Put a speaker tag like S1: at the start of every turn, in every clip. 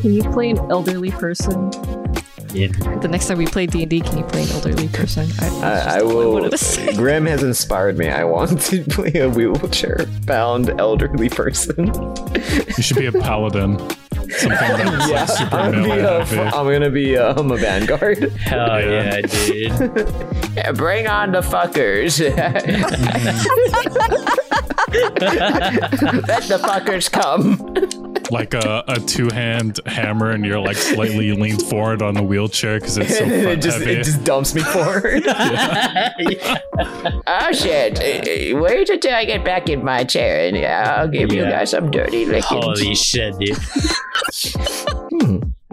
S1: Can you play an elderly person?
S2: Yeah.
S1: The next time we play D and D, can you play an elderly person? I, that's
S3: I, I
S1: just all
S3: will.
S1: wanted to say.
S3: Graham has inspired me. I want to play a wheelchair bound elderly person.
S4: You should be a paladin. Something that's like super
S3: I'm gonna be,
S4: melee
S3: uh,
S4: heavy.
S3: I'm gonna be uh, I'm a vanguard.
S2: Hell yeah, dude.
S3: Yeah, bring on the fuckers. Let the fuckers come.
S4: Like a, a two hand hammer, and you're like slightly leaned forward on the wheelchair because it's so
S3: it
S4: front
S3: just
S4: heavy.
S3: it just dumps me forward. oh shit! Uh, uh, Wait until I get back in my chair, and uh, I'll give you
S2: Yeah.
S3: guys some dirty lickings.
S2: Holy shit, dude.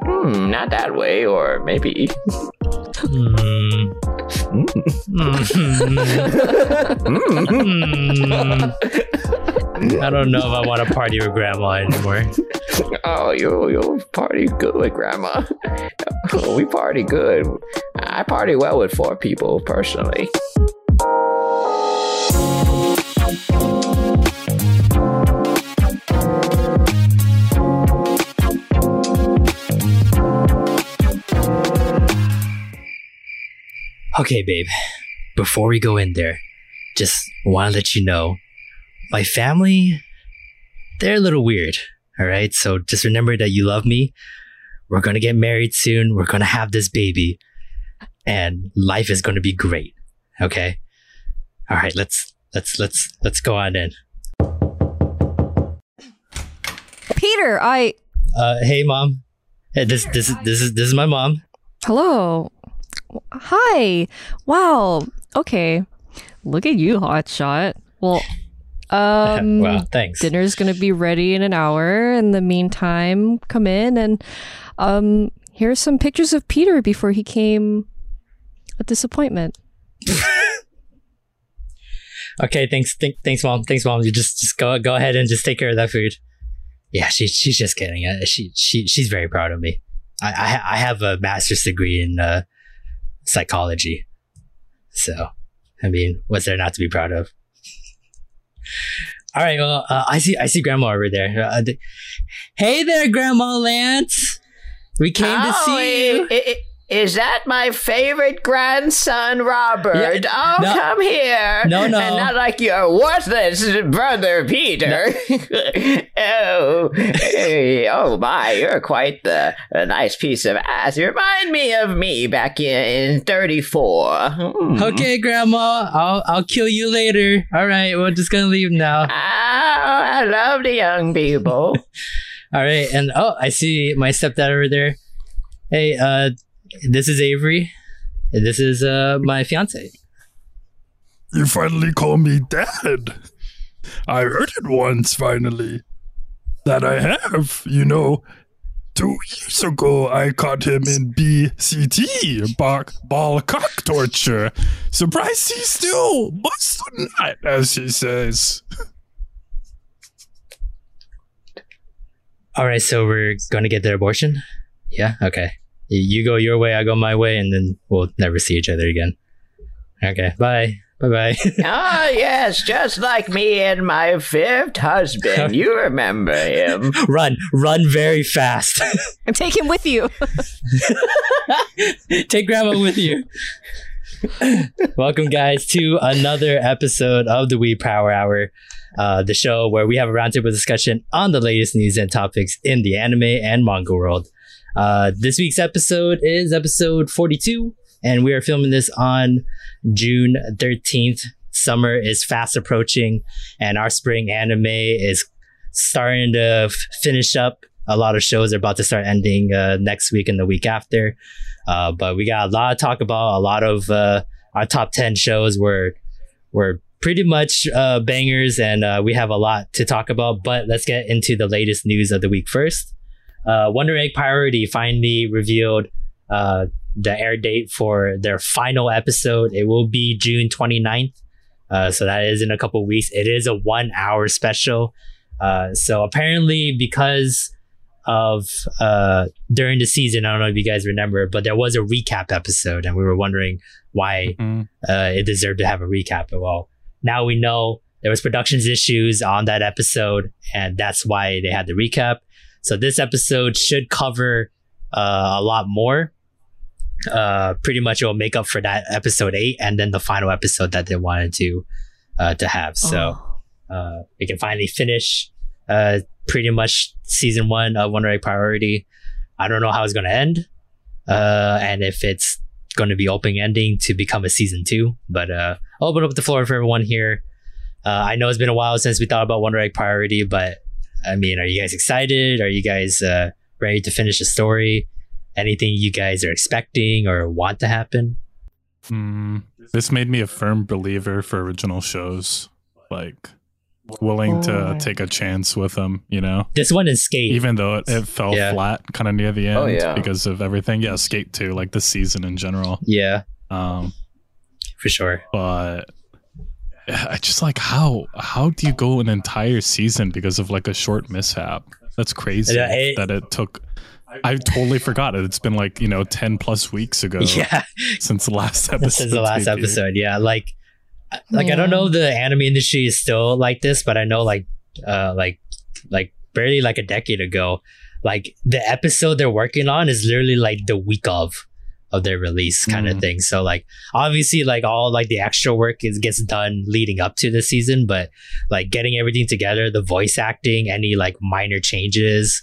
S3: Hmm, not that way, or maybe.
S2: Mm. Mm. Mm. I don't know if I want to party with grandma anymore.
S3: Oh, you you party good with grandma. Oh, we party good. I party well with four people personally.
S2: Okay, babe. Before we go in there, just want to let you know my family, they're a little weird. All right. So just remember that you love me. We're going to get married soon. We're going to have this baby. And life is going to be great. Okay. All right. Let's, let's, let's, let's go on in.
S5: Peter, I.
S2: Uh, hey, mom. Hey, this, this, is this is, this is my mom.
S1: Hello. Hi. Wow. Okay. Look at you, hotshot. Well, um,
S2: wow. Thanks.
S1: dinner's gonna be ready in an hour. In the meantime, come in and um, here's some pictures of Peter before he came a disappointment.
S2: Okay, thanks, th- thanks, mom, thanks, mom. You just just go go ahead and just take care of that food. Yeah, she's she's just kidding. Uh, She she she's very proud of me. I I, ha- I have a master's degree in uh, psychology, so I mean, what's there not to be proud of? All right, well, uh, I see I see grandma over there. Uh, th- hey there, Grandma Lance. We came to
S3: Oh,
S2: see
S3: i-
S2: you.
S3: i- i- Is that my favorite grandson, Robert?
S2: Yeah,
S3: oh,
S2: no.
S3: come here.
S2: No, no.
S3: And not like your worthless brother, Peter. oh, hey, oh my, you're quite the a nice piece of ass. You remind me of me back in, in 34. Hmm.
S2: Okay, Grandma, I'll I'll kill you later. All right, we're just gonna leave now.
S3: Oh, I love the young people.
S2: All right, and oh, I see my stepdad over there. Hey, uh, this is Avery. And This is uh my fiance.
S4: You finally call me dad. I heard it once, finally. That I have, you know. Two years ago, I caught him in BCT, bar, ball cock torture. Surprised he still must not, as he says.
S2: All right, so we're gonna get the abortion. Yeah. Okay. Y- You go your way, I go my way, and then we'll never see each other again. Okay. Bye. Bye. Bye.
S3: Ah, yes, just like me and my fifth husband. You remember him.
S2: run, run very fast.
S5: Take him with you.
S2: Take grandma with you. Welcome, guys, to another episode of the We Power Hour, uh, the show where we have a roundtable discussion on the latest news and topics in the anime and manga world. Uh, this week's episode is episode 42, and we are filming this on June 13th. Summer is fast approaching, and our spring anime is starting to f- finish up. A lot of shows are about to start ending uh, next week and the week after. Uh, but we got a lot to talk about. A lot of uh, our top ten shows were were pretty much uh, bangers, and uh, we have a lot to talk about. But let's get into the latest news of the week first. Uh, Wonder Egg Priority finally revealed uh, the air date for their final episode. It will be June 29th. Uh, so that is in a couple weeks. It is a one hour special. Uh, so apparently, because of uh, during the season. I don't know if you guys remember, but there was a recap episode, and we were wondering why
S4: Mm.
S2: uh, it deserved to have a recap. But well, now we know there was productions issues on that episode, and that's why they had the recap. So this episode should cover uh, a lot more. Uh, pretty much it will make up for that episode eight and then the final episode that they wanted to uh, to have.
S1: Oh.
S2: So uh, we can finally finish uh, pretty much season one of One Right Priority. I don't know how it's going to end uh, and if it's going to be open ending to become a season two. But uh, I'll open up the floor for everyone here. Uh, I know it's been a while since we thought about One Right Priority, but I mean, are you guys excited? Are you guys uh, ready to finish the story? Anything you guys are expecting or want to happen?
S4: Hmm. this made me a firm believer for original shows, like willing to
S1: Boy.
S4: take a chance with them. You know,
S2: This one is Skate.
S4: even though it, it fell
S2: Yeah.
S4: flat kind of near the end
S6: Oh, yeah.
S4: because of everything. Yeah, Skate Two, like the season in general.
S2: yeah,
S4: Um,
S2: for sure.
S4: but I just like how how do you go an entire season because of like a short mishap? That's crazy
S2: Yeah, it-
S4: that it took. I totally forgot it. It's been like you know ten plus weeks ago
S2: Yeah,
S4: since the last episode.
S2: this is the last
S4: debuted.
S2: episode. Yeah, like, I- like I don't know if the anime industry is still like this, but I know like, uh, like, like barely like a decade ago, like the episode they're working on is literally like the week of of their release kind of
S4: Mhm.
S2: thing. So like obviously like all like the extra work is gets done leading up to the season, but like getting everything together, the voice acting, any like minor changes,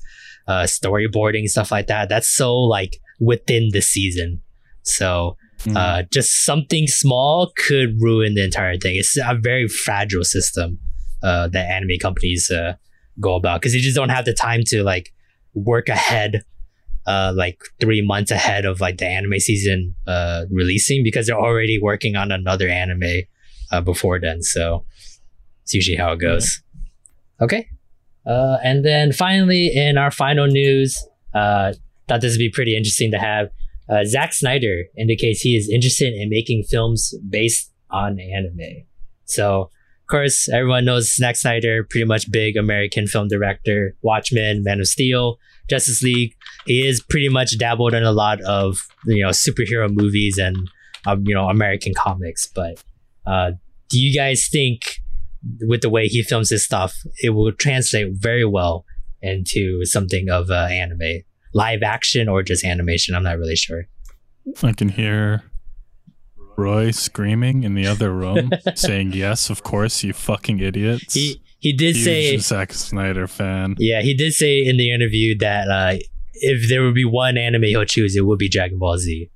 S2: uh storyboarding, stuff like that. That's so like within the season. So
S4: Mhm.
S2: uh, just something small could ruin the entire thing. It's a very fragile system uh, that anime companies uh, go about because they just don't have the time to like work ahead, uh, like three months ahead of like the anime season uh, releasing because they're already working on another anime uh, before then. So it's usually how it goes. Okay. Uh, and then finally, in our final news, uh, thought this would be pretty interesting to have. Uh, Zack Snyder indicates he is interested in making films based on anime. So, of course, everyone knows Zack Snyder, pretty much big American film director, Watchmen, Man of Steel, Justice League. He is pretty much dabbled in a lot of you know superhero movies and um, you know American comics. But uh, do you guys think with the way he films his stuff, it will translate very well into something of uh, anime? live action or just animation. I'm not really sure.
S4: I can hear Roy screaming in the other room, saying, "Yes, of course, you fucking idiots."
S2: He he did
S4: Huge
S2: say
S4: Zack Snyder fan.
S2: yeah he did say in the interview that uh, if there would be one anime he'll choose, it would be Dragon Ball Z.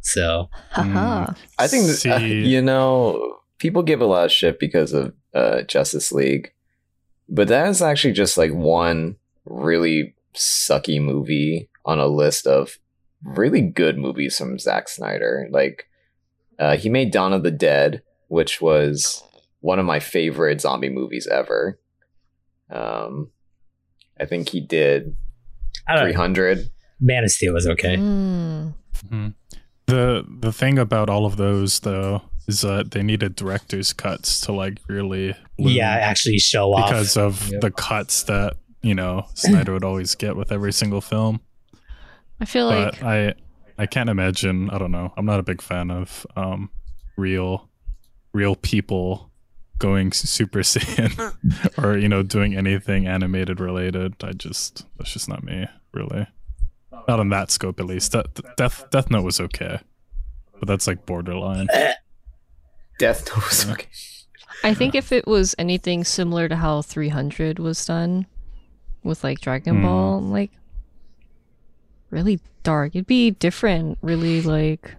S2: So
S5: Haha.
S6: I think that, uh,
S4: See-
S6: you know people give a lot of shit because of uh, Justice League, but that is actually just like one really sucky movie on a list of really good movies from Zack Snyder. Like uh, he made Dawn of the Dead, which was one of my favorite zombie movies ever. Um, I think he did
S2: I don't
S6: three
S2: know.
S6: hundred.
S2: Man of Steel was okay.
S1: Hmm.
S5: Mm.
S4: Mhm. The the thing about all of those though is that they needed director's cuts to like really bloom
S2: Yeah, actually show off.
S4: because of
S2: Yep.
S4: the cuts that you know Snyder would always get with every single film.
S1: I feel like
S4: but I I can't imagine. I don't know. I'm not a big fan of um real real people going super saiyan or you know doing anything animated related. I just that's just not me really. Not in that scope at least. That Death Death Note was okay, but that's like borderline.
S6: Death Note was okay.
S1: I think if it was anything similar to how 300 was done with like Dragon
S4: Hmm.
S1: Ball, like really dark, it'd be different, really like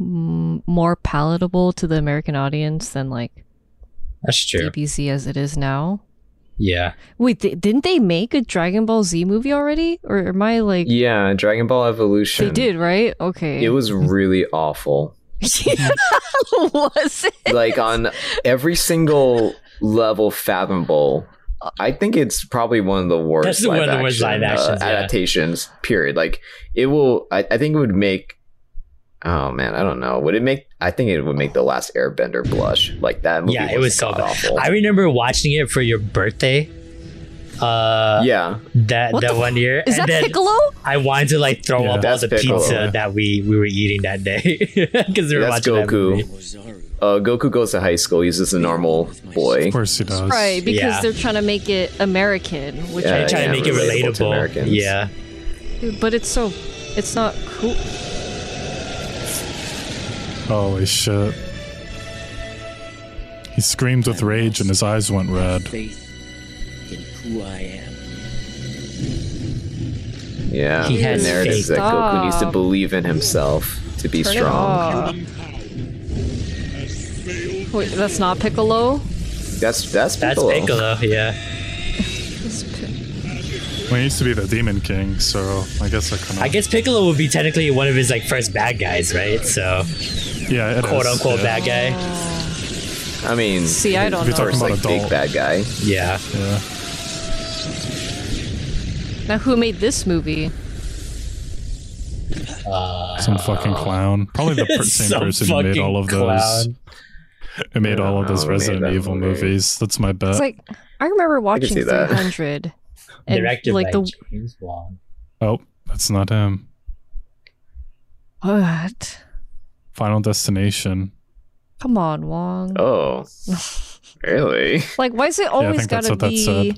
S1: m- more palatable to the American audience than like
S2: That's true.
S1: DBZ as it is now.
S2: Yeah.
S1: Wait, th- didn't they make a Dragon Ball Z movie already? Or am I like
S6: Yeah, Dragon Ball Evolution.
S1: they did, right? Okay.
S6: It was really awful.
S5: was it?
S6: like on every single level fathomable. I think it's probably one of the worst. uh,
S2: That's one of the worst live actions, yeah.
S6: adaptations. Period. Like it will. I, I think it would make. Oh man, I don't know. Would it make? I think it would make the last Airbender blush. Like that movie.
S2: Yeah, it was so bad.
S6: awful.
S2: I remember watching it for your birthday. Uh,
S6: yeah,
S2: that
S5: What
S2: that
S5: the
S2: one year,
S5: Is
S2: and
S5: that
S2: then
S5: Piccolo?
S2: I wanted to like throw
S4: Yeah.
S2: up all
S6: That's
S2: the
S6: Piccolo.
S2: pizza that we we were eating that day because we were
S6: That's
S2: watching that
S6: Goku.
S2: movie.
S3: Uh, Goku goes to high school. He's just a normal boy.
S4: Of course he does.
S1: Right, because
S2: Yeah.
S1: they're trying to make it American, which
S3: Yeah,
S1: I
S2: Trying to
S3: yeah,
S2: make it
S3: relatable to
S2: relatable.
S3: Americans.
S2: yeah.
S1: but it's so it's not cool.
S4: Holy shit. He screamed with rage and his eyes went red.
S7: faith in who I am.
S3: Yeah,
S2: He has
S3: the narrative is that
S1: faith.
S3: Goku needs to
S1: Stop.
S3: believe in himself to be
S1: Turn it
S3: strong.
S1: off. Wait, that's not Piccolo.
S3: That's that's
S2: That's
S3: Piccolo.
S2: Piccolo. Yeah.
S1: It's Pi-
S4: Well, he used to be the Demon King, so I guess I kind of.
S2: I guess Piccolo would be technically one of his like first bad guys, right? So
S4: yeah, it
S2: quote
S4: is,
S2: unquote
S4: yeah.
S2: bad guy.
S3: I mean,
S1: See, I don't
S4: If you
S1: know.
S4: talk-
S3: first like
S4: About
S3: big
S4: adult.
S3: bad guy.
S2: Yeah.
S4: Yeah.
S1: Now, who made this movie?
S3: Uh,
S4: Some fucking clown. Probably the per- same
S2: Some
S4: person who made
S2: fucking
S4: all of those.
S2: clown.
S4: Who made all of
S3: Yeah,
S4: those
S3: who made
S4: Resident
S3: that
S4: Evil
S3: movie?
S4: movies. That's my bet.
S1: It's like I remember watching
S3: see that.
S1: 300. and,
S2: Directed
S1: like
S2: by
S1: the
S2: James Wong.
S4: oh, that's not him.
S1: what?
S4: Final Destination.
S1: Come on, Wong.
S3: Oh, really?
S1: Like, why is it always
S4: think that's
S1: gotta
S4: what that
S1: be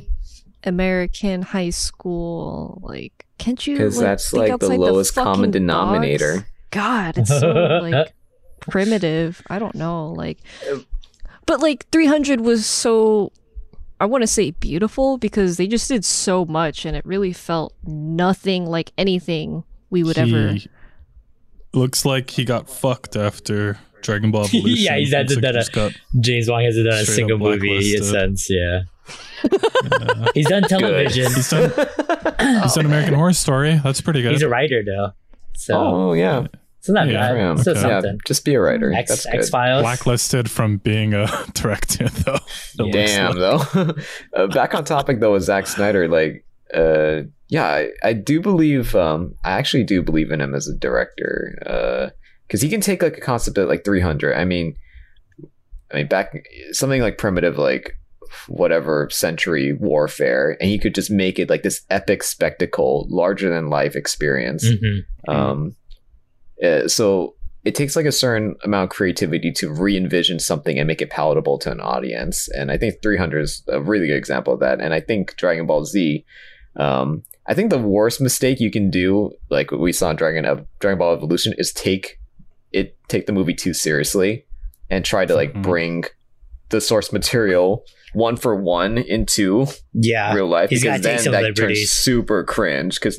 S1: American high school? Like, can't you?
S3: Because
S1: like,
S3: that's
S1: think
S3: like the
S1: outside
S3: lowest
S1: fucking
S3: common
S1: box?
S3: denominator.
S1: God, it's so like primitive. I don't know, like, but like 300 was so. I want to say beautiful because they just did so much, and it really felt nothing like anything we would ever.
S4: He looks like he got fucked after Dragon Ball Evolution.
S2: Yeah, he's had
S4: Looks
S2: to
S4: like
S2: do
S4: he just got-
S2: James Wong hasn't done a
S4: Straight
S2: single
S4: up
S2: movie
S4: blacklisted.
S2: since. Yeah. He's done television.
S4: He's done. he's done American Horror Story. That's pretty good.
S2: He's a writer though, so
S3: Oh yeah,
S2: it's not
S4: Yeah,
S2: bad.
S3: yeah.
S2: So it's
S4: Okay.
S3: yeah.
S2: something.
S3: Just be a writer.
S2: X
S3: that's good.
S2: X Files.
S4: blacklisted from being a director, though. it looks
S3: Damn,
S4: like.
S3: though. uh, back on topic though with Zack Snyder, like, uh, yeah, I, I do believe, um, I actually do believe in him as a director, because he can take like a concept at like 300. I mean, I mean back something like primitive, like whatever century warfare, and he could just make it like this epic spectacle, larger than life experience.
S2: Mhm.
S3: Um, uh, so it takes like a certain amount of creativity to re-envision something and make it palatable to an audience. And I think 300 is a really good example of that. And I think Dragon Ball Z, um, I think the worst mistake you can do, like what we saw in Dragon Ev- Dragon Ball Evolution, is take it take the movie too seriously and try to like
S4: Mhm.
S3: bring the source material one for one into
S2: Yeah.
S3: real life
S2: Uh, he's gotta
S3: because
S2: take
S3: then
S2: some
S3: that
S2: liberties.
S3: turns super cringe because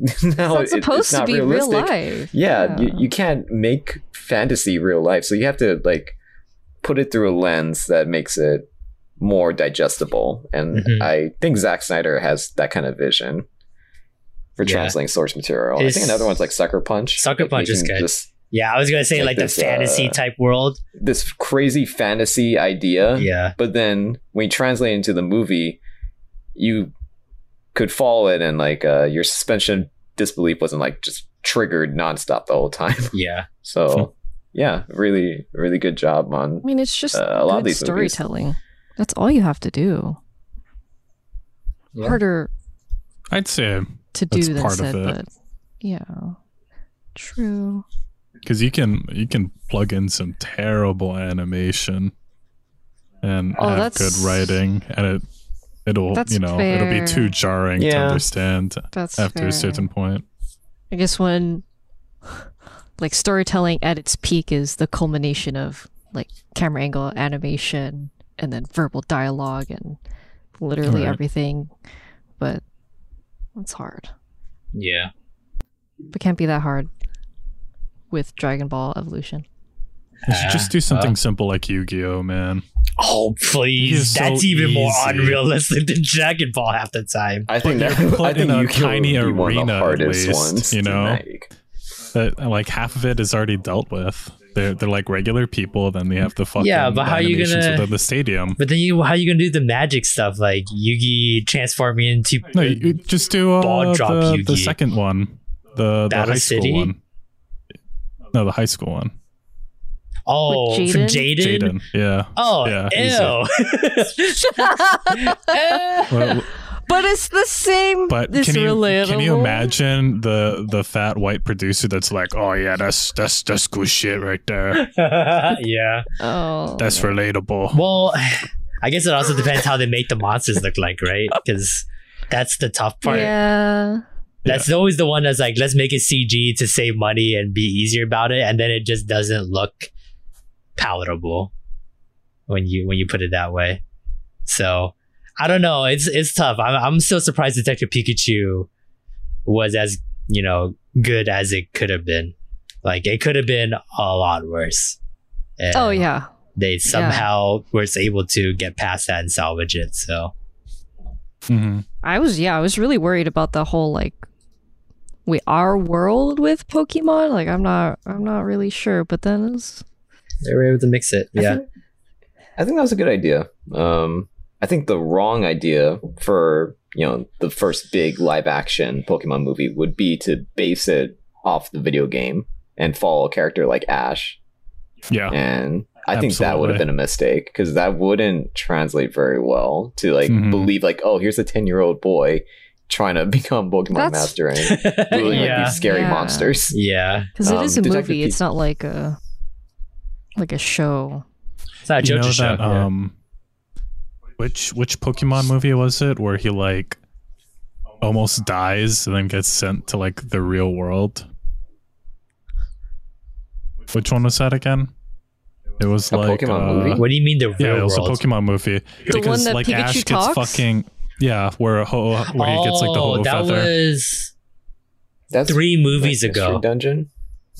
S1: It's
S3: now
S1: not
S3: it-
S1: supposed
S3: it's not
S1: to be
S3: realistic.
S1: real life.
S3: Yeah, You, you can't make fantasy real life, so you have to like put it through a lens that makes it more digestible. And
S2: Mhm.
S3: I think Zack Snyder has that kind of vision for
S2: Yeah.
S3: translating source material. I
S2: His-
S3: think another one's like Sucker Punch.
S2: Sucker
S3: Like,
S2: Punch
S3: you
S2: is
S3: can
S2: good.
S3: Just,
S2: Yeah, I was gonna say
S3: Like
S2: like, the
S3: this, uh,
S2: fantasy type world.
S3: this crazy fantasy idea,
S2: Yeah.
S3: but then when you translate it into the movie, you could follow it, and like uh, your suspension disbelief wasn't like just triggered nonstop the whole time.
S2: Yeah.
S3: So
S4: Hmm.
S3: yeah, really, really good job on.
S1: I mean, it's just
S3: Uh, a lot of
S1: good
S3: these movies.
S1: storytelling. That's all you have to do. Harder
S4: I'd say
S1: to do
S4: That's
S1: than
S4: part of
S1: said,
S4: it.
S1: but yeah, true.
S4: because you can you can plug in some terrible animation and
S1: Oh,
S4: have
S1: that's-
S4: good writing, and it it'll
S1: That's
S4: you know it'll
S1: fair.
S4: be too jarring to
S3: Yeah.
S4: understand
S1: That's
S4: after
S1: fair.
S4: a certain point.
S1: I guess when like storytelling at its peak is the culmination of like camera angle animation and then verbal dialogue and literally
S4: Right.
S1: everything. But it's hard.
S2: Yeah.
S1: But can't be that hard with Dragon Ball Evolution.
S4: You should
S2: Uh,
S4: just do something simple like Yu-Gi-Oh, man.
S2: Oh please,
S4: He's so
S2: that's even more
S4: easy.
S2: unrealistic than Dragon Ball half the time.
S3: I think that
S4: you're put
S3: I think
S4: in a
S3: you
S4: tiny
S3: be one of the
S4: arena at
S3: hardest
S4: least,
S3: ones.
S4: you
S3: to
S4: know?
S3: make.
S4: That like half of it is already dealt with. They're they're like regular people. Then they have the fucking
S2: Yeah, but how are you
S4: animations
S2: gonna-
S4: within the stadium?
S2: But then you, how you gonna do the magic stuff like Yugi transforming into?
S4: No, you you just do uh,
S2: Ball drop
S4: the, the
S2: Yu-Gi.
S4: second one, the, the
S2: Battle
S4: high school
S2: City?
S4: one. No, the high school one.
S2: oh,
S1: With
S2: from
S1: Jaden?
S2: Jaden.
S4: Jaden, yeah.
S2: Oh,
S4: Yeah,
S2: ew.
S1: but
S4: Well,
S1: but it's the same.
S4: But
S1: it's
S4: can you can you
S1: relatable.
S4: imagine the the fat white producer that's like, oh yeah, that's that's that's good shit right there.
S2: yeah.
S1: Oh,
S4: That's relatable.
S2: Well, I guess it also depends how they make the monsters look like, right? Because that's the tough part.
S1: yeah.
S2: That's always the one that's like, let's make it CG to save money and be easier about it, and then it just doesn't look palatable when you when you put it that way. So I don't know. It's it's tough. I'm I'm still surprised Detective Pikachu was as you know good as it could have been. Like it could have been a lot worse. And
S1: Oh yeah.
S2: They somehow were able to get past that and salvage it. So
S4: Mhm.
S1: I was yeah, I was really worried about the whole like we our world with Pokemon. Like I'm not I'm not really sure, but then it's
S2: they were able to mix it. Yeah.
S3: I think that was a good idea. Um, I think the wrong idea for you know the first big live action Pokemon movie would be to base it off the video game and follow a character like Ash,
S4: Yeah.
S3: and I think that would
S4: Absolutely.
S3: have been a mistake because that wouldn't translate very well to like
S2: Mm-hmm.
S4: Mhm.
S3: believe like oh here's a ten year old boy trying to become Pokemon
S1: That's-
S3: master and ruling like,
S2: yeah.
S3: these scary
S1: Yeah.
S3: monsters.
S2: Yeah.
S1: because it
S3: Um,
S1: is a
S3: Detective
S1: movie.
S3: Pikachu-
S1: It's not like a like a show.
S2: It's not a
S4: you
S2: joke
S4: know
S2: to
S4: that
S2: show. yeah.
S4: um which which pokemon movie was it where he like almost dies and then gets sent to like the real world which one was that again it was
S3: A
S4: like
S3: Pokemon
S4: uh,
S3: movie?
S2: What do you mean the real
S4: yeah it was a
S2: world?
S4: pokemon movie because
S1: one that
S4: like
S1: Pikachu
S4: ash
S1: talks?
S4: gets fucking yeah where ho where he gets like
S2: oh,
S4: the whole
S2: that
S4: feather
S2: was
S3: That's
S2: three movies
S3: like Mystery
S2: ago.
S3: Dungeon.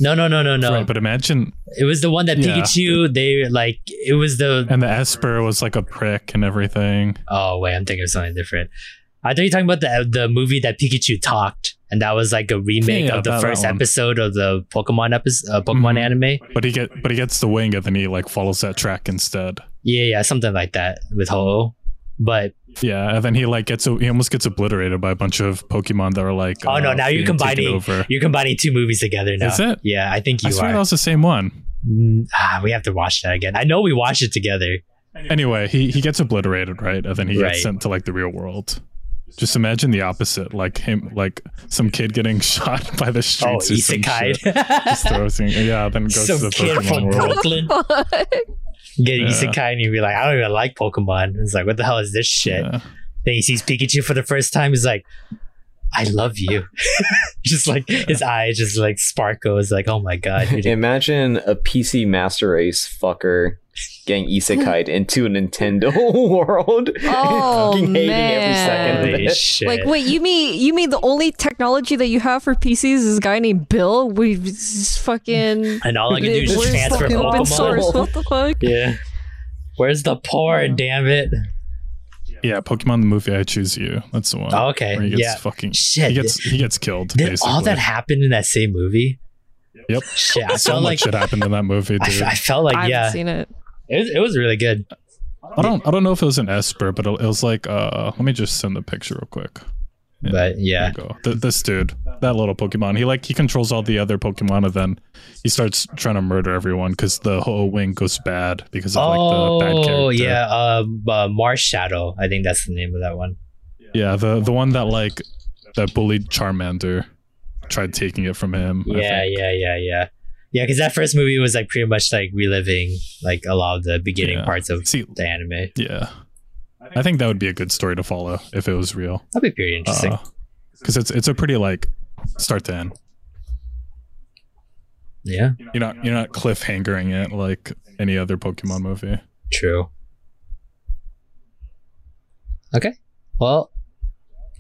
S2: No, no, no, no, no.
S4: Right, but imagine
S2: it was the one that
S4: Yeah.
S2: Pikachu. They like it was the.
S4: and the Esper was like a prick and everything.
S2: Oh wait, I'm thinking of something different. I thought you were talking about the the movie that Pikachu talked, and that was like a remake
S4: Yeah,
S2: of the
S4: that- that
S2: first
S4: one.
S2: episode of the Pokemon episode, uh, Pokemon
S4: Mhm.
S2: anime.
S4: But he get but he gets the wing and then he like follows that track instead.
S2: Yeah, yeah, something like that with Ho. But
S4: Yeah, and then he like gets he almost gets obliterated by a bunch of Pokemon that are like.
S2: Oh, no, now you're
S4: being taken
S2: combining-
S4: Over.
S2: you're combining two movies together now.
S4: Is it?
S2: Yeah, I think you
S4: I swear
S2: are.
S4: that was the same one.
S2: Mm, ah, we have to watch that again. I know we watched it together.
S4: Anyway, he he gets obliterated, right? And then he
S2: Right.
S4: gets sent to like the real world. Just imagine the opposite, like him, like some kid getting shot by the
S2: Oh,
S4: streets. or some
S2: Isekai.
S4: shit. Just throws him- yeah, then goes
S2: Some
S4: to the
S2: kid from
S4: Pokemon world.
S2: Brooklyn get
S4: Yeah.
S2: Isekai and you'd be like, I don't even like Pokemon. It's like, what the hell is this shit?
S4: Yeah.
S2: Then he sees Pikachu for the first time. He's like, I love you. just like his eyes just like sparkles. Like, oh my god, dude.
S3: Imagine a PC Master Race fucker getting isekai'd into a Nintendo world.
S5: Oh,
S3: fucking hating
S5: man.
S3: every second
S2: holy
S3: of it.
S2: shit.
S5: Like, wait, you mean you mean the only technology that you have for PCs is this guy named Bill? We just fucking
S2: Oh, and all I can do is
S5: Where's
S2: just transfer
S5: fucking
S2: Pokemon.
S5: open source? What the fuck?
S2: Yeah. Where's the porn? Damn it.
S4: Yeah, Pokemon the movie. I choose you. That's the one.
S2: Oh, okay.
S4: Where he gets
S2: Yeah.
S4: fucking.
S2: Shit.
S4: He gets he gets killed.
S2: Did
S4: basically.
S2: all that happen in that same movie?
S4: Yep.
S2: Shit, I
S4: so
S2: felt
S4: much
S2: like
S4: shit happened in that movie,
S2: I,
S4: dude.
S2: I felt
S1: I
S2: like
S1: haven't
S2: yeah,
S1: seen it.
S2: it was, it was really good.
S4: I don't I don't know if it was an Esper, but it it was like uh let me just send the picture real quick. Yeah,
S2: But
S4: There
S2: yeah,
S4: you go. Th- this dude, that little Pokemon, he like he controls all the other Pokemon, and then he starts trying to murder everyone because the whole wing goes bad because of
S2: oh
S4: like the bad character.
S2: yeah, um, uh, Marsh Shadow. I think that's the name of that one.
S4: yeah. The the one that like that bullied Charmander tried taking it from him. I
S2: Yeah,
S4: think.
S2: yeah, yeah, yeah, yeah. Because that first movie was like pretty much like reliving like a lot of the beginning
S4: Yeah.
S2: parts of
S4: See,
S2: the anime.
S4: yeah. I think that would be a good story to follow if it was real.
S2: That'd be pretty
S4: Uh-huh.
S2: interesting.
S4: Because it's it's a pretty like start to end.
S2: yeah,
S4: You're not you're not cliffhangering it like any other Pokemon movie.
S2: true. Okay, well,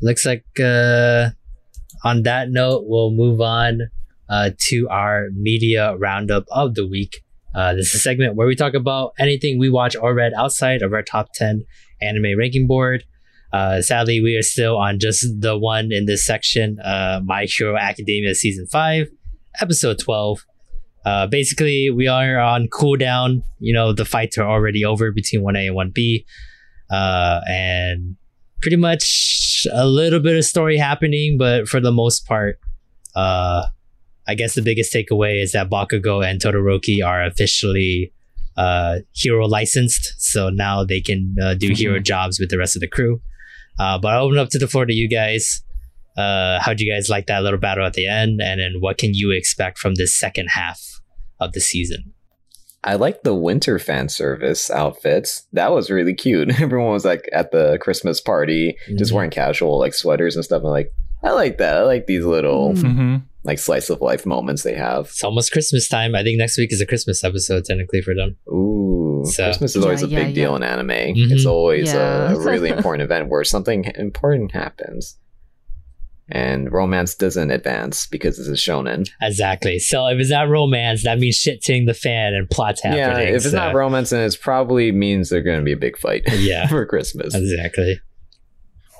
S2: looks like uh, on that note, we'll move on uh, to our media roundup of the week. Uh, this is a segment where we talk about anything we watch or read outside of our top 10 anime ranking board. Uh, sadly, we are still on just the one in this section uh, My Hero Academia Season 5, Episode 12. Uh, basically, we are on cooldown. You know, the fights are already over between 1A and 1B. Uh, and pretty much a little bit of story happening, but for the most part, uh, I guess the biggest takeaway is that Bakugo and Todoroki are officially uh, hero licensed, so now they can uh, do hero jobs with the rest of the crew. Uh, but I'll open up to the floor to you guys. Uh, how'd you guys like that little battle at the end? And then what can you expect from this second half of the season?
S3: I like the winter fan service outfits. That was really cute. Everyone was like at the Christmas party, just
S2: Mhm.
S3: wearing casual like sweaters and stuff. I'm like, I like that. I like these little
S2: Hmm.
S4: Mm-hmm.
S3: like slice of life moments they have.
S2: It's almost Christmas time. I think next week is a Christmas episode technically for them.
S3: Ooh,
S2: So-
S3: Christmas is always
S1: Yeah,
S3: a
S1: yeah,
S3: big deal
S1: yeah.
S3: in anime.
S2: Mhm.
S3: It's always
S1: Yeah.
S3: a really important event where something important happens, and romance doesn't advance because it's a shonen.
S2: Exactly. So if it's not romance, that means shit hitting the fan and plots happening.
S3: yeah, if it's
S2: so-
S3: not romance, then it probably means they're going to be a big fight
S2: Yeah.
S3: for Christmas.
S2: Exactly.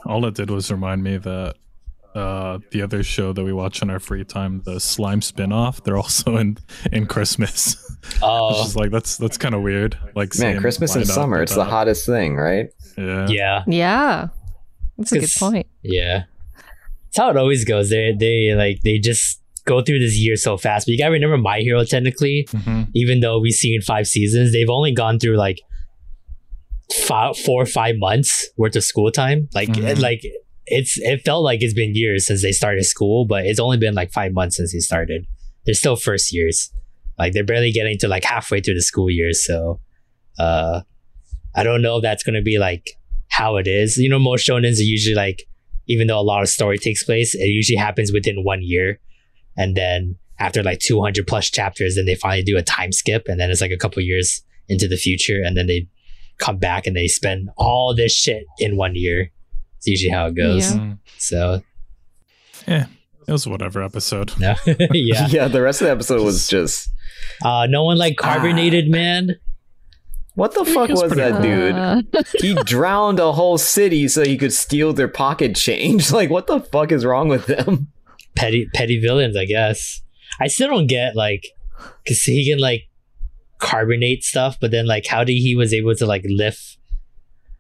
S4: All it did was remind me that uh, the other show that we watch in our free time, the Slime spin-off, they're also in in Christmas. It's
S2: Oh,
S4: just like that's that's kind of weird.
S3: Man,
S4: Like seeing
S3: Christmas and
S4: lined up
S3: summer,
S4: with
S3: it's the
S4: that.
S3: hottest thing, right?
S4: Yeah.
S2: yeah,
S5: Yeah. That's a good
S2: 'Cause-
S5: point.
S2: yeah. It's how it always goes. They they like they just go through this year so fast. But you gotta remember, My Hero technically,
S4: hmm
S2: even though we've seen five seasons, they've only gone through like five, four or five months worth of school time. Like
S4: Mhm.
S2: it, like it's it felt like it's been years since they started school, but it's only been like five months since they started. They're still first years. Like they're barely getting to like halfway through the school year. So uh I don't know if that's gonna be like how it is. You know, most shonens are usually like even though a lot of story takes place, it usually happens within one year and then after like 200 plus chapters then they finally do a time skip and then it's like a couple years into the future and then they come back and they spend all this shit in one year it's usually how it goes
S4: Mm.
S2: so
S4: It was whatever episode.
S2: no yeah
S3: the rest of the episode was just
S2: uh no one like carbonated man
S3: what the fuck was,
S4: was pretty
S3: that dude?
S5: Uh,
S3: He drowned a whole city so he could steal their pocket change. Like what the fuck is wrong with them?
S2: petty petty villains i guess i still don't get like because he can like carbonate stuff but then like how did he was able to like lift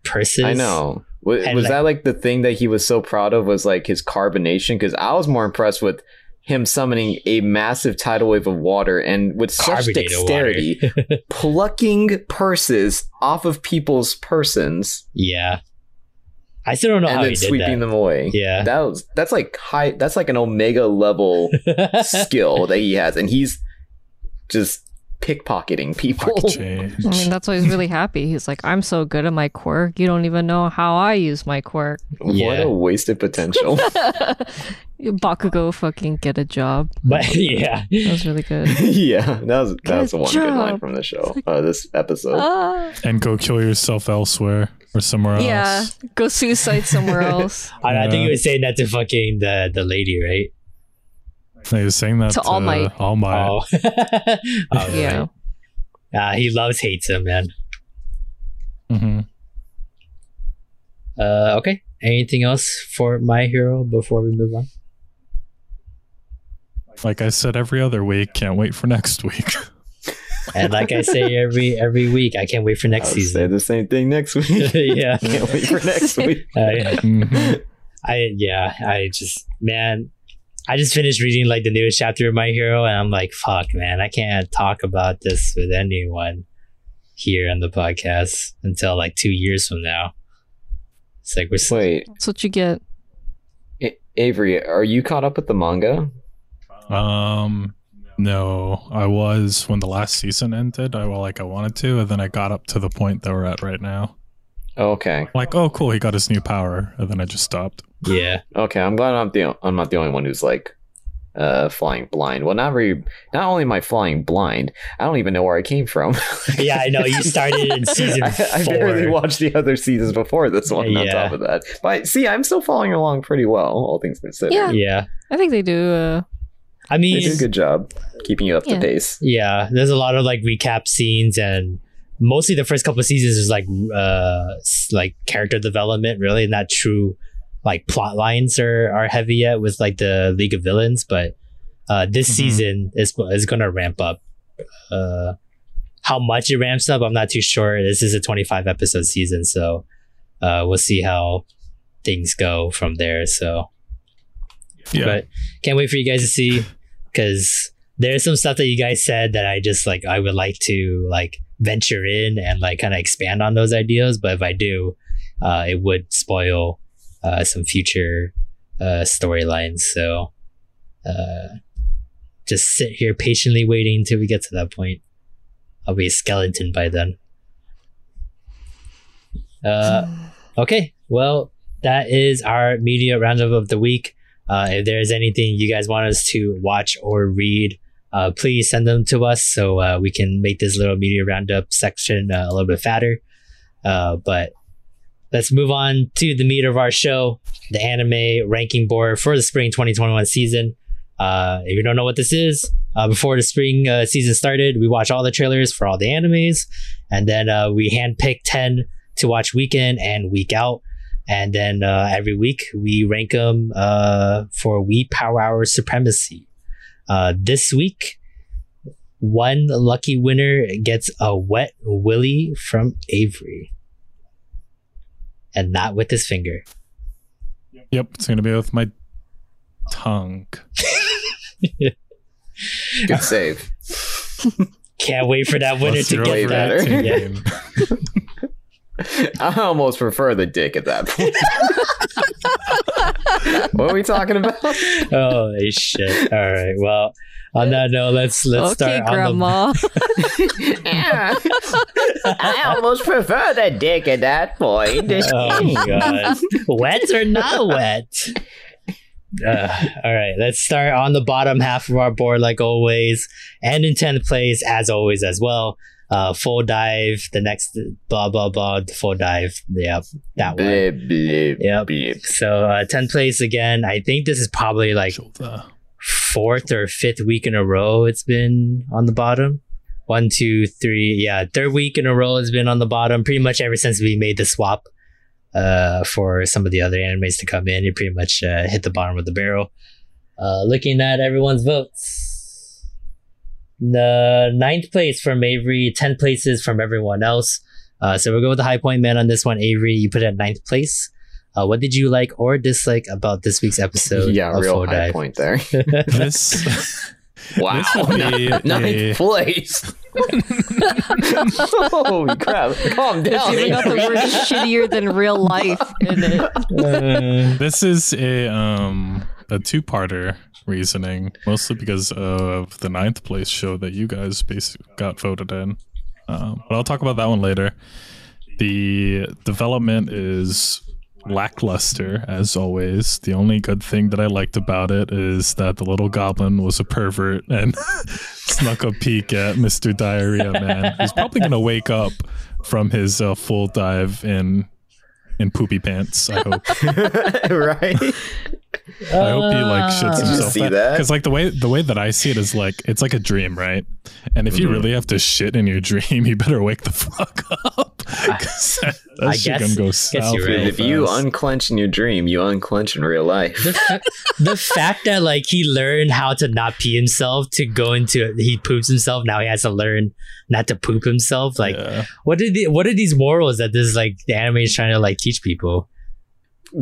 S2: purses
S3: I know. Wa- Was,
S2: And like-
S3: that like the thing that he was so proud of was like his carbonation? Because I was more impressed with him summoning a massive tidal wave of water and with such
S2: carbonated
S3: dexterity
S2: water
S3: plucking purses off of people's persons
S2: yeah i still don't know
S3: and
S2: how
S3: then
S2: he did that
S3: sweeping them away.
S2: Yeah.
S3: That was that's like high that's like an omega level skill that he has, and he's just pickpocketing people.
S4: Fuck change.
S5: I mean, that's why he's really happy. He's like, I'm so good at my quirk. You don't even know how I use my quirk.
S3: What
S2: Yeah.
S3: a wasted potential.
S5: Bakugo fucking get a job.
S2: but yeah,
S5: That was really good.
S3: yeah, that was that was
S5: Good
S3: one good line
S5: job.
S3: from the show. Uh, this episode.
S5: Ah,
S4: and go kill yourself elsewhere or somewhere else.
S5: yeah, go suicide somewhere else.
S2: I, I think
S4: Yeah.
S2: you were saying that to fucking the the lady, right?
S4: No, He was saying that
S5: To
S4: to,
S5: All Might.
S4: All Might.
S2: Oh, oh
S5: yeah.
S2: yeah. Uh, he loves hates him, man.
S4: hmm
S2: Uh, okay. Anything else for my hero before we move on?
S4: Like I said, every other week. Can't wait for next week.
S2: And like I say every every week, I can't wait for
S3: I'll
S2: next
S3: say
S2: season.
S3: the same thing next week.
S2: yeah,
S3: Can't wait for next week.
S2: I,
S4: Mhm.
S2: I yeah, I just man, I just finished reading like the newest chapter of my hero, and I'm like, fuck, man, I can't talk about this with anyone here on the podcast until like two years from now. It's like we're so
S3: Wait,
S5: That's what you get.
S3: A- Avery, are you caught up with the manga?
S4: Um, no, I was when the last season ended. I well, like I wanted to, and then I got up to the point that we're at right now.
S3: Okay,
S4: Like, oh, cool, he got his new power, and then I just stopped.
S2: yeah.
S3: okay. I'm glad I'm the I'm not the only one who's like uh flying blind. Well, not really. Not only am I flying blind, I don't even know where I came from.
S2: yeah, I know. You started in season
S3: I,
S2: four.
S3: I barely watched the other seasons before this one. On
S2: Yeah.
S3: top of that, but see, I'm still following along pretty well, all things considered.
S5: Yeah.
S2: Yeah.
S5: I think they do. Uh,
S2: I
S3: they do a
S2: mean,
S3: good job keeping you up
S5: Yeah.
S3: to pace.
S2: yeah, there's a lot of like recap scenes and mostly the first couple of seasons is like uh s- like character development really not true like plot lines are are heavy yet with like the league of villains but uh this
S4: Mhm.
S2: season is is gonna ramp up uh how much it ramps up i'm not too sure this is a 25 episode season so uh we'll see how things go from there so
S4: Yeah,
S2: but can't wait for you guys to see because there's some stuff that you guys said that I just like I would like to like venture in and like kind of expand on those ideas, but if I do, uh, it would spoil uh, some future uh, storylines. So uh, just sit here patiently waiting until we get to that point. I'll be a skeleton by then. Uh, okay, well, that is our media roundup of the week. Uh, if there's anything you guys want us to watch or read, uh, please send them to us so uh, we can make this little media roundup section uh, a little bit fatter. Uh, but let's move on to the meat of our show the anime ranking board for the spring 2021 season. Uh, if you don't know what this is, uh, before the spring uh, season started, we watch all the trailers for all the animes, and then uh, we handpick 10 to watch week in and week out. And then uh, every week we rank them uh, for We Power Hour supremacy. Uh, this week, one lucky winner gets a wet willy from Avery, and not with his finger.
S4: Yep, it's gonna be with my tongue.
S3: Good save.
S2: Can't wait for that winner
S4: Plus
S2: to
S4: you're
S2: get
S3: way
S2: that.
S3: better.
S4: Team
S2: Yeah.
S4: game.
S3: I almost prefer the dick at that point. what are we talking about?
S2: Holy shit! All right. Well, on that note, let's let's
S5: okay,
S2: start on the
S5: Grandma.
S6: Yeah. I almost prefer the dick at that point.
S2: oh my god wet or not wet Uh, all right let's start on the bottom half of our board like always and in 10th place as always as well uh full dive the next blah blah blah full dive yeah that one
S3: Blip, blip,
S2: Yep.
S3: blip.
S2: so uh 10th place again i think this is probably like
S4: Shoulder.
S2: fourth or fifth week in a row it's been on the bottom. One, two, three, yeah, third week in a row has been on the bottom pretty much ever since we made the swap uh, for some of the other animes to come in. It pretty much uh, hit the bottom of the barrel. Uh, looking at everyone's votes, the ninth place from Avery, 10 places from everyone else. Uh, so we'll go with the high point man on this one. Avery, you put it at ninth place. Uh, what did you like or dislike about this week's episode?
S3: yeah,
S2: of
S3: real
S2: Full
S3: high
S2: Dive?
S3: point there.
S4: This,
S3: Wow.
S4: this will be a,
S3: Ninth place. Holy crap. Calm down.
S5: Even got the word shittier than real life in it.
S2: Uh,
S4: this is a um a two-parter reasoning, mostly because of the ninth place show that you guys basically got voted in. Um, but I'll talk about that one later. The development is lackluster as always. The only good thing that I liked about it is that the little goblin was a pervert and snuck a peek at Mr. Diarrhea Man. He's probably gonna wake up from his uh, full dive in in poopy pants. I hope.
S3: right?
S4: I hope he like shits
S3: Did you
S4: himself.
S3: see that?
S4: Because like the way the way that I see it is like it's like a dream, right? And if you really have to shit in your dream, you better wake the fuck up. 'Cause that, that
S2: I
S4: shit
S2: guess-
S4: gonna go
S2: you're
S4: south.
S2: right.
S4: real
S3: If you
S4: fast.
S3: unclench in your dream, you unclench in real life.
S2: the, fa- the fact that like he learned how to not pee himself to go into he poops himself now he has to learn not to poop himself like
S4: Yeah.
S2: what did the, what are these morals that this like the anime is trying to like teach people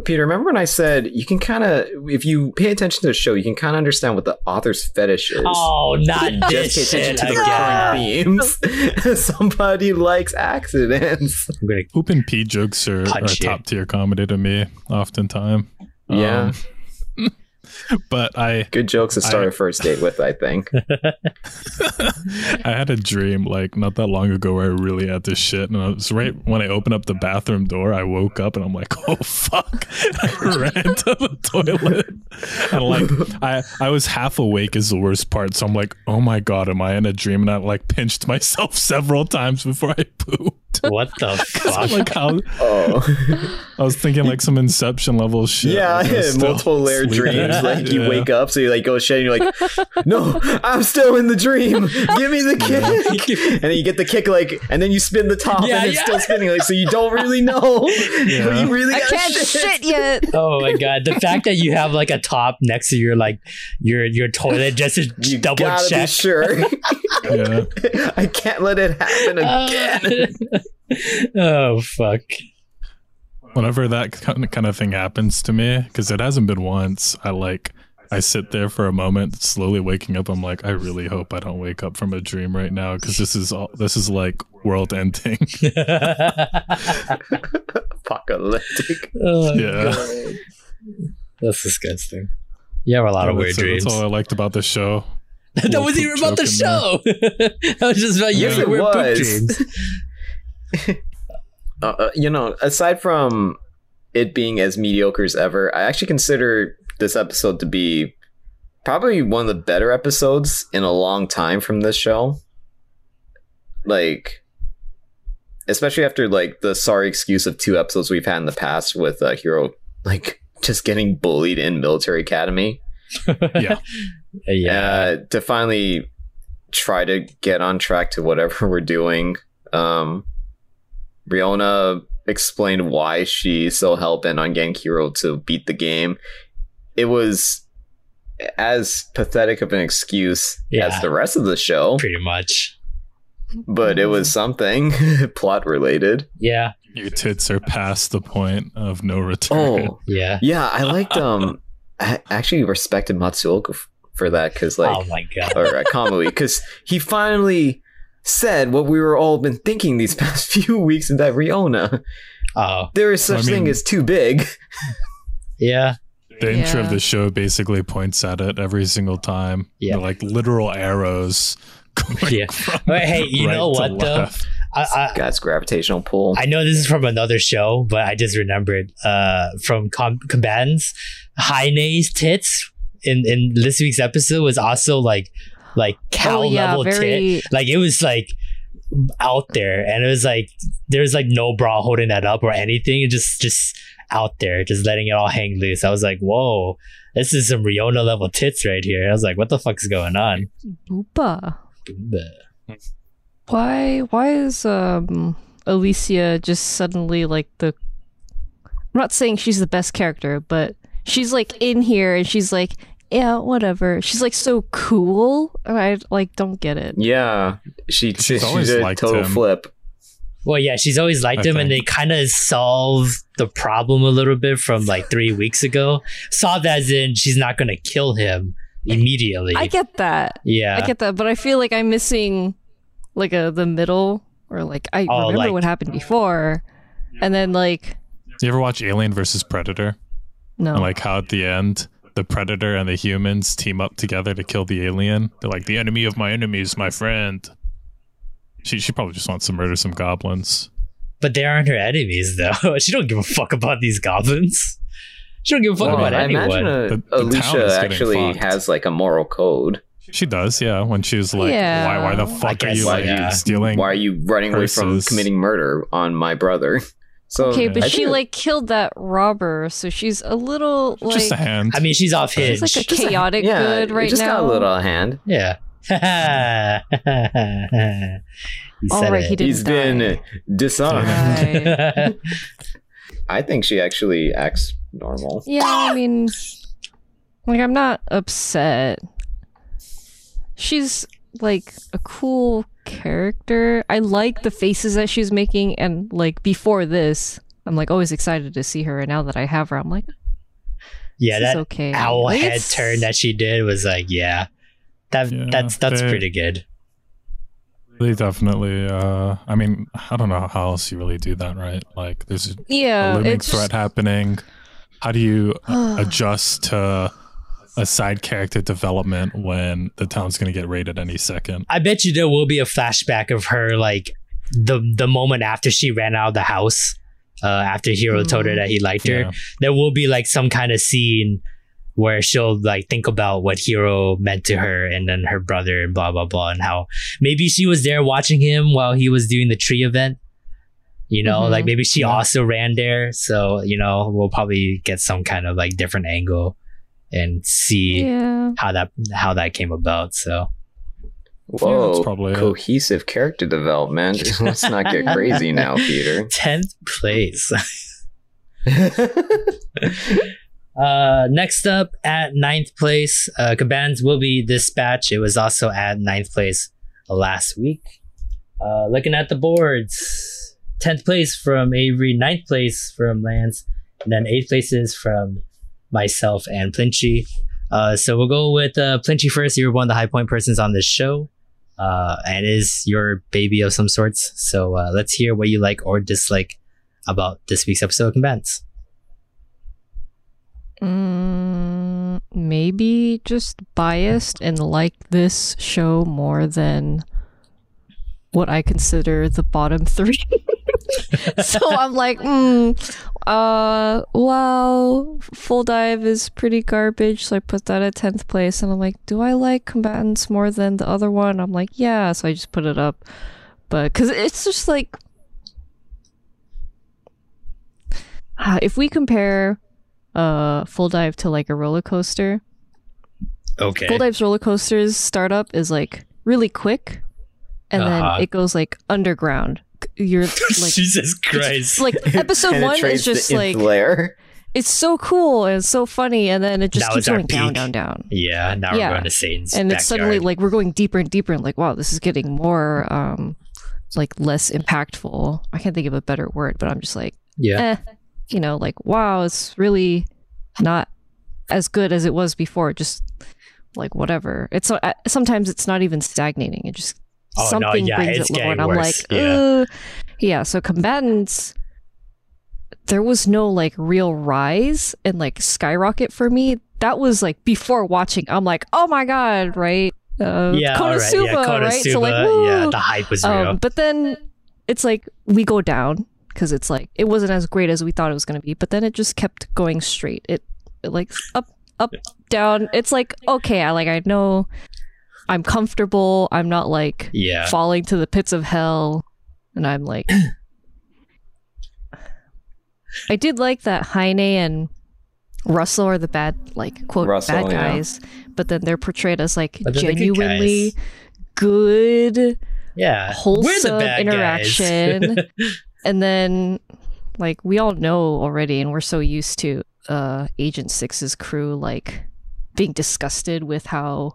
S3: Peter, remember when I said you can kind of, if you pay attention to the show, you can kind of understand what the author's fetish is.
S2: oh not
S3: Just pay
S2: this
S3: attention
S2: shit
S3: to the
S2: again
S3: recurring themes. Somebody likes accidents.
S2: I'm gonna
S4: poop and pee jokes are, are
S2: Punch you.
S4: top tier comedy to me, oftentimes.
S3: Yeah.
S4: Um, but I
S3: Good jokes to start
S4: I-
S3: a first date with, I think.
S4: I had a dream like not that long ago where I really had to shit, and I was right when I opened up the bathroom door, I woke up and I'm like, oh fuck! I ran to the toilet, and like I I was half awake is the worst part, so I'm like, oh my god, am I in a dream? And I like pinched myself several times before I pooped.
S2: what the
S4: 'Cause I'm
S2: fuck
S4: like how
S3: Oh,
S4: I was thinking like some Inception level shit.
S3: yeah,
S4: like, I was still
S3: multiple layer
S4: sleeping.
S3: dreams. Like you
S4: Yeah.
S3: wake up, so you like go shit, and you're like, "No, I'm still in the dream. Give me the kick." and then you get the kick, like, and then you spin the top,
S2: Yeah,
S3: and it's
S2: yeah.
S3: still spinning. Like, so you don't really know.
S4: Yeah.
S3: You really
S5: I
S3: gotta
S5: can't shit yet.
S2: Oh my god! The fact that you have like a top next to your like your your toilet just to
S3: You
S2: double
S3: gotta be
S2: check.
S3: sure.
S4: Yeah.
S3: I can't let it happen again.
S2: oh fuck!
S4: whenever that kin- kind of thing happens to me because it hasn't been once i like i sit there for a moment slowly waking up i'm like i really hope i don't wake up from a dream right now because this is all this is like world ending
S3: apocalyptic.
S2: Oh,
S4: Yeah.
S2: God. That's disgusting. You have a lot of
S4: Yeah,
S2: weird
S4: that's, that's
S2: dreams.
S4: all I liked about the show.
S2: that
S4: Little
S2: wasn't even
S4: poop
S2: about the show.
S4: joke
S2: that was just about your
S3: Yes, it
S2: weird poop
S3: was.
S2: dreams.
S3: Uh, uh, you know, aside from it being as mediocre as ever, I actually consider this episode to be probably one of the better episodes in a long time from this show. Like, especially after like the sorry excuse of two episodes we've had in the past with uh, Hero, like just getting bullied in military academy.
S4: Yeah.
S2: yeah.
S3: uh, to finally try to get on track to whatever we're doing. Um, Riona explained why she's so hell bent on getting Hero to beat the game. It was as pathetic of an excuse
S2: Yeah.
S3: as the rest of the show,
S2: Pretty much.
S3: but it was something plot related.
S2: Yeah.
S4: Your tits are past the point of no return.
S3: Oh,
S2: Yeah.
S3: yeah, I liked. Um, I actually respected Matsuoka f- for that because, like,
S2: oh my god.
S3: or a Kamui because he finally said what we were all been thinking these past few weeks that Riona
S2: Oh
S3: there is such
S4: I mean-
S3: thing as too big.
S2: yeah.
S4: The intro of
S1: Yeah.
S4: the show basically points at it every single time.
S2: Yeah.
S4: They're like literal arrows. Going
S2: Yeah.
S4: from
S2: But hey, you
S4: right
S2: know
S4: to
S2: what, though?
S4: left.
S2: I, I
S3: God's gravitational pull.
S2: I know this is from another show, but I just remembered uh, from com- combatants, Heine's tits in in this week's episode was also like like cow
S1: oh yeah,
S2: level tit.
S1: very.
S2: Like it was like out there, and it was like there's like no bra holding that up or anything. It just just out there, just letting it all hang loose. I was like, whoa, this is some Riona level tits right here. I was like, what the fuck's going on?
S1: Boopa. Why? Why is um Alicia just suddenly like the? I'm not saying she's the best character, but she's like in here and she's like, yeah, whatever. She's like so cool, and I like don't get it.
S3: yeah, she, she
S4: She's always
S3: did a
S4: liked
S3: total
S4: him.
S3: flip.
S2: Well, yeah, she's always liked
S4: I
S2: him, and they
S4: think.
S2: kind of solved the problem a little bit from like three weeks ago. Solved as in she's not going to kill him immediately.
S1: I get that.
S2: yeah.
S1: I get that, but I feel like I'm missing like a the middle or like I
S2: Oh,
S1: remember
S2: like-
S1: what happened before, and then like
S4: You ever watch Alien versus Predator?
S1: no,
S4: And like how at the end, the Predator and the humans team up together to kill the alien. They're like, the enemy of my enemy is my friend. She, she probably just wants to murder some goblins.
S2: but they aren't her enemies, though. she don't give a fuck about these goblins. She don't give a fuck
S3: Well,
S2: about
S3: I
S2: anyone.
S3: imagine a,
S4: The- the town
S3: Alicia
S4: is getting
S3: actually
S4: fucked.
S3: has like a moral code.
S4: She does, yeah. When she's like,
S1: Yeah.
S4: why, why the
S2: I
S4: fuck are
S2: guess
S4: you
S2: so,
S4: like
S2: yeah.
S4: stealing?
S3: Why are you running away from
S4: Curses.
S3: committing murder on my brother? So
S1: okay, but
S3: I
S1: she
S3: think-
S1: like killed that robber, so she's a little like
S4: just a hand.
S2: I mean, she's off
S1: she's
S2: hinge.
S1: like a chaotic
S3: yeah,
S1: good right
S3: it just
S1: now.
S3: got a little out of hand.
S2: yeah. he
S1: All
S2: said
S1: right, he
S2: it.
S1: didn't
S3: He's been disarmed.
S1: die.
S3: I think she actually acts normal.
S1: yeah, I mean, like I'm not upset. She's like a cool character. I like the faces that she's making, and like before this, I'm like always excited to see her. And now that I have her, I'm like,
S2: yeah,
S1: this
S2: that
S1: is okay.
S2: owl
S1: Like,
S2: head
S1: it's-
S2: turn that she did was like, yeah, that
S4: Yeah,
S2: that's that's
S4: they-
S2: pretty good.
S4: They definitely. Uh, I mean, I don't know how else you really do that, right? Like, there's a
S1: yeah,
S4: looming
S1: it's
S4: threat
S1: just,
S4: happening. How do you adjust to a side character development when the town's going to get raided any second?
S2: I bet you there will be a flashback of her like the the moment after she ran out of the house. Uh, after Hiro told
S1: Mm.
S2: her that he liked her,
S4: Yeah.
S2: there will be like some kind of scene where she'll like think about what Hiro meant to her and then her brother and blah blah blah and how maybe she was there watching him while he was doing the tree event. You know,
S1: Mhm.
S2: like maybe she also ran there, so you know we'll probably get some kind of like different angle and see
S1: yeah.
S2: how that how that came about. So
S4: Yeah,
S3: Whoa,
S4: that's probably it.
S3: cohesive character development. Let's not get crazy now, Peter.
S2: tenth place. Uh, next up at ninth place, uh, Cabans will be Dispatch. It was also at ninth place last week. Uh, looking at the boards, tenth place from Avery, ninth place from Lance, and then eighth places from myself and Plinchy. Uh, so we'll go with uh, Plinchy first. You're one of the high point persons on this show, uh, and is your baby of some sorts. So uh, let's hear what you like or dislike about this week's episode of Combatants?
S1: Mm, maybe just biased and like this show more than what I consider the bottom three. so I'm like, mm, uh, well, full dive is pretty garbage. So I put that at 10th place. And I'm like, do I like combatants more than the other one? I'm like, yeah. So I just put it up. But because it's just like, Ah, if we compare uh full dive to like a roller coaster
S2: Okay.
S1: full dive's roller coasters startup is like really quick and
S2: Uh-huh.
S1: then it goes like underground you're like
S2: Jesus Christ.
S1: like episode one is
S3: Penetrates the
S1: just
S3: nth
S1: like
S3: layer.
S1: it's so cool and so funny and then it just
S2: Now
S1: keeps
S2: it's our
S1: going down
S2: peak.
S1: down down
S2: yeah, now
S1: Yeah.
S2: we're going to Satan's
S1: and
S2: backyard.
S1: it's suddenly like we're going deeper and deeper and like wow this is getting more um like less impactful i can't think of a better word but i'm just like
S2: yeah.
S1: eh, you know, like wow, it's really not as good as it was before. Just like whatever. It's uh, sometimes it's not even stagnating. It just
S2: Oh, no,
S1: something
S2: yeah,
S1: brings
S2: it's
S1: it lower,
S2: getting
S1: and I'm
S2: worse,
S1: like,
S2: yeah.
S1: Ugh. yeah. So combatants, there was no like real rise and like skyrocket for me. That was like before watching. I'm like, oh my god, right? Uh,
S2: yeah,
S1: Konosuba,
S2: all right. Yeah,
S1: right? So like,
S2: Konosuba, yeah,
S1: woo.
S2: the hype was real.
S1: Um, but then it's like we go down because it's like it wasn't as great as we thought it was going to be. But then it just kept going straight. It, it like up, up, down. It's like okay, I like I know, I'm comfortable. I'm not like
S2: yeah.
S1: falling to the pits of hell, and I'm like, I did like that Heine and Russell are the bad like quote
S3: Russell,
S1: bad
S3: yeah.
S1: guys, but then they're portrayed as like
S2: But they're the good
S1: genuinely
S2: guys.
S1: good
S2: yeah.
S1: wholesome
S2: guys.
S1: interaction. and then like we all know already and we're so used to uh agent six's crew like being disgusted with how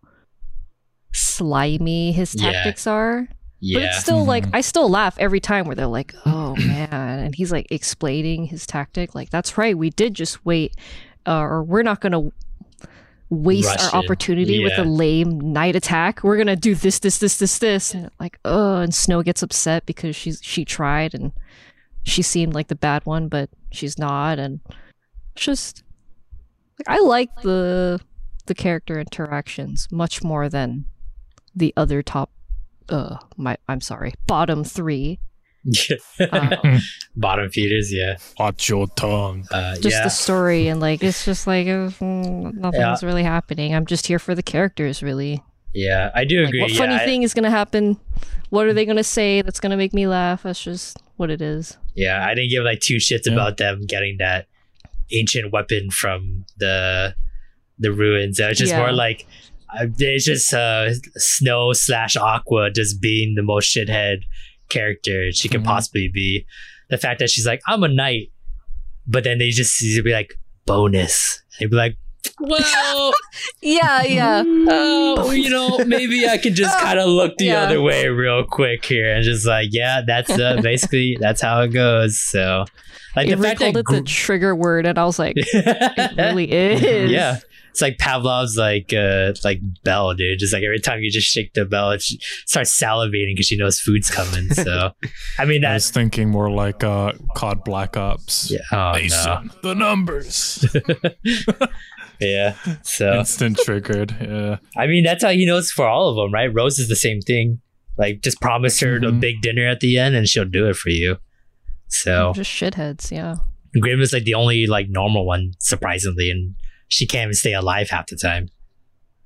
S1: slimy his
S2: Yeah.
S1: tactics are
S2: yeah. Mm-hmm.
S1: but it's still like i still laugh every time where they're like oh man and he's like explaining his tactic like that's right we did just wait uh, or we're not gonna waste
S2: Rush
S1: our
S2: in.
S1: opportunity with a
S2: Yeah.
S1: lame night attack we're gonna do this this this this this and like oh and snow gets upset because she's she tried and she seemed like the bad one but she's not and it's just like i like the the character interactions much more than the other top uh my i'm sorry bottom three um,
S2: Bottom feeders, yeah.
S4: Watch your tongue.
S2: Uh,
S1: just
S2: yeah.
S1: the story and like it's just like uh, mm, nothing's really happening i'm just here for the characters really
S2: yeah, I do
S1: like,
S2: agree.
S1: what funny
S2: yeah, I-
S1: thing is gonna happen what are they gonna say that's gonna make me laugh that's just what it is
S2: Yeah, I didn't give like two shits
S4: Yeah.
S2: about them getting that ancient weapon from the the ruins. It was just
S1: Yeah.
S2: more like uh, it's just uh, Snow slash Aqua just being the most shithead character she could
S4: Mhm.
S2: possibly be. The fact that she's like, I'm a knight, but then they just sees it be like bonus. They'd be like, well,
S1: yeah yeah
S2: oh, you know, maybe I could just kind of look the
S1: Yeah.
S2: other way real quick here and just like, yeah, that's uh, basically that's how it goes. So, like
S1: it
S2: the fact
S1: called
S2: that
S1: it the trigger word and i was like it really is
S2: yeah, it's like Pavlov's like uh like bell, dude. Just like every time you just shake the bell, she starts salivating because she knows food's coming. So, I mean
S4: I
S2: that's
S4: was thinking more like uh, COD Black Ops.
S2: yeah, oh, no.
S4: Mason, the numbers.
S2: yeah. So
S4: Instant triggered. Yeah.
S2: I mean that's how he knows for all of them, right? Rose is the same thing. Like just promise her a
S4: Mhm.
S2: big dinner at the end, and she'll do it for you. So
S1: just shitheads yeah
S2: Grim is like the only like normal one, surprisingly, and she can't even stay alive half the time.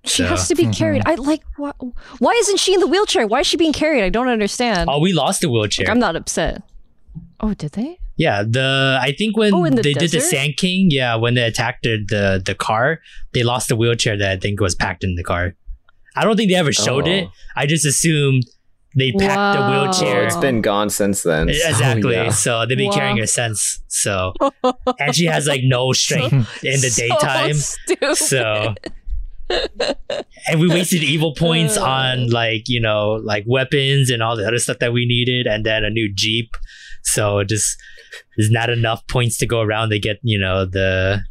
S1: she
S2: So-
S1: has to be
S4: Mhm.
S1: carried
S2: Mm-hmm.
S1: i like why, why isn't she in the wheelchair why is she being carried i don't understand
S2: Oh, we lost the
S1: Like,
S2: wheelchair.
S1: i'm not upset oh did they
S2: yeah, the I think when
S1: Oh, in the
S2: they did the
S1: desert?
S2: Sand King, yeah, when they attacked the, the the car, they lost the wheelchair that I think was packed in the car. I don't think they ever showed
S3: Oh.
S2: it. I just assumed they packed
S1: Wow.
S2: the
S3: Oh,
S2: wheelchair.
S3: it's been gone since then. so,
S2: Exactly.
S3: Oh, yeah.
S2: So they've been
S1: Wow.
S2: carrying her since. So and she has like no strength in the
S1: So
S2: daytime.
S1: stupid.
S2: So, and we wasted evil
S3: Uh.
S2: points on like you know like weapons and all the other stuff that we needed, and then a new jeep. So it just there's not enough points to go around to get you know the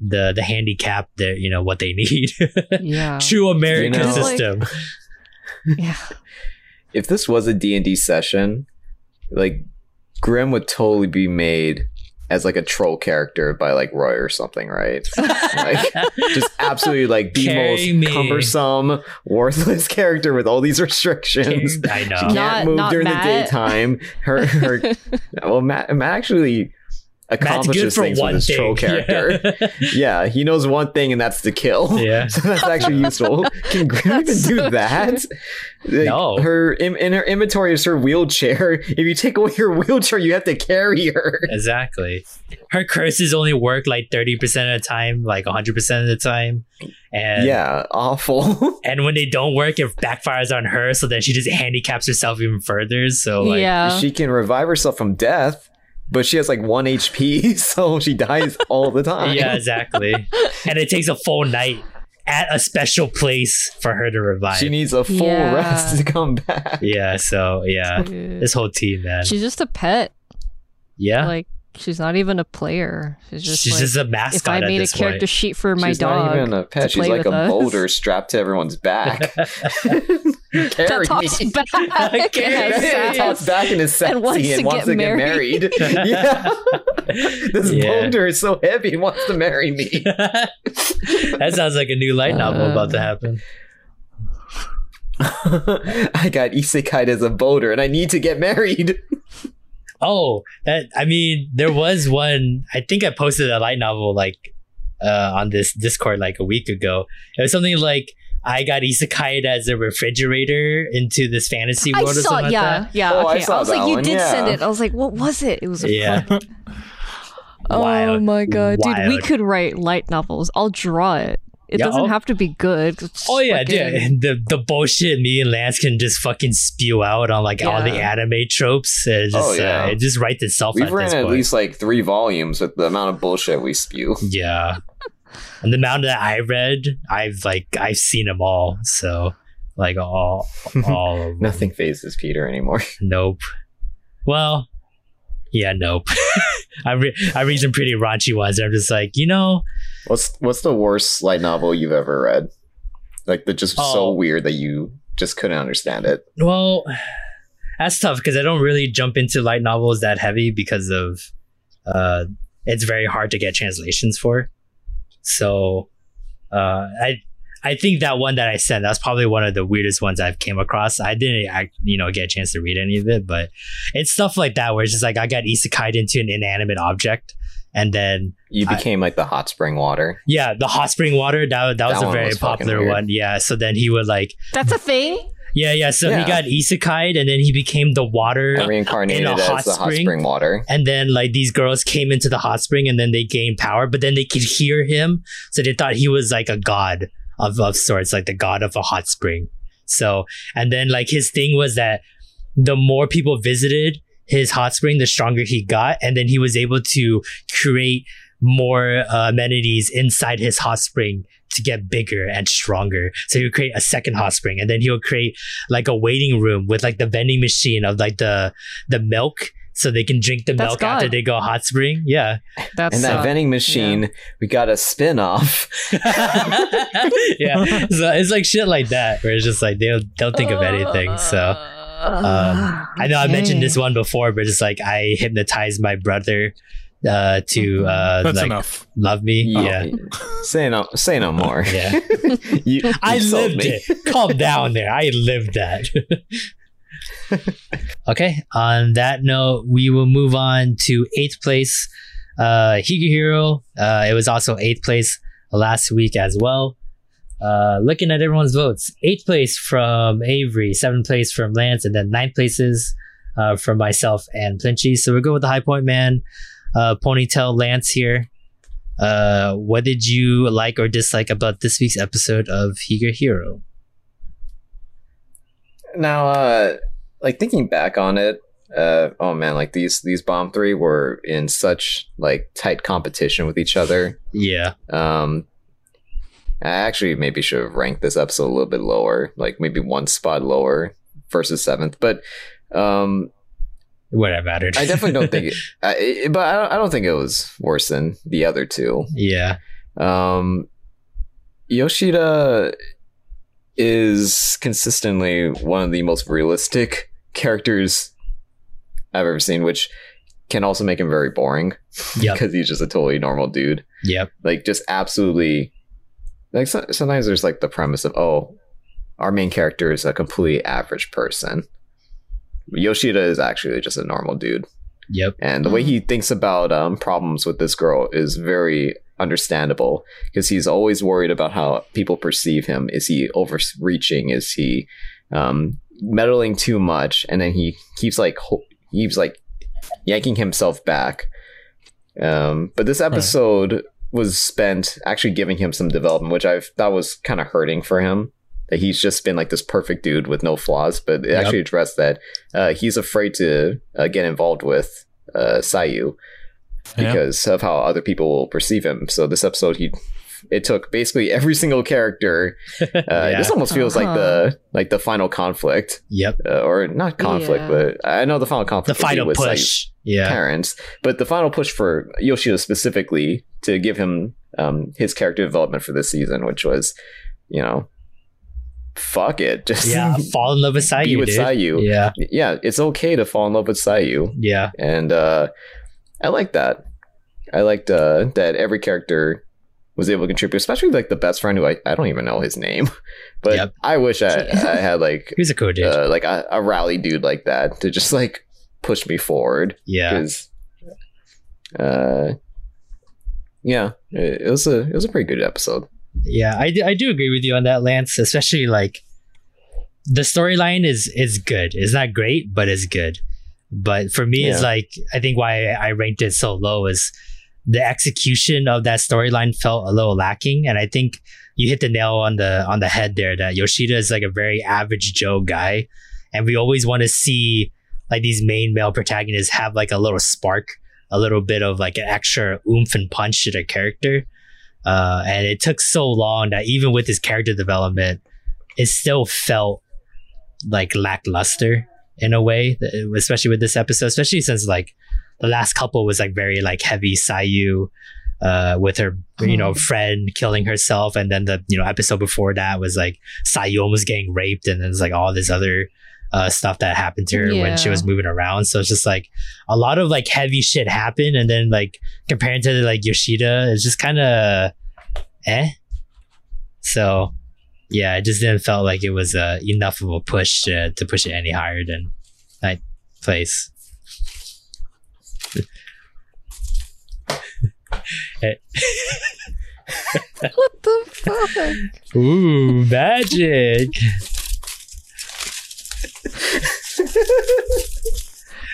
S2: the the handicap that you know what they need.
S1: yeah
S2: True American
S3: You know-
S2: system.
S1: yeah
S3: If this was a D and D session, like Grim would totally be made as like a troll character by like Roy or something, right? like just absolutely like the
S2: Carry
S3: most
S2: me.
S3: cumbersome, worthless character with all these restrictions.
S2: I know.
S3: Can't
S5: Not-
S3: move
S5: not
S3: during
S5: Matt.
S3: the daytime. Her, her well, Matt, Matt actually
S2: Matt's good
S3: accomplishes
S2: for
S3: things with
S2: one
S3: his
S2: thing.
S3: troll character. Yeah, he knows one thing, and that's to kill.
S2: Yeah.
S3: so that's actually useful. Can Grim even
S5: That's
S3: do
S5: so
S3: that? Like,
S2: No.
S3: Her in, in her inventory is her wheelchair. If you take away her wheelchair, you have to carry her.
S2: Exactly. Her curses only work like 30% of the time, like 100% of the time. And
S3: yeah, awful.
S2: and when they don't work, it backfires on her. So then she just handicaps herself even further. So like,
S5: yeah.
S3: she can revive herself from death, but she has like one HP, so she dies all the time.
S2: yeah, exactly. and it takes a full night at a special place for her to revive.
S3: She needs a full
S5: Yeah.
S3: rest to come back.
S2: yeah. So yeah,
S5: Dude.
S2: this whole team, man.
S5: She's just a pet.
S2: yeah.
S5: Like she's not even a player. She's just
S2: She's
S5: like,
S2: just a
S5: if
S2: mascot
S5: I
S2: at
S5: made a
S2: this
S5: character
S2: point.
S5: sheet for my
S3: She's
S5: dog.
S3: not even
S5: to
S3: a pet. She's
S5: play
S3: like
S5: with
S3: a
S5: us.
S3: boulder strapped to everyone's back.
S5: that
S3: Carry
S5: talks
S3: me.
S5: back.
S2: Carry
S5: and
S2: me.
S5: has
S3: Talks
S5: sass.
S3: back and is sexy
S5: And
S3: and
S5: wants
S3: wants,
S5: to
S3: to,
S5: get
S3: get married. yeah. This
S2: Yeah.
S3: boulder is so heavy and wants to marry me.
S2: that sounds like a new light novel about
S5: Uh,
S2: to happen.
S3: I got isekai as a boulder and I need to get married.
S2: Oh, that I mean, there was one. I think I posted a light novel like uh, on this Discord like a week ago. It was something like I got isekai as a refrigerator into this fantasy
S5: I
S2: world or
S5: saw,
S2: something
S5: yeah,
S2: like
S5: yeah.
S3: Oh, I
S5: okay, I,
S3: saw
S5: was
S3: that
S5: like, you
S3: one,
S5: did send
S3: yeah.
S5: it. I was like, what was it? It was
S2: that.
S5: a
S2: Yeah.
S5: Oh
S2: Wild.
S5: my god, dude, we
S2: Wild.
S5: could write light novels. I'll draw it. It
S2: Yeah,
S5: doesn't
S2: I'll-
S5: have to be good. It's
S2: Oh yeah,
S5: fucking-
S2: dude. The the bullshit me and Lance can just fucking spew out on like all the
S5: Yeah.
S2: anime tropes. It just
S3: Oh, yeah.
S2: uh, it just writes itself
S3: We've
S2: at
S3: ran
S2: this
S3: at
S2: point.
S3: least like three volumes with the amount of bullshit we spew.
S2: Yeah. and the amount that I read, I've like I've seen them all. So like all all of 'em.
S3: Nothing phases Peter anymore.
S2: Nope. Well, yeah, nope. I re- I read some pretty raunchy ones. I'm just like, you know,
S3: What's what's the worst light novel you've ever read? Like that just
S2: Oh.
S3: so weird that you just couldn't understand it.
S2: well, that's tough because I don't really jump into light novels that heavy because of uh, it's very hard to get translations for. So, uh, I I think that one that I sent that's probably one of the weirdest ones I've came across. I didn't, I, you know, get a chance to read any of it, but it's stuff like that where it's just like I got isekai into an inanimate object, and then
S3: You
S2: I-
S3: became like the hot spring water.
S2: Yeah, the hot spring water. That, that, was a
S3: one
S2: very
S3: was fucking
S2: popular
S3: weird.
S2: one. Yeah. So then he would like,
S5: That's a thing?
S2: yeah, yeah. So
S3: Yeah. Oh,
S2: he got isekai'd and then he became the water.
S3: I reincarnated
S2: in a
S3: as
S2: hot
S3: the hot
S2: spring?
S3: spring water.
S2: And then like these girls came into the hot spring and then they gained power, but then they could hear him. So they thought he was like a god of, of sorts, like the god of a hot spring. So, and then like his thing was that the more people visited his hot spring, the stronger he got. And then he was able to create more uh, amenities inside his hot spring to get bigger and stronger. So he would create a second hot spring and then he would create like a waiting room with like the vending machine of like the, the milk. So they can drink the
S5: That's
S2: milk
S5: God.
S2: after they go hot spring. Yeah.
S5: That's
S3: and that
S5: uh,
S3: vending machine, we got a Oh, spin off.
S2: yeah. So it's like shit like that where it's just like they'll they'll think of anything. So um, I know I mentioned this one before, but it's like I hypnotized my brother uh
S5: Mm-hmm.
S2: to uh
S4: That's
S2: like
S4: enough.
S2: love me.
S5: Oh,
S2: Yeah.
S3: say no say no more.
S2: Yeah.
S3: You- you
S2: I
S3: sold
S2: lived
S3: me.
S2: it. Calm down there. I lived that. okay. On that note, we will move on to eighth place. Uh Higihiro. Uh it was also eighth place last week as well. Uh looking at everyone's votes. Eighth place from Avery, seventh place from Lance, and then ninth places uh from myself and Plinchy. So we're going with the high point man, uh ponytail Lance here. Uh, what did you like or dislike about this week's episode of Higa Hero?
S3: Now uh like thinking back on it, uh oh man, like these these bomb three were in such like tight competition with each other.
S2: Yeah.
S3: Um, I actually maybe should have ranked this episode a little bit lower, like maybe one spot lower versus seventh. But um,
S2: What I mattered.
S3: I definitely don't think, it, I, it- but I don't, I don't think it was worse than the other two.
S2: yeah.
S3: Um, Yoshida is consistently one of the most realistic characters I've ever seen, which can also make him very boring
S2: Yep.
S3: because he's just a totally normal dude.
S2: Yep.
S3: Like just absolutely like so- sometimes there's like the premise of oh, our main character is a complete average person. Yoshida is actually just a normal dude.
S2: Yep.
S3: And the way he thinks about um, problems with this girl is very understandable because he's always worried about how people perceive him. Is he overreaching? Is he um, meddling too much? And then he keeps like ho- he's like yanking himself back. Um, but this episode was spent actually giving him some development, which I thought was kind of hurting for him. That he's just been like this perfect dude with no flaws, but it
S2: Yep.
S3: actually addressed that uh, he's afraid to uh, get involved with uh, Sayu
S4: Yeah.
S3: because of how other people will perceive him. So this episode, he it took basically every single character. Uh,
S2: Yeah.
S3: This almost feels like
S1: Uh-huh.
S3: the like the final conflict,
S2: Yep.
S3: uh, or not conflict,
S1: Yeah.
S3: but I know the final
S2: The
S3: conflict. will be
S2: final
S3: with Sayu
S2: push. Yeah.
S3: parents. But the final push for Yoshida specifically to give him um, his character development for this season, which was, you know, fuck it, just
S2: Yeah. Fall in love with Sayu.
S3: be with
S2: dude.
S3: Sayu.
S2: Yeah.
S3: Yeah. it's okay to fall in love with Sayu,
S2: Yeah.
S3: and uh, I like that. I liked uh, that every character was able to contribute, especially like the best friend who I, I don't even know his name, but
S2: Yep.
S3: I wish I, I had like
S2: He was a cool dude.
S3: uh, like a, a rally dude like that to just like push me forward
S2: yeah.
S3: because uh yeah it, it was a it was a pretty good episode
S2: Yeah. I do, I do agree with you on that, Lance, especially like the storyline is is good. It's not great, but it's good. But for me, it's
S3: Yeah.
S2: like I think why I ranked it so low is the execution of that storyline felt a little lacking, and I think you hit the nail on the on the head there that Yoshida is like a very average Joe guy, and we always want to see like these main male protagonists have like a little spark, a little bit of like an extra oomph and punch to their character. Uh, and it took so long that even with his character development, it still felt like lackluster in a way, especially with this episode, especially since like the last couple was like very like heavy Sayu uh, with her, you know, friend killing herself. And then the, you know, episode before that was like Sayu almost getting raped. And then it's like all this other uh, stuff that happened to her when she
S1: Yeah.
S2: was moving around. So it's just like a lot of like heavy shit happened. And then like compared to like Yoshida, it's just kind of eh. So yeah, it just didn't felt like it was uh, enough of a push to, to push it any higher than ninth place.
S1: What the fuck?
S2: Ooh, magic!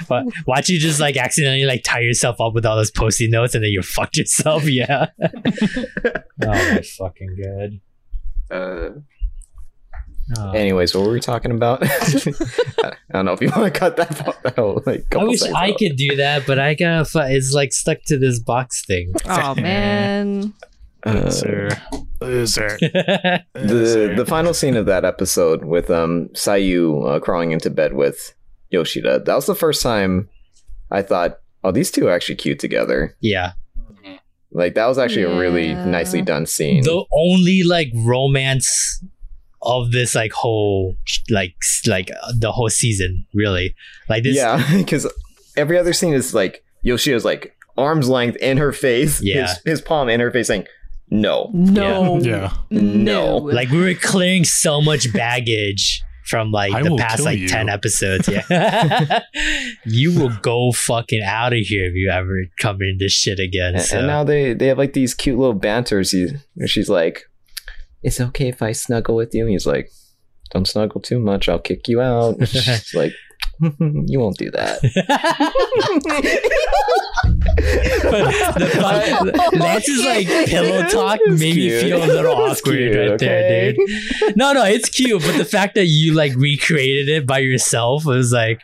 S2: Wa- Watch you just like accidentally like tie yourself up with all those post-it notes and then you fucked yourself. Yeah. oh my fucking good.
S3: uh
S2: Oh.
S3: anyways what were we talking about i don't know if you want to cut that part that whole, like
S2: I
S3: couple
S2: wish
S3: seconds
S2: I
S3: out.
S2: could do that, but I got fu- it's like stuck to this box thing.
S1: Oh man.
S3: Uh,
S4: Sir.
S8: Loser.
S3: the the final scene of that episode with um Sayu uh, crawling into bed with Yoshida. That was the first time I thought, oh, these two are actually cute together.
S2: yeah.
S3: Like that was actually a really
S1: Yeah.
S3: nicely done scene.
S2: the only like romance of this like whole like s- like uh, the whole season really like this
S3: Yeah, because every other scene is like Yoshida's like arm's length in her face,
S2: Yeah.
S3: his, his palm in her face, saying no.
S1: No.
S4: Yeah.
S3: No.
S2: like we were clearing so much baggage from like
S4: I
S2: the
S4: will
S2: past
S4: kill
S2: like
S4: you.
S2: 10 episodes yeah you will go fucking out of here if you ever come in this shit again
S3: And,
S2: so
S3: and now they they have like these cute little banters. He, she's like, "It's okay if I snuggle with you." And he's like, "Don't snuggle too much. I'll kick you out." she's like, "You won't do that."
S2: the fuck- Lance's like pillow talk
S3: It's
S2: made me
S3: cute.
S2: feel a little
S3: It's
S2: awkward
S3: cute,
S2: right there,
S3: okay?
S2: dude. no, no, it's cute, but the fact that you like recreated it by yourself was like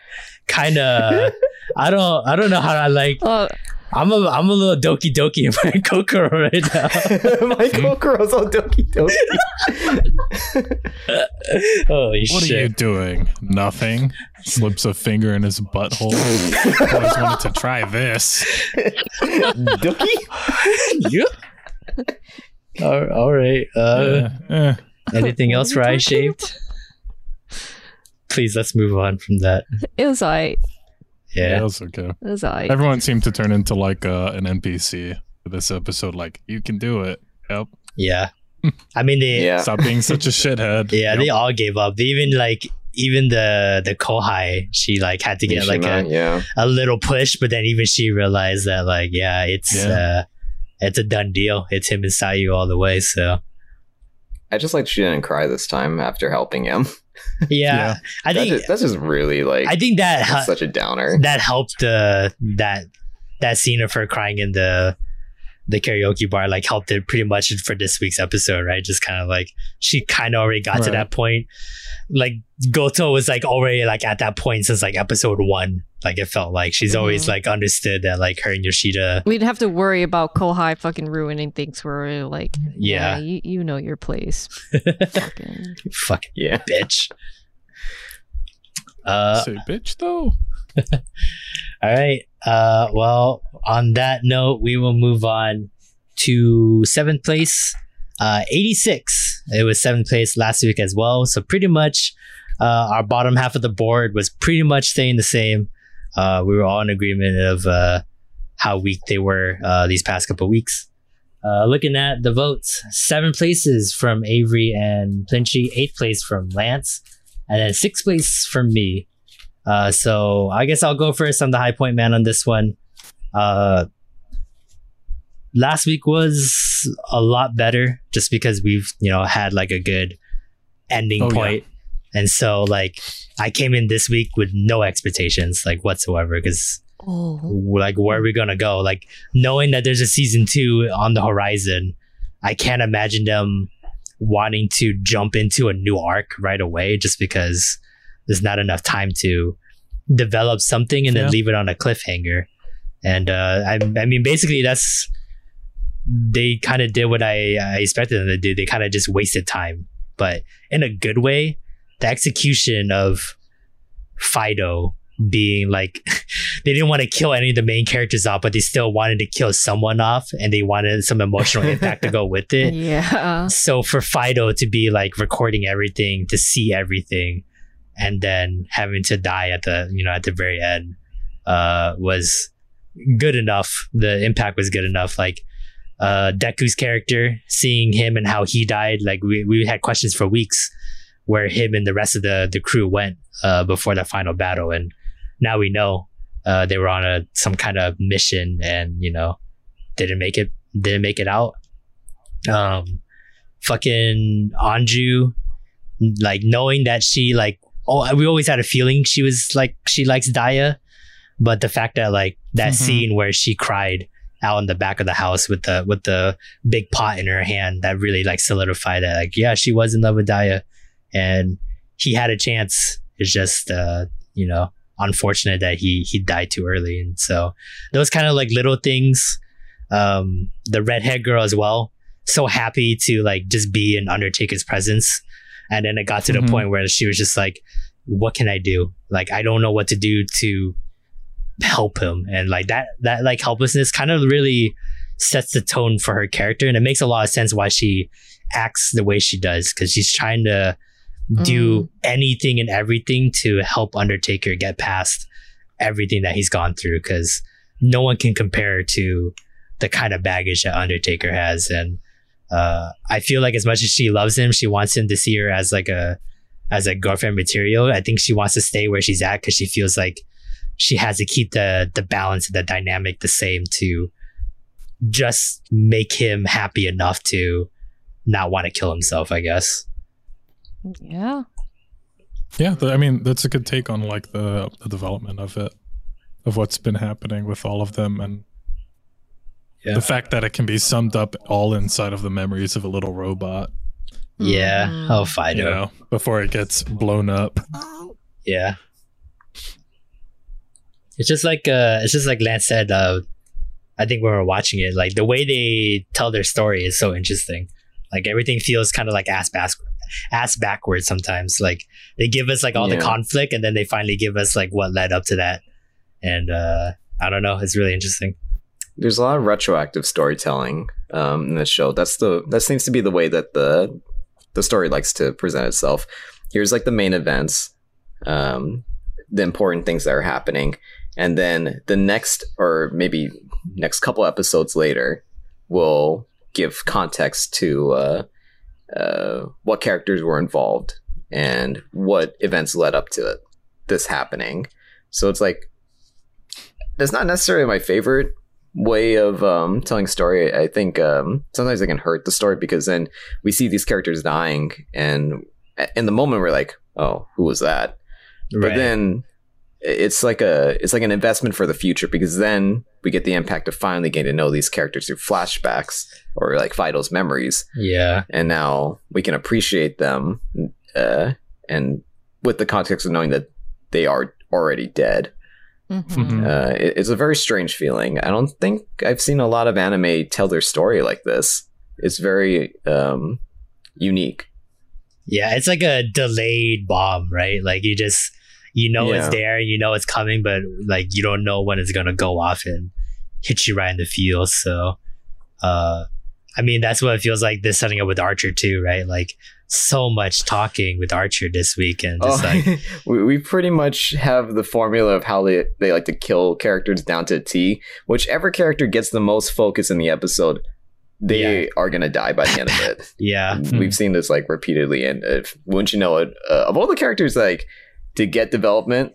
S2: kind of. I don't. I don't know how I like.
S1: Oh,
S2: I'm a. I'm a little doki doki in my kokoro right now.
S3: My Kokoro's all doki doki.
S2: Holy
S4: What are you
S2: shit!
S4: doing? Nothing. Slips a finger in his butthole. Always wanted to try this.
S3: Doki?
S2: You. all, all right. Uh,
S4: Uh, eh.
S2: anything else
S1: What are
S2: fry
S1: you talking
S2: shaped? Please let's move on from that.
S1: it was I.
S4: Yeah,
S2: Yeah.
S4: that's okay.
S1: That's all right.
S4: Everyone seemed to turn into like uh, an NPC for this episode. Like, you can do it. Yep.
S2: Yeah. I mean, they, yeah,
S3: Yeah.
S4: Stop being such a shithead. Yep.
S2: they all gave up. Even like, even the the Kohai, she like had to get like
S3: Mishima,
S2: a,
S3: yeah.
S2: a little push, but then even she realized that like, yeah, it's uh,
S4: Yeah.
S2: it's a done deal. It's him and Sayu all the way. So
S3: I just like she didn't cry this time after helping him.
S2: yeah,
S4: Yeah.
S2: I
S3: That
S2: think
S3: ju- that's just really like
S2: I think that
S3: that's
S2: hu-
S3: such a downer.
S2: Uh-huh. that helped uh, that that scene of her crying in the the karaoke bar like helped it pretty much for this week's episode right just kind of like she kind of already got to
S4: Right.
S2: that point like goto was like already like at that point since like episode one like it felt like she's always
S1: Mhm.
S2: like understood that like her and yoshida
S1: We'd have to worry about Kohai fucking ruining things for her. Like,
S2: Yeah.
S1: you, you know your place. Fucking-
S2: fucking
S3: yeah.
S2: bitch uh
S4: Say, bitch, though.
S2: All right. Uh, well, on that note, we will move on to seventh place, uh, 86. It was seventh place last week as well. So pretty much uh, our bottom half of the board was pretty much staying the same. Uh, we were all in agreement of uh, how weak they were uh, these past couple weeks. Uh, looking at the votes, seven places from Avery and Plinchy, eighth place from Lance, and then sixth place from me. Uh, so I guess I'll go first. I'm the high point man on this one. Uh, last week was a lot better just because we've you know had like a good ending
S4: Oh, yeah.
S2: point. and so like I came in this week with no expectations like whatsoever because
S1: oh,
S2: like where are we gonna go like knowing that there's a season two on the horizon i can't imagine them wanting to jump into a new arc right away just because there's not enough time to develop something and then
S4: Yeah.
S2: leave it on a cliffhanger and uh i, I mean basically that's they kind of did what I, I expected them to do they kind of just wasted time but in a good way the execution of fido being like they didn't want to kill any of the main characters off, but they still wanted to kill someone off and they wanted some emotional impact to go with it.
S1: yeah.
S2: So for Fido to be like recording everything, to see everything, and then having to die at the you know at the very end uh, was good enough. The impact was good enough. Like uh, Deku's character, seeing him and how he died, like we we had questions for weeks where him and the rest of the the crew went uh, before that final battle, and now we know uh, they were on a some kind of mission and you know didn't make it didn't make it out. Um, fucking Anju, like knowing that she like oh we always had a feeling she was like she likes Daya, but the fact that like that
S4: Mhm.
S2: scene where she cried out in the back of the house with the with the big pot in her hand that really like solidified that like yeah she was in love with Daya, and he had a chance. It's just uh you know unfortunate that he he died too early, and so those kind of like little things. Um, the redhead girl as well, so happy to like just be in Undertaker's presence. And then it got to the
S4: Mhm.
S2: point where she was just like, what can I do? Like, I don't know what to do to help him. And like that, that like helplessness kind of really sets the tone for her character. And it makes a lot of sense why she acts the way she does because she's trying to do anything and everything to help Undertaker get past everything that he's gone through because no one can compare to the kind of baggage that Undertaker has. And uh, I feel like as much as she loves him, she wants him to see her as like a as a girlfriend material. I think she wants to stay where she's at because she feels like she has to keep the the balance and the dynamic the same to just make him happy enough to not want to kill himself. I guess.
S1: Yeah.
S4: Yeah, th- I mean that's a good take on like the the development of it, of what's been happening with all of them, and
S2: Yeah.
S4: the fact that it can be summed up all inside of the memories of a little robot.
S2: Yeah.
S1: Mhm.
S2: Oh, Fido.
S4: You know, before it gets blown up.
S2: Yeah. It's just like uh it's just like Lance said, uh I think when we're watching it, like the way they tell their story is so interesting. Like everything feels kind of like ass bas- ass backwards sometimes. Like they give us like all
S3: Yeah.
S2: the conflict and then they finally give us like what led up to that. And uh I don't know, it's really interesting.
S3: There's a lot of retroactive storytelling um, in this show. That's the that seems to be the way that the the story likes to present itself. Here's like the main events, um, the important things that are happening, and then the next or maybe next couple episodes later will give context to uh, uh, what characters were involved and what events led up to it this happening so it's like that's not necessarily my favorite way of um, telling story i think um, sometimes it can hurt the story because then we see these characters dying and in the moment we're like oh who was that but
S2: Right.
S3: then it's like a it's like an investment for the future because then we get the impact of finally getting to know these characters through flashbacks or like Fido's memories,
S2: yeah.
S3: and now we can appreciate them, uh, and with the context of knowing that they are already dead.
S1: Mm-hmm.
S4: Mhm.
S3: Uh, it- it's a very strange feeling. I don't think I've seen a lot of anime tell their story like this. It's very um, unique.
S2: Yeah. It's like a delayed bomb, right? Like you just, you know,
S3: Yeah.
S2: it's there, you know, it's coming, but like you don't know when it's going to go off and hit you right in the feels. So, uh, I mean, that's what it feels like this setting up with Archer, too, right? Like so much talking with Archer this week and just like,
S3: Oh. we, we pretty much have the formula of how they, they like to kill characters down to a T. Whichever character gets the most focus in the episode, they are gonna die by the end of it.
S2: yeah.
S3: We've seen this like repeatedly, and if, wouldn't you know it? Uh, of all the characters, like to get development,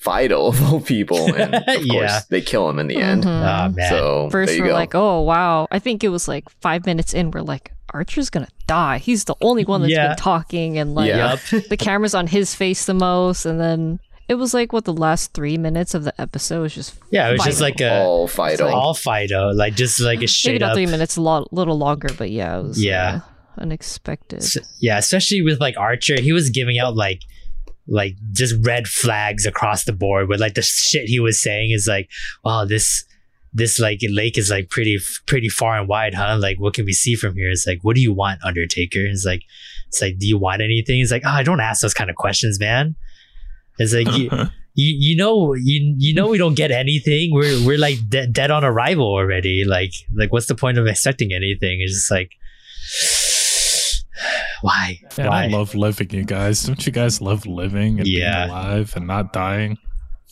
S3: Fido of all people, and of course
S2: Yeah.
S3: they kill him in the end.
S1: Mhm.
S2: Oh, man.
S3: So
S1: First,
S3: there you
S1: we're
S3: go.
S1: like, oh, wow. I think it was like five minutes in, we're like, Archer's gonna die. He's the only one that's
S2: Yeah.
S1: been talking, and like,
S3: yeah,
S1: the camera's on his face the most. And then it was like, what, the last three minutes of the episode was just
S2: yeah. It was just
S1: Fido.
S2: like a,
S3: all Fido.
S2: all Fido, like just like a
S1: maybe
S2: straight
S1: not
S2: up.
S1: three minutes, a lot, little longer, but yeah, it was
S2: Yeah.
S1: uh, unexpected.
S2: S- yeah, especially with like Archer, he was giving out like like just red flags across the board. With like the shit he was saying is like, wow, this this like lake is like pretty pretty far and wide, huh? Like, what can we see from here? It's like, what do you want, Undertaker? It's like, it's like, do you want anything? It's like, oh, I don't ask those kind of questions, man. It's like you, you, you know you you know we don't get anything. We're we're like de- dead on arrival already. Like like what's the point of expecting anything? It's just like why
S4: Man,
S2: why
S4: I love living, you guys. Don't you guys love living and
S2: Yeah.
S4: being alive and not dying?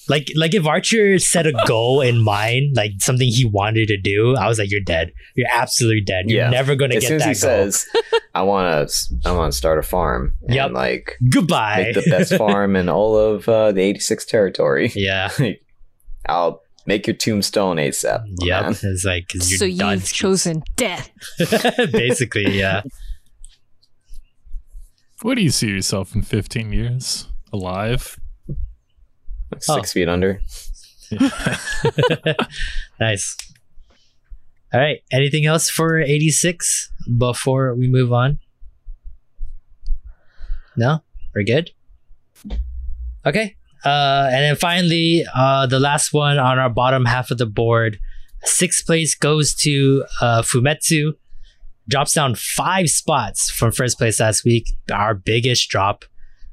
S2: like like if Archer set a goal in mind, like something he wanted to do, I was like, you're dead. You're absolutely dead. You're
S3: Yeah.
S2: never gonna
S3: As
S2: get
S3: soon as
S2: that
S3: he
S2: goal.
S3: says, "I want to, I want to start a farm," and
S2: Yep.
S3: like
S2: Goodbye.
S3: make the best farm in all of uh, the 86 territory.
S2: yeah.
S3: I'll make your tombstone ASAP. my
S2: Yep.
S3: Oh, man.
S2: It's like 'cause you're
S1: so
S2: done.
S1: you've chosen death.
S2: Basically, yeah.
S4: Where do you see yourself in 15 years? Alive?
S3: Six
S2: Oh.
S3: feet under.
S2: nice. All right. Anything else for 86 before we move on? No? We're good? Okay. Uh, and then finally, uh, the last one on our bottom half of the board. Sixth place goes to uh, Fumetsu. Drops down five spots from first place last week. Our biggest drop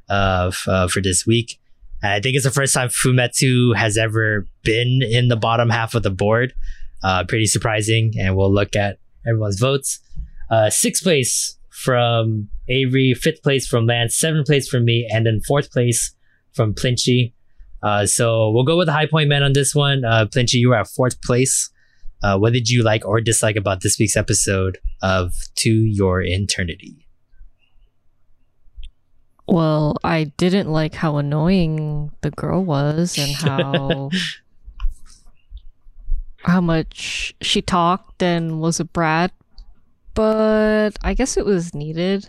S2: uh, f- uh, for this week. And I think it's the first time Fumetsu has ever been in the bottom half of the board. Uh, pretty surprising. And we'll look at everyone's votes. Uh, sixth place from Avery, fifth place from Lance, seventh place from me, and then fourth place from Plinchy. Uh, so we'll go with the high point man on this one. Uh, Plinchy, you were at fourth place. Uh, what did you like or dislike about this week's episode of To Your Eternity?
S1: Well, I didn't like how annoying the girl was and how how much she talked and was a brat, but I guess it was needed.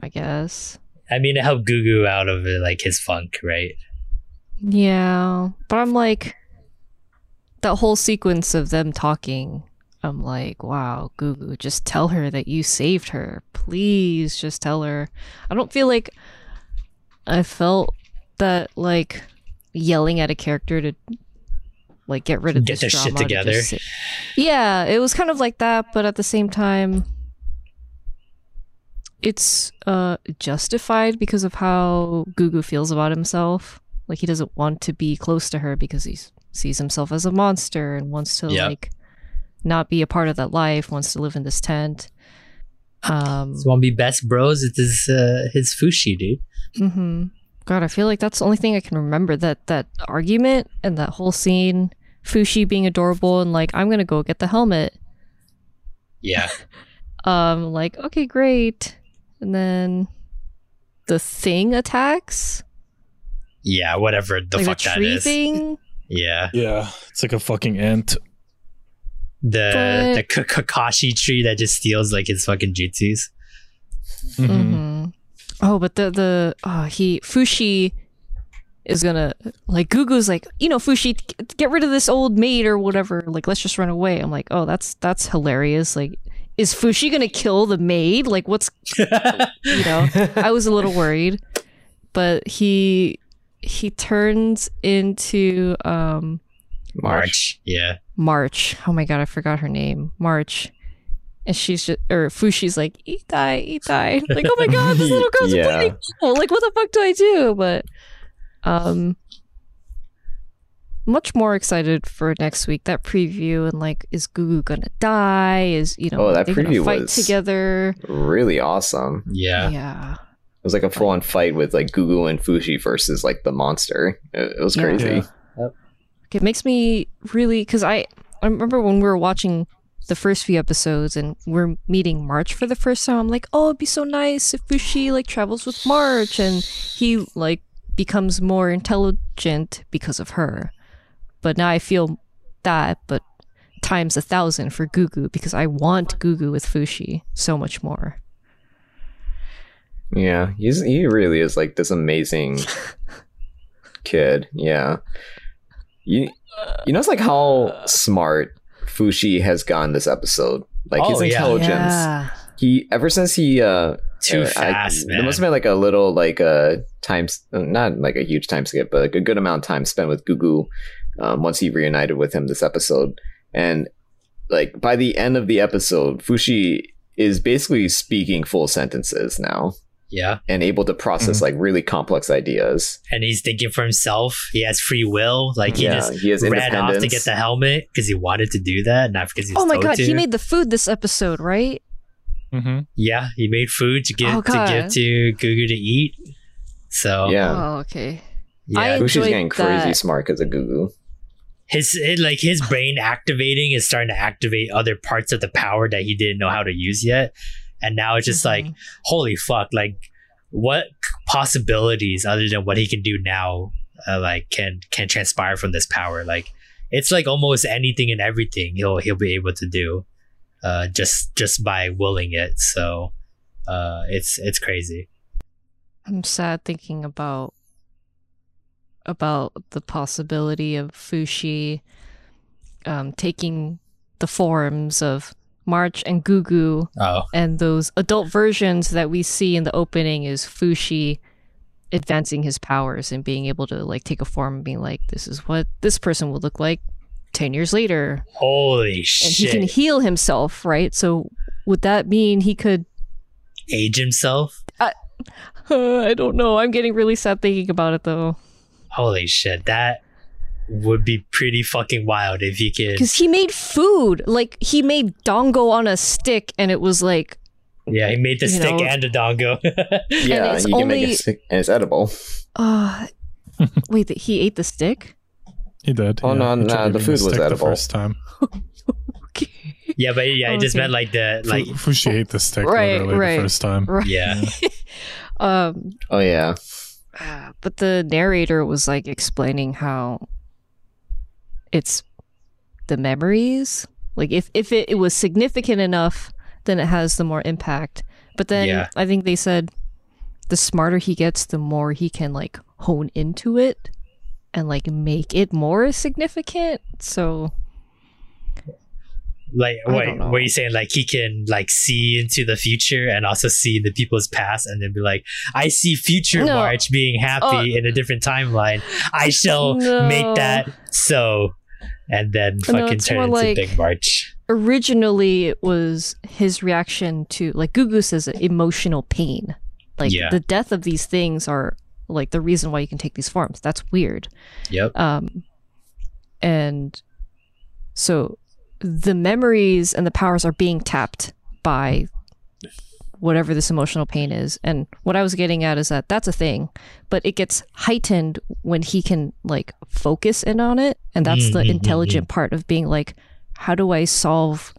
S1: I guess.
S2: I mean, it helped Gugu out of uh, like his funk, right?
S1: Yeah, but I'm like that whole sequence of them talking. I'm like, wow, Gugu, just tell her that you saved her. Please just tell her. I don't feel like I felt that like yelling at a character to like get rid of
S2: Get
S1: this
S2: their shit
S1: drama to just
S2: together.
S1: sit- yeah, it was kind of like that, but at the same time it's uh justified because of how Gugu feels about himself. Like he doesn't want to be close to her because he sees himself as a monster and wants to
S2: Yeah.
S1: like not be a part of that life, wants to live in this tent. Um
S2: It's one of the best bros. It's his, uh, his Fushi, dude.
S1: mhm. God, I feel like that's the only thing I can remember that that argument and that whole scene. Fushi being adorable and like, I'm gonna go get the helmet.
S2: Yeah.
S1: Um, like, okay, great. And then the thing attacks.
S2: Yeah, whatever the
S1: like
S2: fuck
S1: the
S2: that
S1: tree
S2: is.
S1: thing.
S2: Yeah.
S4: Yeah, it's like a fucking ant.
S2: The
S1: But-
S2: the K- Kakashi tree that just steals like his fucking jutsus.
S3: Mm-hmm.
S2: Mm-hmm.
S4: Mm-hmm.
S1: hmm Oh, but the the oh he Fushi is gonna like Gugu's like you know Fushi g- get rid of this old maid or whatever like let's just run away. I'm like oh that's that's hilarious like is Fushi gonna kill the maid like what's you know I was a little worried, but he he turns into um
S2: March. Yeah.
S1: March. Oh my god, I forgot her name. March. And she's just, or Fushi's like, eat die, eat die. Like, oh my god, this little girl's
S3: Yeah.
S1: bleeding. Well, like, what the fuck do I do? But, um, much more excited for next week. That preview and like, is Gugu gonna die? Is you know,
S3: Oh, that
S1: they gonna
S3: preview
S1: fight
S3: was-
S1: together?
S3: Really awesome.
S2: Yeah.
S1: yeah.
S3: It was like a full on fight with like Gugu and Fushi versus like the monster. It, it was
S1: Yeah.
S3: crazy.
S4: Yeah.
S1: it makes me really because I I remember when we were watching the first few episodes and we're meeting March for the first time. I'm like, oh, it'd be so nice if Bushi like travels with March and he like becomes more intelligent because of her. But now I feel that, but times a thousand for Gugu because I want Gugu with Fushi so much more.
S3: Yeah, he's he really is like this amazing kid. Yeah, you you know it's like how smart Fushi has gone this episode. Like his
S2: Oh, yeah.
S3: intelligence. He ever since he uh
S2: Too
S3: uh, I-
S2: fast,
S3: There
S2: man.
S3: must have been like a little like uh, time, s- not like a huge time skip, but like a good amount of time spent with Gugu. Um, once he reunited with him this episode, and like by the end of the episode, Fushi is basically speaking full sentences now
S2: Yeah.
S3: and able to process
S1: Mm-hmm.
S3: like really complex ideas.
S2: And he's thinking for himself. He has free will. Like he
S3: yeah,
S2: just
S3: he is
S2: ran
S3: independent.
S2: off to get the helmet because he wanted to do that, not because he was
S1: Oh my
S2: told
S1: god,
S2: to.
S1: he made the food this episode, right?
S4: Mm-hmm.
S2: yeah, he made food to give
S1: Oh,
S2: to give
S1: God.
S2: to Gugu to eat. So yeah,
S3: yeah,
S1: Oh, okay. I-
S3: Fushi's
S1: enjoyed
S3: getting crazy
S1: that.
S3: smart because of Gugu.
S2: his it, like his brain activating is starting to activate other parts of the power that he didn't know how to use yet, and now it's just like
S1: Mm-hmm.
S2: holy fuck, like what possibilities other than what he can do now, uh, like can can transpire from this power? Like it's like almost anything and everything he'll he'll be able to do, uh, just just by willing it. So uh, it's it's crazy.
S1: I'm sad thinking about about the possibility of Fushi um, taking the forms of March and Gugu,
S2: Oh
S1: and those adult versions that we see in the opening is Fushi advancing his powers and being able to like take a form and being like, "This is what this person would look like ten years later,"
S2: holy
S1: and
S2: shit!
S1: he can heal himself, right? So would that mean he could
S2: Age himself.
S1: Uh, I don't know. I'm getting really sad thinking about it though.
S2: Holy shit, that would be pretty fucking wild if you could.
S1: Because he made food. Like, he made dongo on a stick, and it was like,
S2: Yeah, he made the
S1: you
S2: stick
S1: know.
S2: and the dongo.
S3: Yeah,
S1: it's
S3: you can make
S1: only-
S3: it sick- and it's edible.
S1: uh, wait, that he ate the stick?
S4: He did.
S3: Oh, no,
S4: He
S3: no,
S4: tried
S3: the
S4: giving
S3: food was
S4: stick The
S3: edible.
S4: first time,
S1: Okay.
S2: yeah, but yeah, I just
S1: Okay.
S2: meant like the
S4: like
S2: like
S4: Fushi ate the stick
S1: Right,
S4: literally
S1: right.
S4: the first time.
S1: Right.
S2: yeah.
S1: Um,
S3: Oh yeah,
S1: uh, but the narrator was like explaining how it's the memories. Like, if, if it, it was significant enough, then it has the more impact. But then
S2: Yeah.
S1: I think they said the smarter he gets, the more he can like hone into it and like make it more significant. So.
S2: Like
S1: I
S2: wait,
S1: don't know.
S2: what are you saying? Like he can like see into the future and also see the people's past and then be like, I see future
S1: No.
S2: March being happy
S1: Oh.
S2: in a different timeline. I shall
S1: No.
S2: make that so and then
S1: No,
S2: fucking
S1: it's
S2: turn
S1: more
S2: into
S1: like-
S2: Big March.
S1: originally it was his reaction to like Gugu says it, emotional pain. Like
S2: Yeah.
S1: the death of these things are like the reason why you can take these forms. That's weird.
S2: Yep.
S1: Um and so the memories and the powers are being tapped by whatever this emotional pain is. And what I was getting at is that that's a thing, but it gets heightened when he can like focus in on it. And that's the
S2: Mhm, mhm,
S1: intelligent part of being like, how do I solve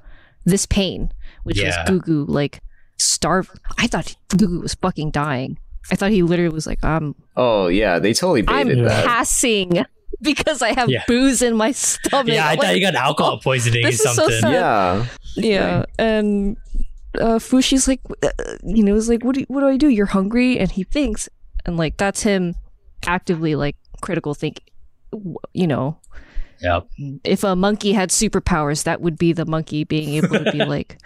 S1: this pain? Which
S2: Yeah.
S1: is Gugu like starve. I thought Gugu was fucking dying. I thought he literally was like, I'm
S3: Oh yeah, they totally
S1: I'm
S3: baited that.
S1: passing because I have
S2: Yeah.
S1: booze in my stomach.
S2: yeah, I
S1: Like-
S2: thought you got alcohol poisoning or
S1: this is so
S2: something.
S1: sad.
S3: Yeah,
S1: Yeah, and uh, Fushi's like, uh, you know, is like, what do you, what do I do? You're hungry, and he thinks, and like that's him actively like critical think. w- You know,
S2: Yep.
S1: if a monkey had superpowers, that would be the monkey being able to be like,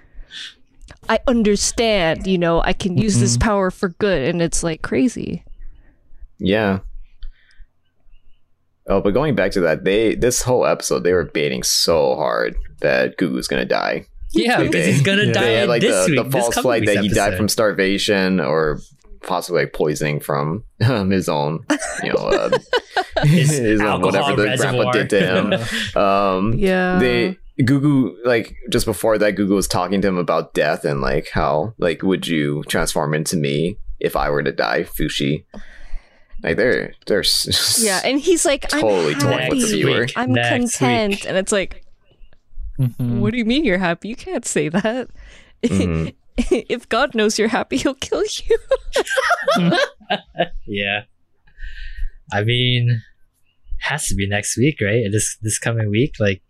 S1: I understand. You know, I can use
S2: Mm-hmm.
S1: this power for good, and it's like crazy.
S3: yeah. Oh, but going back to that, they this whole episode they were baiting so hard that Gugu's gonna die.
S2: Yeah,
S3: They-
S2: because he's gonna
S4: they
S2: die
S3: they had like
S2: this
S3: the,
S2: week.
S3: the
S2: this
S3: false
S2: coming
S3: flag
S2: week's
S3: that he died
S2: episode.
S3: from starvation or possibly like poisoning from um, his own, you know, uh,
S2: His
S3: own
S2: alcohol
S3: whatever the
S2: reservoir.
S3: grandpa did to him. um,
S1: Yeah,
S3: they Gugu like just before that Gugu was talking to him about death and like how like would you transform into me if I were to die, Fushi? Like they're they're s-
S1: yeah, and he's like,
S3: Totally
S1: I'm
S3: torn with the
S1: happy.
S3: viewer.
S1: I'm
S2: Next
S1: content,
S2: week. Mm.
S1: and it's like,
S4: Mm-hmm.
S1: What do you mean you're happy? You can't say that.
S3: Mhm.
S1: if God knows you're happy, he'll kill you.
S2: Yeah. I mean, has to be next week, right? This this coming week, like,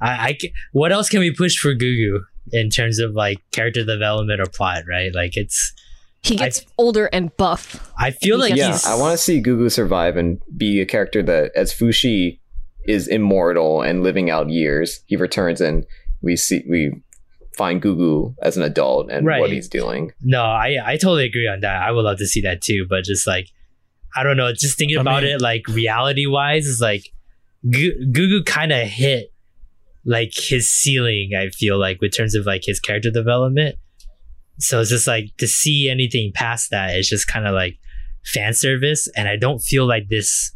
S2: I, I ca- what else can we push for Gugu in terms of like character development or plot, right? Like, it's
S1: He
S2: I-
S1: gets older and buff.
S2: I feel like
S3: yeah,
S2: he's
S3: I want to see Gugu survive and be a character that as Fushi is immortal and living out years, he returns and we see we find Gugu as an adult and
S2: Right.
S3: what he's doing.
S2: no, I I totally agree on that. I would love to see that too, but just like, I don't know, just thinking
S4: I
S2: about
S4: mean-
S2: it, like reality wise, is like, Gu- Gugu kind of hit like his ceiling. I feel like with terms of like his character development. So it's just like to see anything past that is just kind of like fan service, and I don't feel like this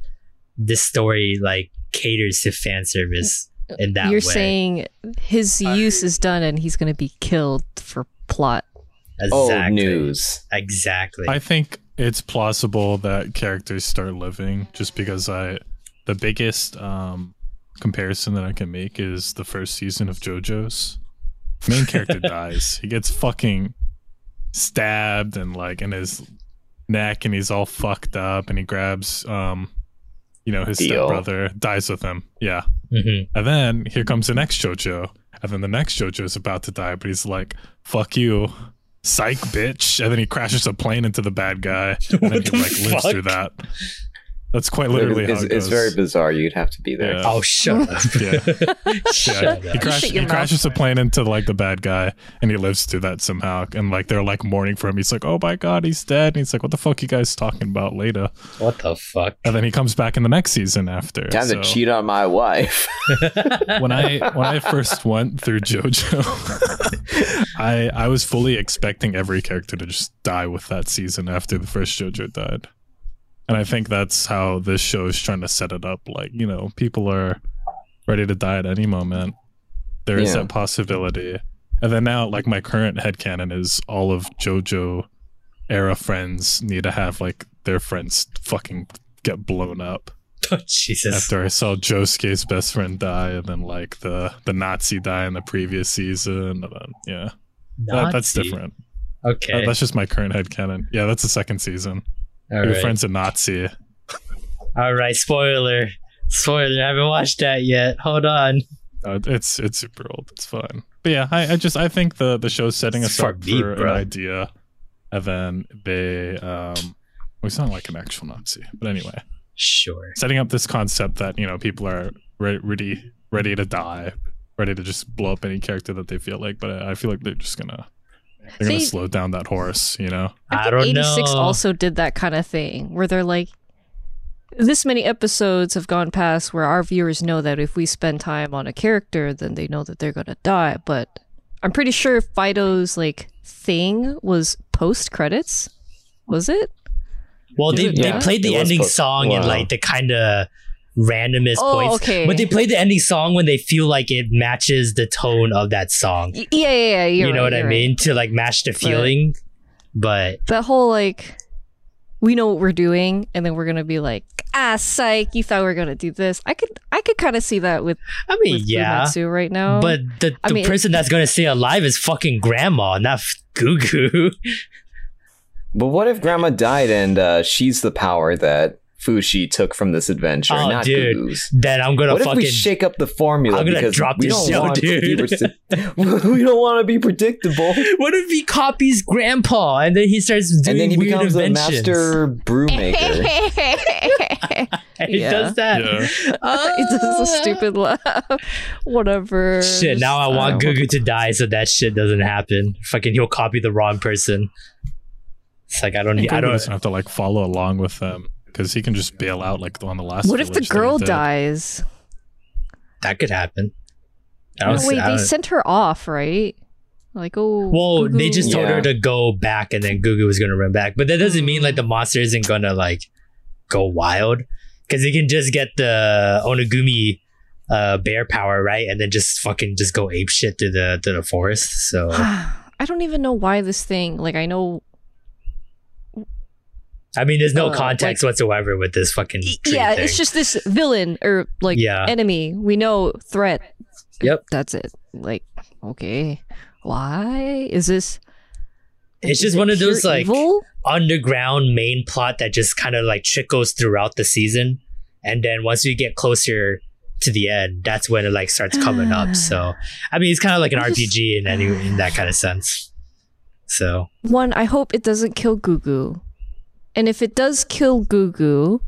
S2: this story like caters to fan service in that
S1: You're
S2: way.
S1: saying his use is done and he's going to be killed for plot.
S3: Oh, news.
S2: Exactly.
S4: I think it's plausible that characters start living just because I the biggest um comparison that I can make is the first season of JoJo's. Main character dies. He gets fucking stabbed and like in his neck and he's all fucked up and he grabs um you know his
S3: Deal.
S4: stepbrother dies with him. Yeah.
S2: Mhm.
S4: And then here comes the next JoJo. And then the next JoJo's about to die, but he's like, fuck you, psych bitch. And then he crashes a plane into the bad guy. And then
S2: What
S4: he
S2: the
S4: like lives
S2: fuck?
S4: through that. That's quite literally
S3: it's,
S4: how it
S3: it's
S4: goes.
S3: very bizarre. You'd have to be there.
S4: Yeah.
S2: Oh, shut up.
S4: Yeah,
S2: shut
S4: he,
S2: up.
S4: crash,
S1: shut
S4: he
S1: your mouth.
S4: crashes a plane into like the bad guy and he lives through that somehow and like they're like mourning for him he's like oh my god he's dead and he's like what the fuck you guys talking about later
S2: What the fuck?
S4: and then he comes back in the next season after
S3: Time
S4: so-
S3: to cheat on my wife.
S4: when I when I first went through JoJo, I I was fully expecting every character to just die with that season after the first JoJo died, and I think that's how this show is trying to set it up. Like you know, people are ready to die at any moment. There is
S3: Yeah.
S4: that possibility, and then now like my current headcanon is all of JoJo era friends need to have like their friends fucking get blown up
S2: Oh, Jesus.
S4: after I saw Josuke's best friend die, and then like the the Nazi die in the previous season, and then yeah, that, that's
S2: Nazi?
S4: different.
S2: Okay.
S4: That- that's just my current headcanon. Yeah, that's the second season.
S2: All
S4: Your
S2: right.
S4: friend's a Nazi.
S2: All right. Spoiler. Spoiler. I haven't watched that yet. Hold on.
S4: Uh, it's it's super old. It's fun. But yeah, I, I just I think the the show's setting
S2: It's
S4: us up
S2: far deep,
S4: for
S2: bro.
S4: an idea, and then they um, well, he's not like an actual Nazi, but anyway,
S2: Sure.
S4: setting up this concept that you know people are re- ready ready to die ready to just blow up any character that they feel like but i I feel like they're just gonna they're gonna
S1: They-
S4: slow down that horse you know
S2: I, don't know.
S1: 86 also did that kind of thing where they're like, this many episodes have gone past where our viewers know that if we spend time on a character, then they know that they're going to die. But I'm pretty sure Fido's like thing was post credits. Was it?
S2: Well, they,
S1: Yeah.
S2: they played the
S3: It was
S2: ending
S3: po-
S2: song and
S3: wow.
S2: like the kind of randomest
S1: Oh,
S2: points.
S1: okay.
S2: But they play the ending song when they feel like it matches the tone of that song.
S1: Y- yeah, yeah, yeah. You're
S2: you know
S1: right,
S2: what I
S1: you're right.
S2: mean? To like match the feeling. But
S1: That whole like, we know what we're doing, and then we're gonna be like, ah, psych. You thought we were gonna do this. I could, I could kind of see that with
S2: I mean,
S1: with
S2: yeah.
S1: Umatsu right now.
S2: But the,
S1: I
S2: the
S1: mean-
S2: person that's gonna stay alive is fucking grandma, not f- Gugu.
S3: But what if Grandma died and uh, she's the power that Fushi took from this adventure,
S2: Oh,
S3: not
S2: dude.
S3: Gugu's?
S2: then I'm gonna
S3: What if
S2: fucking
S3: we shake up the formula?
S2: I'm gonna
S3: because
S2: drop
S3: we
S2: this
S3: don't
S2: show,
S3: want to be
S2: dude.
S3: predi- we don't want to be predictable.
S2: What if he copies grandpa and then he starts doing
S3: and then he
S2: weird
S3: becomes a
S2: inventions?
S3: master brewmaker.
S2: And he
S1: Yeah.
S2: does that.
S4: Yeah.
S2: Oh.
S1: it's just a stupid laugh. Whatever.
S2: Shit, now I
S1: Just-
S2: want
S1: don't know.
S2: Gugu to die so that shit doesn't happen. Fucking he'll copy the wrong person. It's like I don't need I
S4: Goku
S2: don't
S4: doesn't have to like follow along with them because he can just bail out like on the last.
S1: What if the
S4: village that he
S1: girl
S4: did.
S1: dies?
S2: that could happen. I
S1: No,
S2: don't, see
S1: wait,
S2: I
S1: they
S2: don't-
S1: sent her off, right? Like, oh,
S2: Well, they just told her
S3: Yeah.
S2: to go back and then Gugu was gonna run back. But that doesn't mean like the monster isn't gonna like go wild. Cause he can just get the Onigumi uh, bear power, right? And then just fucking just go ape shit to the to the forest. So
S1: I don't even know why this thing. Like, I know.
S2: I mean there's no
S1: Uh,
S2: context whatsoever with this fucking tree
S1: yeah,
S2: thing.
S1: it's just this villain or like
S2: Yeah.
S1: enemy. We know threat.
S2: Yep.
S1: that's it. Like, okay, why is this?
S2: It's
S1: is
S2: just
S1: it
S2: one of those
S1: pure
S2: like
S1: evil?
S2: underground main plot that just kind of like trickles throughout the season, and then once you get closer to the end, that's when it like starts coming up. So I mean, it's kind of like an
S1: I just-
S2: RPG in any in that kind of sense. So
S1: One, I hope it doesn't kill Gugu. And if it does kill Gugu,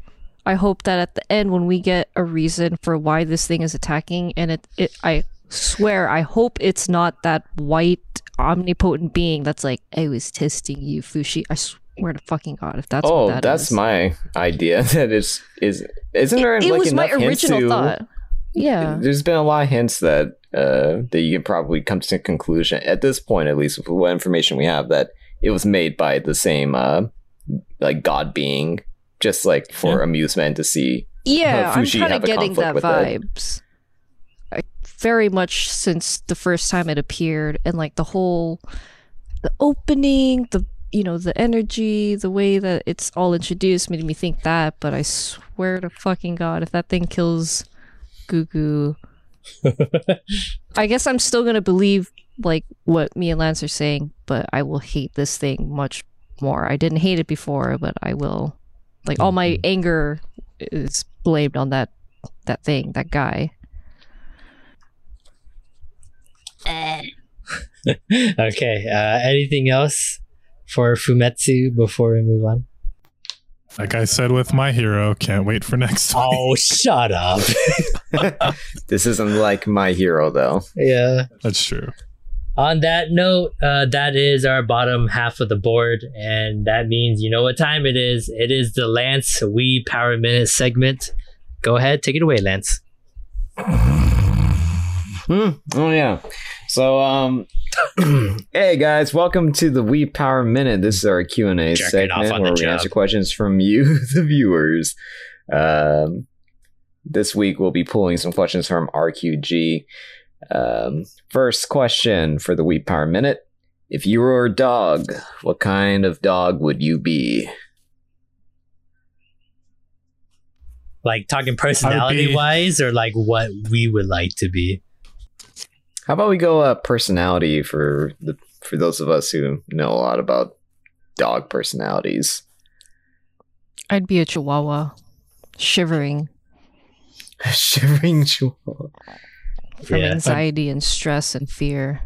S1: I hope that at the end when we get a reason for why this thing is attacking and it, it I swear I hope it's not that white omnipotent being that's like, I was testing you, Fushi. I swear to fucking god, if that's
S3: oh,
S1: what that
S3: that's
S1: is.
S3: my idea. That is is isn't there
S1: it, it
S3: like
S1: was my
S3: enough hints
S1: original
S3: to-
S1: thought. Yeah.
S3: There's been a lot of hints that uh, that you can probably come to a conclusion at this point, at least with what information we have, that it was made by the same uh, like god being, just like for
S4: Yeah.
S3: amusement to see.
S1: Yeah, I'm
S3: Fushi
S1: kind of
S3: have a
S1: getting that
S3: conflict with it.
S1: vibes. I, very much since the first time it appeared, and like the whole, the opening, the you know the energy, the way that it's all introduced made me think that. But I swear to fucking god, if that thing kills Gugu, I guess I'm still gonna believe like what me and Lance are saying, but I will hate this thing much more. I didn't hate it before, but I will. Like all my
S2: Mm-hmm.
S1: anger is blamed on that that thing, that guy.
S2: okay, uh, anything else for Fumetsu before we move on?
S4: Like I said with my hero, can't wait for next. week.
S2: Oh, shut up!
S3: This isn't like my hero though.
S2: yeah.
S4: That's true.
S2: On that note, uh, that is our bottom half of the board, and that means you know what time it is. It is the Lance We Power Minute segment. Go ahead, take it away, Lance.
S3: Hmm. Oh yeah. So um, hey guys, welcome to the We Power Minute. This is our Q and A
S2: Jerking off
S3: segment
S2: on
S3: where
S2: the
S3: we
S2: job.
S3: answer questions from you, the viewers. Um, this week we'll be pulling some questions from RQG. Um, first question for the We Power Minute: If you were a dog, what kind of dog would you be?
S2: Like talking personality wise, or like what we would like to be.
S3: How about we go uh, personality for the for those of us who know a lot about dog personalities.
S1: I'd be a chihuahua, shivering
S3: Shivering Chihuahua.
S1: from
S2: Yeah.
S1: anxiety and stress and fear.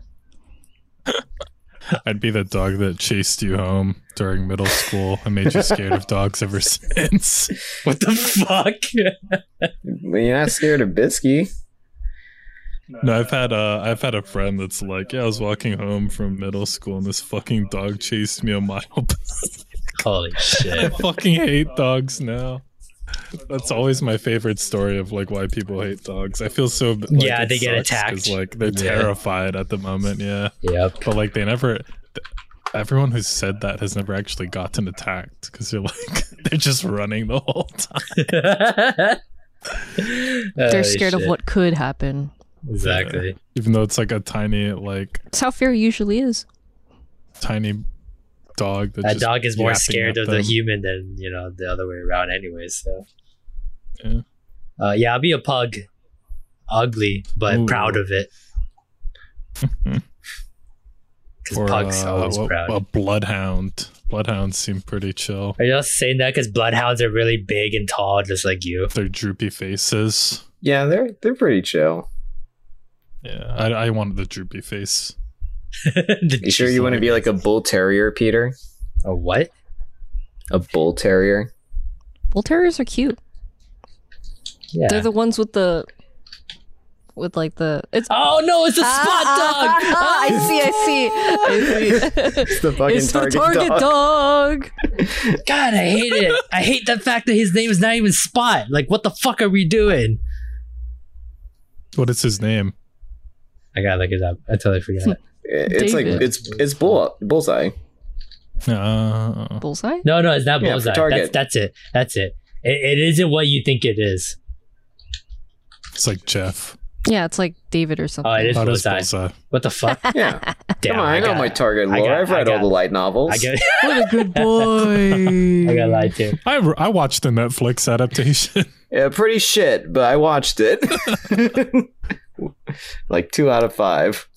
S4: I'd be the dog that chased you home during middle school and made you scared of dogs ever since.
S2: What the fuck?
S3: You're not scared of Bisky.
S4: No, I've had uh, I've had a friend that's like, yeah, I was walking home from middle school and this fucking dog chased me a mile.
S2: Holy
S4: I
S2: shit!
S4: fucking hate dogs now. That's always my favorite story of like why people hate dogs. I feel so b- like,
S2: Yeah,
S4: it
S2: they get
S4: sucks 'cause,
S2: attacked.
S4: Like they're
S2: Yeah.
S4: terrified at the moment. Yeah,
S2: Yep.
S4: but like they never. th- Everyone who's said that has never actually gotten attacked because they're like they're just running the whole time.
S2: Holy
S1: They're scared
S2: shit.
S1: of what could happen.
S2: Exactly.
S4: Even though it's like a tiny, like
S1: That's how fear usually is.
S4: tiny dog. That
S2: That
S4: just
S2: dog is more
S4: yapping
S2: scared
S4: at
S2: of the
S4: them.
S2: human than you know the other way around, anyway. So,
S4: Yeah.
S2: Uh, yeah, I'll be a pug, ugly but
S4: Ooh.
S2: proud of it. Because
S4: Or,
S2: pugs
S4: uh,
S2: always
S4: a-
S2: proud.
S4: A bloodhound. Bloodhounds seem pretty chill.
S2: Are you just saying that because bloodhounds are really big and tall, just like you?
S4: Their droopy faces.
S3: Yeah, they're they're pretty chill.
S4: Yeah, I, I wanted the droopy face.
S3: You sure you want to be like a bull terrier, Peter?
S2: a what?
S3: A bull terrier?
S1: Bull terriers are cute.
S2: Yeah.
S1: They're the ones with the with like the it's
S2: Oh no, it's a spot
S3: Ah,
S1: Ah,
S2: dog.
S1: I see, I see. I see.
S3: It's the fucking
S1: it's
S3: target,
S1: the target dog.
S3: dog.
S2: God, I hate it. I hate the fact that his name is not even Spot. Like, what the fuck are we doing?
S4: What is his name?
S2: I gotta look it up. I totally forgot.
S3: It's like
S1: David.
S3: it's it's bull bullseye.
S4: Uh,
S1: Bullseye?
S2: No, no, it's not
S3: Yeah, for
S2: bullseye.
S3: Target.
S2: That's, that's it. That's it. it. It isn't what you think it is.
S4: it's like Jeff.
S1: Yeah, it's like David or something.
S2: Oh, it is
S4: That is
S2: bullseye.
S4: bullseye.
S2: What the fuck?
S3: Yeah,
S2: Damn,
S3: come on, I, know
S2: got,
S3: my target
S2: I
S3: lore.
S2: got-
S3: I've
S2: I
S3: read all
S2: got-
S3: the light novels.
S2: I got,
S1: what a good boy.
S2: I got lied to.
S4: I, I watched the Netflix adaptation.
S3: Yeah, pretty shit, but I watched it. like two out of five.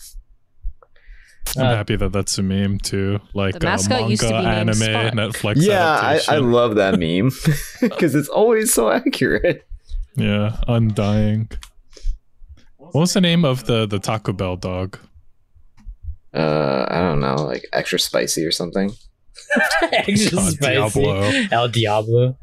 S4: I'm
S2: Uh,
S4: happy that that's a meme too. Like
S1: The
S4: uh,
S1: mascot
S4: manga,
S1: used to be named
S4: anime,
S1: Spot.
S4: Netflix.
S3: yeah, I, I
S4: adaptation.
S3: love that meme because it's always so accurate.
S4: yeah, Undying. What was the name of the the Taco Bell dog?
S3: Uh, I don't know, like extra spicy or something.
S2: Extra
S4: God,
S2: spicy.
S4: Diablo.
S2: El Diablo.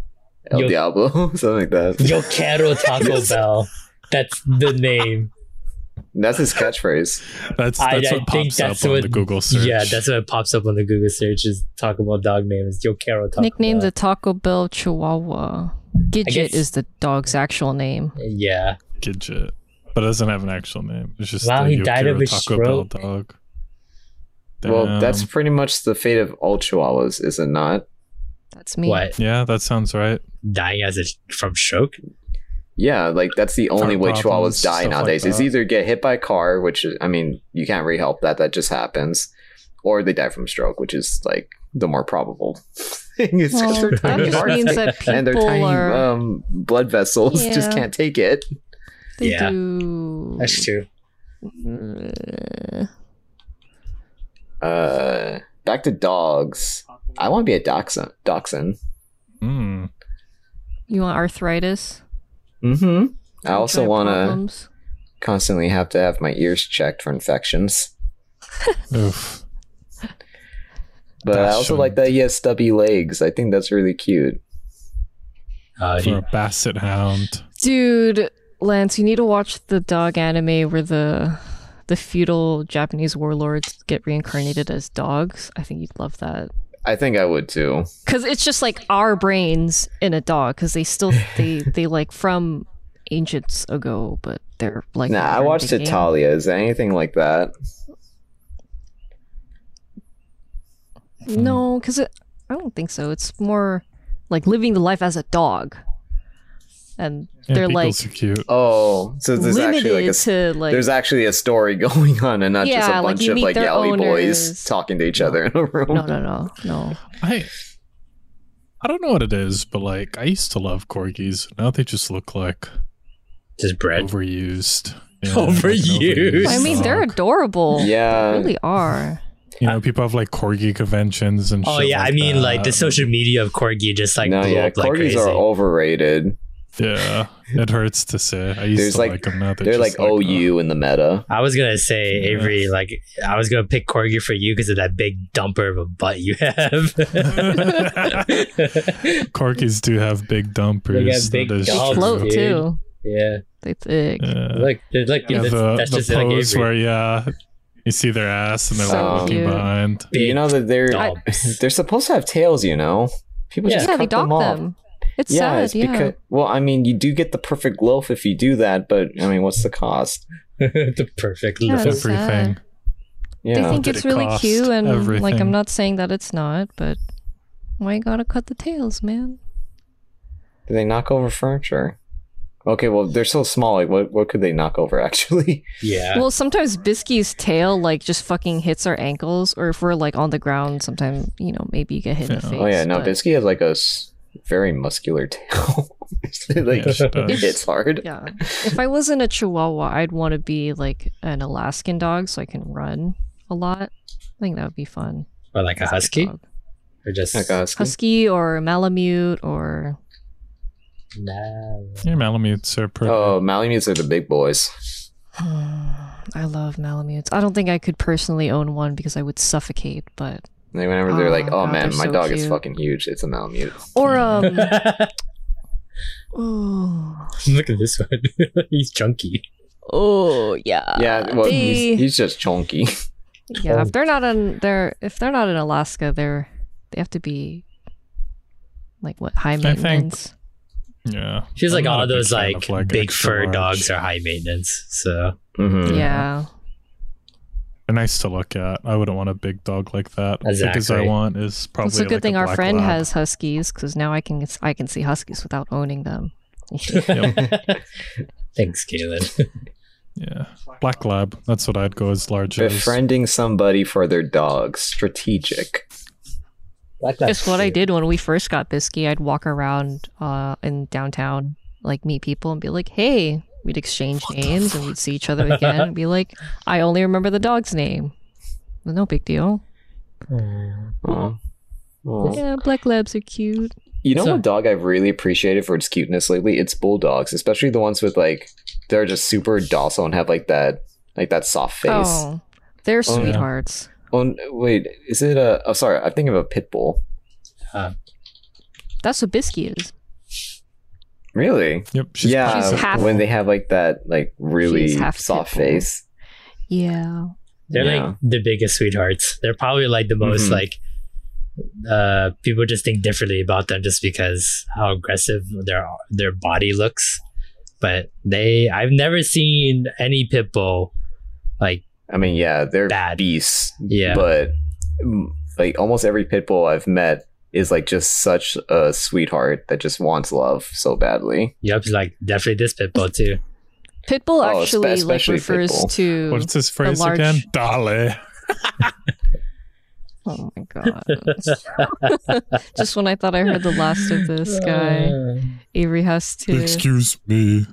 S3: El
S2: Yo-
S3: Diablo, something like that.
S2: Yo quiero Taco Bell. That's the name.
S3: That's his catchphrase.
S4: That's that's
S2: I- I
S4: what
S2: think
S4: pops
S2: that's
S4: up on
S2: what-
S4: the Google search.
S2: Yeah, that's what pops up on the Google search is Taco Bell dog name is Yo quiero Taco
S1: Nicknamed
S2: Bell.
S1: the Taco Bell Chihuahua. Gidget
S2: guess-
S1: is the dog's actual name.
S2: Yeah.
S4: Gidget, but it doesn't have an actual name. It's just
S2: Wow,
S4: the
S2: he died of
S4: Yokiro
S2: a
S4: Taco
S2: stroke.
S4: Bell dog.
S3: Well, that's
S4: Damn.
S3: pretty much the fate of all chihuahuas, is it not?
S1: That's me.
S2: What?
S4: yeah, that sounds right.
S2: Dying as a from stroke?
S3: Yeah, like that's the only way
S4: problems,
S3: chihuahuas die
S4: stuff like
S3: nowadays. It's
S4: that.
S3: either get hit by a car, which is, I mean, you can't really help that. That just happens, or they die from stroke, which is like the more probable. thing. It's 'cause
S1: Well,
S3: their
S1: that
S3: tiny
S1: just
S3: hearts
S1: means
S3: take-
S1: that
S3: and their
S1: people
S3: tiny
S1: are-
S3: um, blood vessels just
S1: Yeah.
S3: can't take it.
S1: They
S2: Yeah.
S1: do.
S2: That's true.
S1: Uh,
S3: Uh, back to dogs. I want to be a dachshund. Dachshund.
S4: Mm.
S1: You want arthritis?
S3: Mm-hmm. I also
S1: Joint
S3: want to
S1: problems?
S3: constantly have to have my ears checked for infections.
S4: Oof.
S3: But I also
S4: Dachshund.
S3: like that he has stubby legs. I think that's really cute.
S2: Uh, he-
S4: For a basset hound.
S1: Dude, Lance, you need to watch the dog anime where the the feudal Japanese warlords get reincarnated as dogs. I think you'd love that.
S3: I think I would too.
S1: Cuz it's just like our brains in a dog cuz they still they they like from ancients ago, but they're like
S3: Nah, I
S1: modern
S3: watched
S1: day game.
S3: Italia. Is there anything like that?
S1: No, cuz I don't think so. It's more like living the life as a dog. And
S4: Yeah,
S1: they're like
S4: beagles are cute.
S3: Oh, so there's
S1: limited
S3: actually like a s-
S1: to like
S3: there's actually a story going on, and not just
S1: Yeah,
S3: a
S1: like,
S3: bunch
S1: you
S3: of
S1: meet
S3: like
S1: their
S3: yelly boys
S1: owners.
S3: talking to each other in a room.
S1: no, no, no, no.
S4: I I don't know what it is, but like I used to love corgis. Now they just look like
S2: just bread.
S4: overused. Yeah,
S2: Overused.
S1: I mean, they're
S4: dog.
S1: adorable.
S3: Yeah.
S1: They really are.
S4: you know people have like corgi conventions and.
S2: Oh
S4: shit
S2: yeah,
S4: like
S2: I mean like
S4: that.
S2: the social media of corgi just like
S3: no,
S2: blew
S3: yeah,
S2: up like
S3: corgis
S2: crazy.
S3: are overrated.
S4: Yeah, it hurts to say. I used
S3: There's
S4: to
S3: like-
S4: like, uh, them. Now they're,
S3: They're like
S4: just
S2: uh,
S3: OU in the meta.
S2: I was gonna say
S4: Yeah.
S2: Avery, like I was gonna pick corgi for you because of that big dumper of a butt you have.
S4: uh, corgis do have big dumpers.
S2: They got big
S4: That is
S1: They
S2: Oh,
S4: true.
S1: float
S2: dude.
S1: too.
S2: yeah,
S1: They thick.
S4: Yeah.
S2: look, they're like
S4: Yeah,
S2: that's,
S4: the,
S2: that's
S4: the
S2: just like
S4: pose
S2: Avery.
S4: where yeah, you see their ass and they're
S3: So
S4: like looking
S1: cute.
S4: behind.
S2: Big
S3: You know that they're
S2: dumps.
S3: they're supposed to have tails. You know, people
S2: Yeah.
S3: just
S1: Yeah,
S3: cut
S1: they
S3: them
S1: dog
S3: off.
S1: them. It's sad.
S3: it's
S1: yeah.
S3: becau- well, I mean, you do get the perfect loaf if you do that, but I mean, what's the cost?
S2: the perfect
S1: Yeah,
S2: little
S1: it's
S4: Everything.
S1: sad.
S3: Yeah,
S1: They think
S4: Did
S1: it's
S4: it
S1: really
S4: cost
S1: cute, and like
S4: everything?
S1: I'm not saying that it's not, but why you gotta cut the tails, man?
S3: do they knock over furniture? Okay, well they're so small. Like, what what could they knock over actually?
S2: Yeah.
S1: Well, sometimes Bisky's tail like just fucking hits our ankles, or if we're like on the ground, sometimes you know maybe you get hit in the
S4: Yeah.
S1: face.
S3: oh yeah, no,
S1: but-
S3: Bisky has like a s- very muscular tail. It, like
S4: Yeah, she does.
S3: it's hard.
S1: Yeah. If I wasn't a Chihuahua, I'd want to be like an Alaskan dog so I can run a lot. I think that would be fun.
S2: Or like a husky,
S1: Dog.
S2: or just
S3: Like a husky.
S1: Husky or Malamute or
S2: Nah.
S4: Your Malamutes are pretty.
S3: Oh, Malamutes are the big boys.
S1: I love Malamutes. I don't think I could personally own one because I would suffocate, but
S3: Like whenever they're like,
S1: Oh,
S3: "Oh
S1: God,
S3: man,
S1: they're
S3: my
S1: so
S3: dog is
S1: cute.
S3: fucking huge. It's a Malamute."
S1: or um oh,
S2: Look at this one. He's chunky.
S1: oh yeah.
S3: yeah, well,
S1: they-
S3: he's, he's just chunky.
S1: Yeah, if they're not in they're if they're not in Alaska, they're they have to be like what high
S4: think-
S1: maintenance.
S4: yeah.
S2: She's
S4: I'm
S2: like
S4: not a
S2: all
S4: big
S2: those
S4: fan
S2: like,
S4: of, like,
S2: big
S4: extra
S2: fur
S4: large.
S2: dogs are high maintenance. So
S3: Mhm.
S1: yeah.
S4: They're nice to look at. I wouldn't want a big dog like that. As big as I
S2: Exactly.
S4: want is probably.
S1: it's a good
S4: like
S1: thing our
S4: black
S1: friend
S4: lab.
S1: has huskies because now I can I can see huskies without owning them.
S2: thanks, Kaylin.
S4: Yeah, black lab. That's what I'd go as large as.
S3: Befriending somebody for their dog, strategic.
S2: Black Lab's
S1: Just what I
S2: cute.
S1: did when we first got Bisky. I'd walk around uh, in downtown, like meet people and be like, "Hey." We'd exchange names and we'd see each other again and be like, "I only remember the dog's name." Well, no big deal.
S3: Aw. Aw.
S1: Yeah, black labs are cute.
S3: You know
S2: So-
S3: what dog I've really appreciated for its cuteness lately? It's bulldogs, especially the ones with like they're just super docile and have like that like that soft face. Oh,
S1: Oh, they're
S3: Oh, yeah.
S1: sweethearts.
S3: n- wait, is it a? Oh, sorry, I'm thinking of a pit bull.
S1: That's what Bisky is.
S3: Really?
S4: Yep. She's
S3: yeah,
S1: She's half-
S3: when they have like that like really
S1: She's half
S3: soft
S1: pit bull.
S3: face.
S1: Yeah.
S2: They're
S3: Yeah.
S2: like the biggest sweethearts. They're probably like the most
S3: Mhm.
S2: like uh people just think differently about them just because how aggressive their their body looks. But they I've never seen any pit bull like
S3: I mean, yeah, they're
S2: Bad.
S3: beasts.
S2: Yeah.
S3: but mm, like almost every pit bull I've met is like just such a sweetheart that just wants love so badly.
S2: yep, like definitely this pit bull too.
S1: Pitbull
S3: Oh, espe-
S1: actually like
S3: especially
S1: refers
S3: pitbull.
S1: to
S4: What's his phrase
S1: large-
S4: again? Dolly.
S1: Oh my god. Just when I thought I heard the last of this
S2: Uh,
S1: guy, Avery has to.
S8: Excuse me.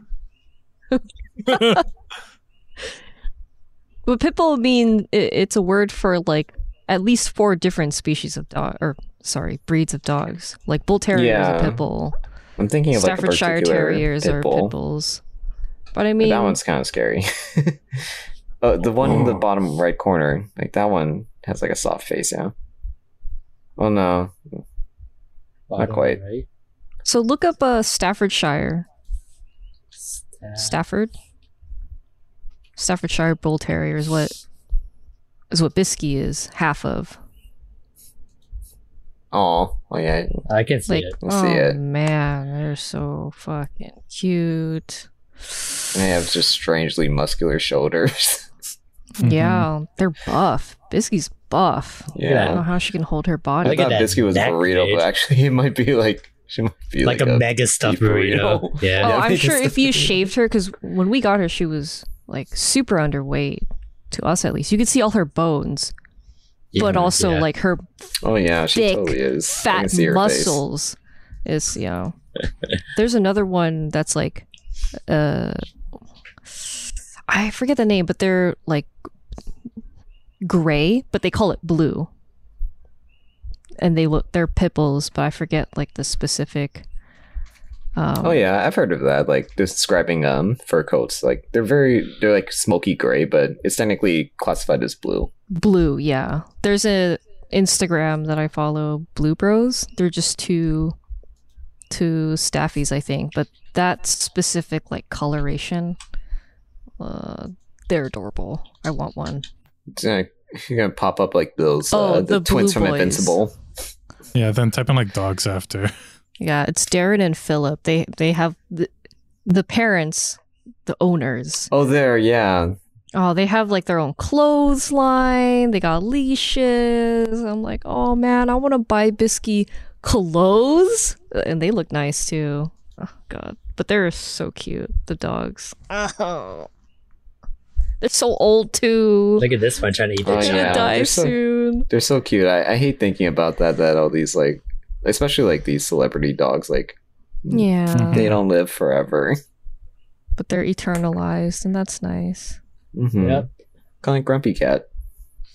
S1: But pitbull mean it, it's a word for like at least four different species of dog, or sorry, breeds of dogs. Like bull terrier is
S3: Yeah.
S1: a pitbull.
S3: I'm thinking of like a
S1: Staffordshire
S3: particular
S1: terriers
S3: pit
S1: are
S3: bull.
S1: pitbulls. But I
S3: But
S1: mean,
S3: that one's kind of scary. uh, the one in the bottom right corner, like that one has like a soft face. Yeah. Oh no. Not quite.
S2: Right?
S1: so look up uh, Staffordshire, Stafford, Staffordshire bull terrier is what is what Bisky is half of.
S3: Oh, oh yeah.
S2: I can see
S1: like
S2: it.
S3: I
S1: oh
S3: see it.
S1: man they're so fucking cute
S3: And they have just strangely muscular shoulders.
S1: yeah they're buff bisky's buff i don't know
S3: yeah.
S1: how she can hold her body
S3: Oh. I
S2: Look at
S3: thought
S2: that
S3: Biscuit was a
S2: neck,
S3: burrito,
S2: dude.
S3: but actually it might be like she might be
S2: Like,
S3: like,
S2: a, mega stuffed
S3: deep
S2: burrito.
S3: burrito.
S2: Yeah.
S1: oh
S3: Yeah,
S1: i'm
S3: because
S1: sure
S3: the-
S1: if you shaved her because when we got her she was like super underweight to us at least you could see all her bones but
S2: Yeah,
S1: also
S2: yeah.
S1: like her
S3: Oh yeah, she
S1: thick,
S3: totally is. I can
S1: fat
S3: see her face.
S1: muscles is you know there's another one that's like uh i forget the name but they're like gray but they call it blue and they look they're pipples but i forget like the specific um,
S3: Oh yeah, I've heard of that. Like describing um fur coats, like they're very they're like smoky gray, but it's technically classified as blue.
S1: blue yeah there's a instagram that i follow blue bros they're just two two staffies i think but that specific like coloration uh they're adorable i want one
S3: It's gonna, you're gonna pop up like those
S1: Oh,
S3: uh, the,
S1: the blue
S3: twins from
S1: boys.
S3: Invincible.
S4: Yeah. Then type in like dogs after.
S1: yeah it's darren and philip they they have the, the parents the owners
S3: Oh, there, yeah.
S1: oh they have like their own clothes line they got leashes i'm like oh man i Uh, want to buy bisky clothes and they look nice too oh god but they're so cute. The dogs. Oh. They're so old too.
S2: Look at this one trying to eat the
S3: Oh,
S1: They're gonna
S3: yeah.
S1: die
S3: They're so-
S1: soon.
S3: They're so cute. I, I hate thinking about that. That all these like, especially like these celebrity dogs, like
S1: Yeah,
S2: Mm-hmm.
S3: they don't live forever.
S1: but they're eternalized, and that's nice.
S3: Mm-hmm.
S2: Yep.
S3: Kind of grumpy cat.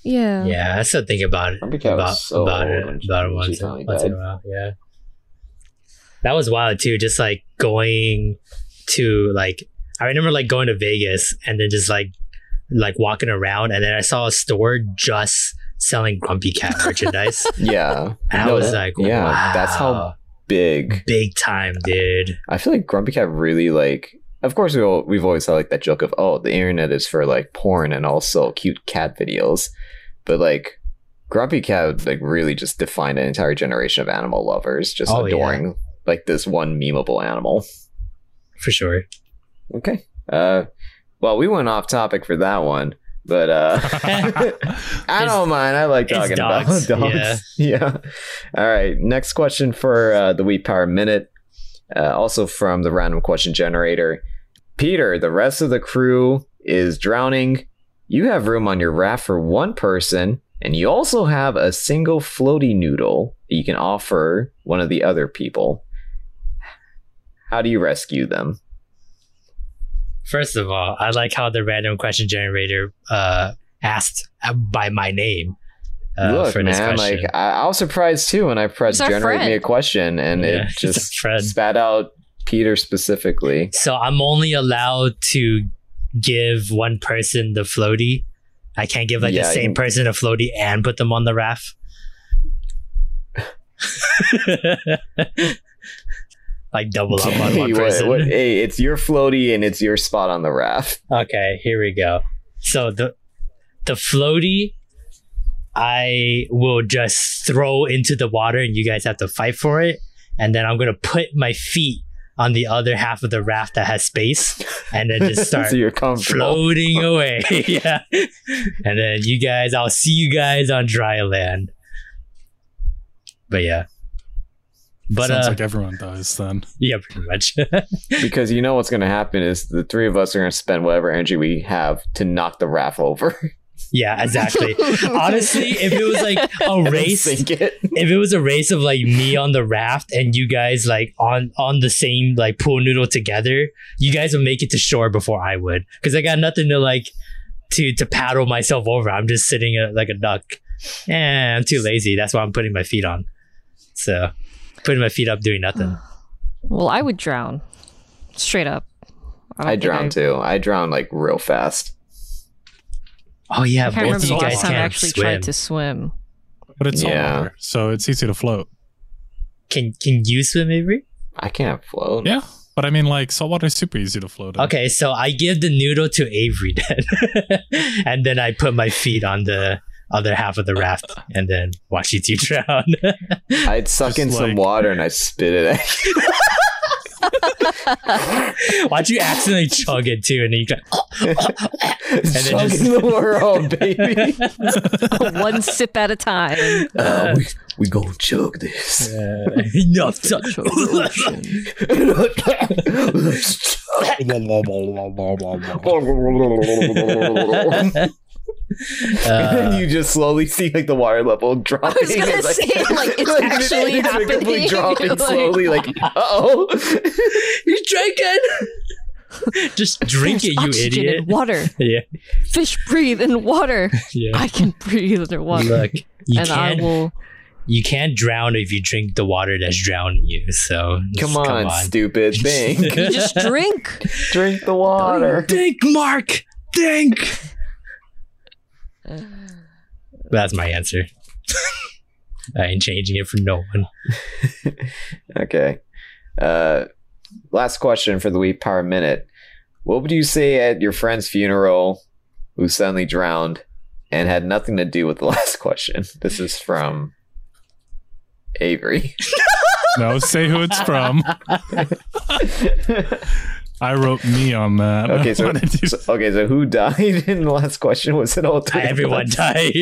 S1: Yeah.
S2: Yeah, I still think about it.
S3: Grumpy cat
S2: About,
S3: was so
S2: about
S3: old when
S2: it,
S3: she-
S2: about it
S3: when she
S2: once,
S3: finally
S2: once in a
S3: died.
S2: while. Yeah. That was wild too. Just like going to like, I remember like going to Vegas and then just like, like walking around and then I saw a store just selling Grumpy Cat merchandise.
S3: Yeah,
S2: and I
S3: No,
S2: was
S3: that-
S2: like,
S3: yeah, that's
S2: wow.
S3: how big.
S2: big time, dude.
S3: I feel like Grumpy Cat really like. Of course, we all, we've always had like that joke of oh, the internet is for like porn and also cute cat videos, but like Grumpy Cat like really just defined an entire generation of animal lovers, just
S2: Oh, yeah.
S3: adoring like this one memeable animal.
S2: For sure.
S3: Okay. Uh, well, we went off topic for that one, but uh, I
S2: It's-
S3: don't mind. I like
S2: it's
S3: talking
S2: dogs,
S3: about dogs. Yeah. All right. Next question for uh, the Wheat Power Minute, uh, also from the Random Question Generator. Peter, the rest of the crew is drowning. You have room on your raft for one person, and you also have a single floaty noodle that you can offer one of the other people. How do you rescue them?
S2: First of all, I like how the random question generator uh, asked uh, by my name uh,
S3: Look,
S2: for this
S3: man,
S2: question.
S3: like I, I was surprised too when I pressed
S1: He's our
S3: generate me a
S1: friend.
S3: question and
S2: Yeah,
S3: it
S2: he's
S3: just
S2: our friend.
S3: spat out Peter specifically.
S2: so I'm only allowed to give one person the floaty. I can't give like
S3: Yeah,
S2: the same
S3: you-
S2: person a floaty and put them on the raft. like double up on one
S3: What-
S2: person.
S3: what- hey, it's your floaty and it's your spot on the raft.
S2: Okay, here we go. So the the floaty I will just throw into the water and you guys have to fight for it. And then I'm gonna put my feet on the other half of the raft that has space and then just start
S3: so you're comfortable.
S2: floating away. yeah. And then you guys I'll see you guys on dry land. But yeah. But
S4: Sounds
S2: uh,
S4: like everyone dies then.
S2: yeah, pretty much.
S3: Because you know what's going to happen is the three of us are going to spend whatever energy we have to knock the raft over.
S2: yeah, exactly. Honestly, if it was like a race,
S3: Sink it.
S2: if it was a race of like me on the raft and you guys like on on the same like pool noodle together, you guys would make it to shore before I would because I got nothing to like to to paddle myself over. I'm just sitting uh, like a duck. And I'm too lazy. That's why I'm putting my feet on. So putting my feet up doing nothing.
S1: Well, I would drown, straight up. don't
S3: I
S1: think
S3: drown too. I drown like real fast.
S2: Oh yeah,
S1: I can't
S2: both
S1: remember
S2: of
S1: the
S2: you guys
S1: last time I
S2: can
S1: actually
S2: swim.
S1: tried to swim.
S4: But it's
S3: Yeah.
S4: all over, so it's easy to float.
S2: Can can you swim, Avery?
S3: I can't float.
S4: Yeah. But I mean, like saltwater is super easy to float. In.
S2: Okay, so I give the noodle to Avery then, and then I put my feet on the other half of the raft, and then watch you two drown.
S3: I'd suck
S4: Just
S3: in some
S4: like-
S3: water and I spit it at
S2: watch you accidentally chug it too, and then you go,
S3: Shock
S2: just-
S3: in the world, baby.
S1: One sip at a time.
S3: Uh, we, we gonna chug this.
S2: uh, enough time.
S3: Let's chug. and then
S2: Uh,
S3: you just slowly see like the water level dropping.
S1: I was gonna
S3: It's
S1: say, like, it's actually happening.
S3: inexplicably dropping
S1: Like-
S3: slowly. Like, uh oh,
S2: you drinking? Just drink it, you
S1: Oxygen
S2: idiot.
S1: in water.
S2: Yeah,
S1: Fish breathe in water.
S2: yeah.
S1: I can breathe underwater,
S2: Look, you
S1: and I
S2: can't
S1: will.
S2: you can't drown if you drink the water that's drowning you. So just
S3: come on, stupid thing,
S1: You just drink.
S3: drink the water.
S2: Think, Mark. Think. That's my answer. I ain't changing it for no one.
S3: Okay. Uh, last question for the week power minute. What would you say at your friend's funeral who suddenly drowned and had nothing to do with the last question? This is from Avery.
S4: No, say who it's from.
S3: okay,
S4: I wrote me on that.
S3: Okay, so-
S4: What did you-
S3: so, okay, so who died in the last question? Was it all three? of
S2: Everyone
S3: us?
S2: died.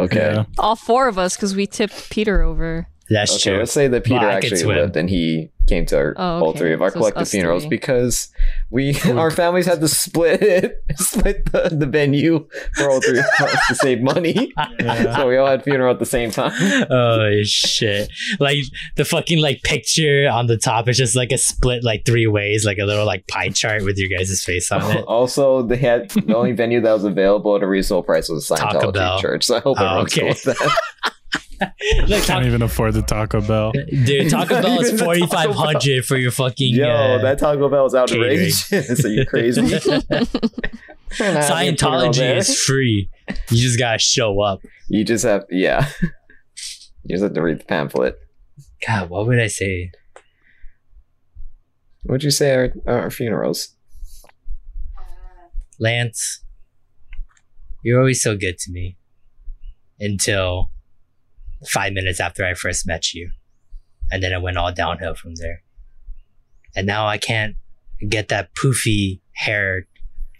S3: Okay.
S4: Yeah.
S1: All four of us, because we tipped Peter over.
S2: That's
S3: Okay,
S2: true.
S3: let's say that Peter
S2: Well, I could
S3: actually
S2: swim.
S3: lived and he came to our,
S5: Oh,
S3: all
S5: okay.
S3: three of our
S5: So it's
S3: collective
S5: us
S3: funerals
S5: three.
S3: because we our families had to split split the, the venue for all three of us to save money.
S4: Yeah.
S3: So we all had funeral at the same time.
S2: oh shit! Like the fucking like picture on the top is just like a split like three ways, like a little like pie chart with your guys' face on it.
S3: Also, they had the only venue that was available at a reasonable price was a
S2: Taco Bell.
S3: Scientology church. So I hope
S2: Oh,
S3: everyone's
S2: okay.
S3: cool with that.
S2: Look,
S4: Can't
S2: Taco,
S4: even afford the Taco Bell.
S2: dude, Taco
S3: Not
S2: Bell is
S3: even the Taco
S2: forty
S3: Bell.
S2: five hundred for your fucking.
S3: Yo,
S2: uh,
S3: that Taco Bell is
S2: catering.
S3: outrageous. Are you crazy? You're not having a funeral
S2: Scientology
S3: there.
S2: is free. You just gotta show up.
S3: You just have, yeah. You just have to read the pamphlet.
S2: God, what would I say?
S3: What'd you say are are our funerals?
S2: Lance, you're always so good to me. Until five minutes after I first met you. And then it went all downhill from there. And now I can't get that poofy hair,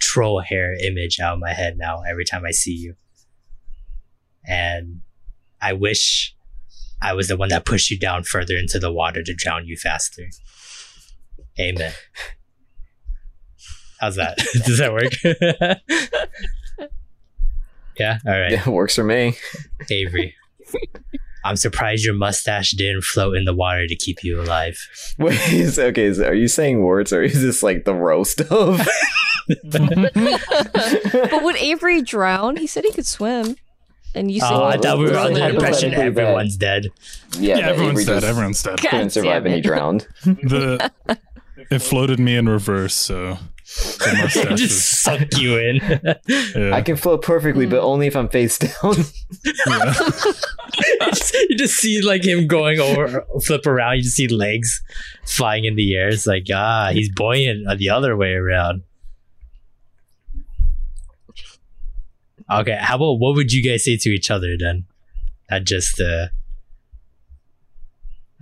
S2: troll hair image out of my head now every time I see you. And I wish I was the one that pushed you down further into the water to drown you faster. Amen. How's that? Does that work? yeah? All right.
S3: Yeah, it works for me.
S2: Avery. I'm surprised your mustache didn't float in the water to keep you alive.
S3: Wait, is, okay, so are you saying words or is this like the roast of?
S1: But would Avery drown? He said he could swim. And you said
S2: Oh, I thought we were
S3: Well,
S2: under the
S3: hypothetically
S2: impression
S3: that-
S2: everyone's dead.
S4: Yeah,
S3: that Avery
S4: everyone's dead.
S3: just
S4: Everyone's dead.
S1: God damn
S3: Couldn't survive and he
S1: it.
S3: drowned.
S4: The it floated me in reverse, so the
S2: They
S4: mustache
S2: just
S4: is,
S2: suck you in.
S4: yeah.
S3: I can float perfectly,
S2: Mm.
S3: but only if I'm face down.
S4: yeah.
S2: you just see like him going over, flip around. You just see legs flying in the air. It's like ah, he's buoyant uh, the other way around. Okay, how about what would you guys say to each other then? Not just uh,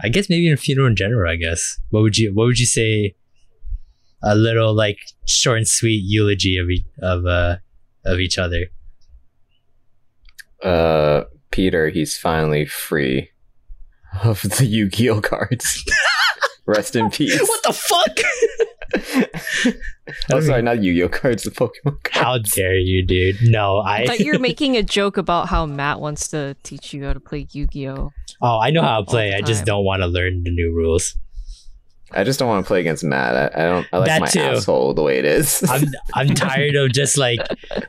S2: I guess maybe in a funeral in general. I guess what would you what would you say? A little like short and sweet eulogy of e- of uh of each other.
S3: uh Peter, he's finally free of the Yu-Gi-Oh cards. Rest in peace.
S2: What the fuck?
S3: Oh, sorry, not Yu-Gi-Oh cards, the Pokemon cards.
S2: How dare you, dude? No, I.
S1: I thought you were making a joke about how Matt wants to teach you how to play Yu-Gi-Oh.
S2: Oh, I know how to play.
S1: the
S2: I just
S1: time.
S2: don't want to learn the new rules.
S3: I just don't want to play against Matt. I, I don't. I like
S2: That
S3: my
S2: too.
S3: asshole the way it is.
S2: I'm I'm tired of just like,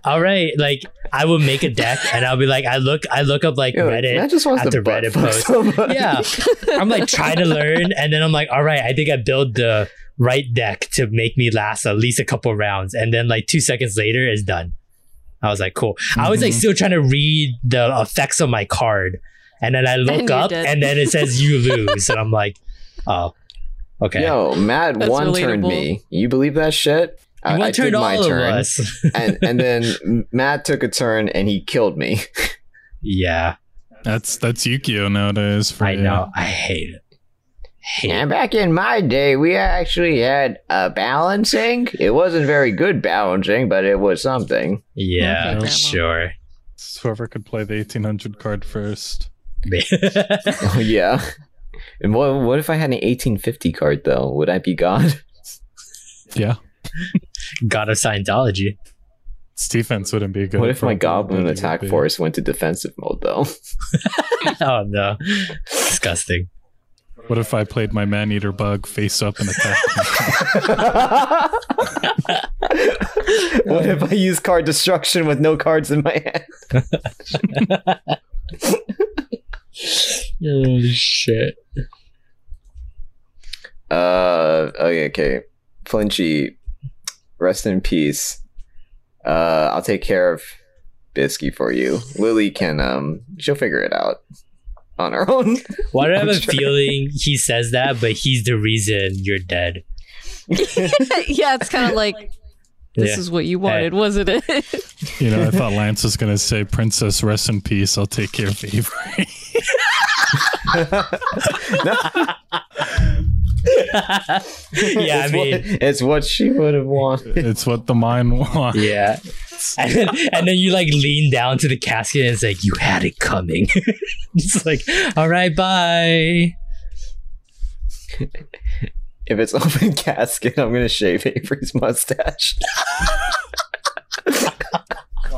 S2: all right, like I will make a deck and I'll be like, I look I look up like
S3: Yo, Matt
S2: Reddit.
S3: just wants
S2: after
S3: to butt
S2: Reddit
S3: fuck
S2: post.
S3: somebody.
S2: Yeah, I'm like trying to learn, and then I'm like, all right, I think I build the right deck to make me last at least a couple rounds, and then like two seconds later, it's done. I was like, cool. I was like
S4: Mhm.
S3: Mm-hmm.
S2: still trying to read the effects on my card, and then I look
S1: you
S2: up,
S1: did.
S2: and then it says you lose, and I'm like, oh, okay.
S3: Yo, Matt
S1: That's
S3: one turned
S1: relatable.
S3: me. You believe that shit?
S2: You
S3: I, I
S2: want to
S3: did
S2: turn all
S3: my
S2: of
S3: turn,
S2: us.
S3: and and then Matt took a turn and he killed me.
S2: yeah,
S4: That's that's Yukio nowadays. For
S2: I
S4: you.
S2: know. I hate it. Hate it.
S3: And back in my day, we actually had a balancing. It wasn't very good balancing, but it was something.
S2: Yeah,
S4: Grandma.
S2: sure.
S4: It's Whoever could play the eighteen hundred card first.
S3: Oh yeah. And what what if I had an eighteen fifty card though? Would I be God?
S4: Yeah,
S2: God of Scientology.
S4: its defense wouldn't be good.
S3: What if my
S4: for- it
S3: goblin
S4: would
S3: attack
S4: be-
S3: force went to defensive mode though?
S2: oh no, disgusting.
S4: What if I played my man eater bug face up and attack?
S3: what if I use card destruction with no cards in my hand?
S2: Oh shit.
S3: Uh, okay, okay. Flinchy, rest in peace. Uh, I'll take care of Bisky for you. Lily can um, she'll figure it out on her own.
S2: Why do I have
S3: I'm
S2: a
S3: sure.
S2: feeling he says that, but he's the reason you're dead?
S1: yeah, it's kind of like this
S2: Yeah.
S1: is what you wanted, wasn't it?
S4: you know, I thought Lance was gonna say, "Princess, rest in peace. I'll take care of Avery."
S2: yeah, I
S3: It's what-
S2: mean,
S3: it's what she would have wanted.
S4: it's what the mind wants.
S2: yeah, and then, and then you like lean down to the casket and it's like you had it coming it's like all right bye
S3: If it's open casket, I'm gonna shave Avery's mustache.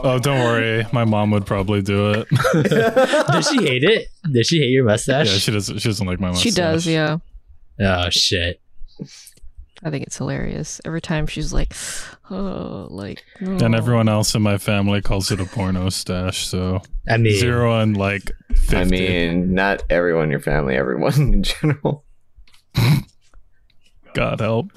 S4: Oh, don't worry. My mom would probably do it.
S2: does she hate it does she hate your
S4: yeah,
S2: mustache
S4: she doesn't. She doesn't like my mustache.
S5: She does, yeah.
S2: oh shit
S5: I think it's hilarious. Every time she's like, oh, like.
S4: And
S5: oh.
S4: everyone else in my family calls it a porno stash. So
S2: i mean
S4: zero and like. 50.
S3: I mean, not everyone in your family, everyone in general.
S4: God help.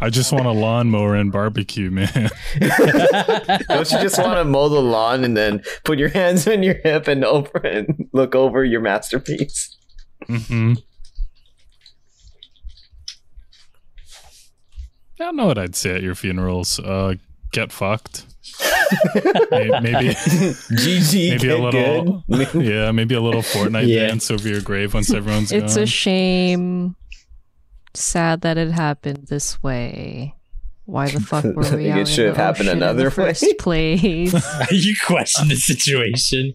S4: I just want a lawnmower and barbecue, man.
S3: Don't you just want to mow the lawn and then put your hands on your hip and over and look over your masterpiece?
S4: hmm I don't know what I'd say at your funerals. Uh, get fucked. May- maybe,
S3: GG.
S4: maybe a
S3: get
S4: little,
S3: good.
S4: yeah, maybe a little Fortnite
S2: Yeah.
S4: dance over your grave once everyone's
S5: It's
S4: gone.
S5: a shame. Sad that it happened this way. Why the fuck were we
S3: It
S5: out
S3: should
S5: in
S3: have
S5: the
S3: happened
S5: ocean in
S3: another
S5: the
S3: way.
S5: first place?
S2: you question the situation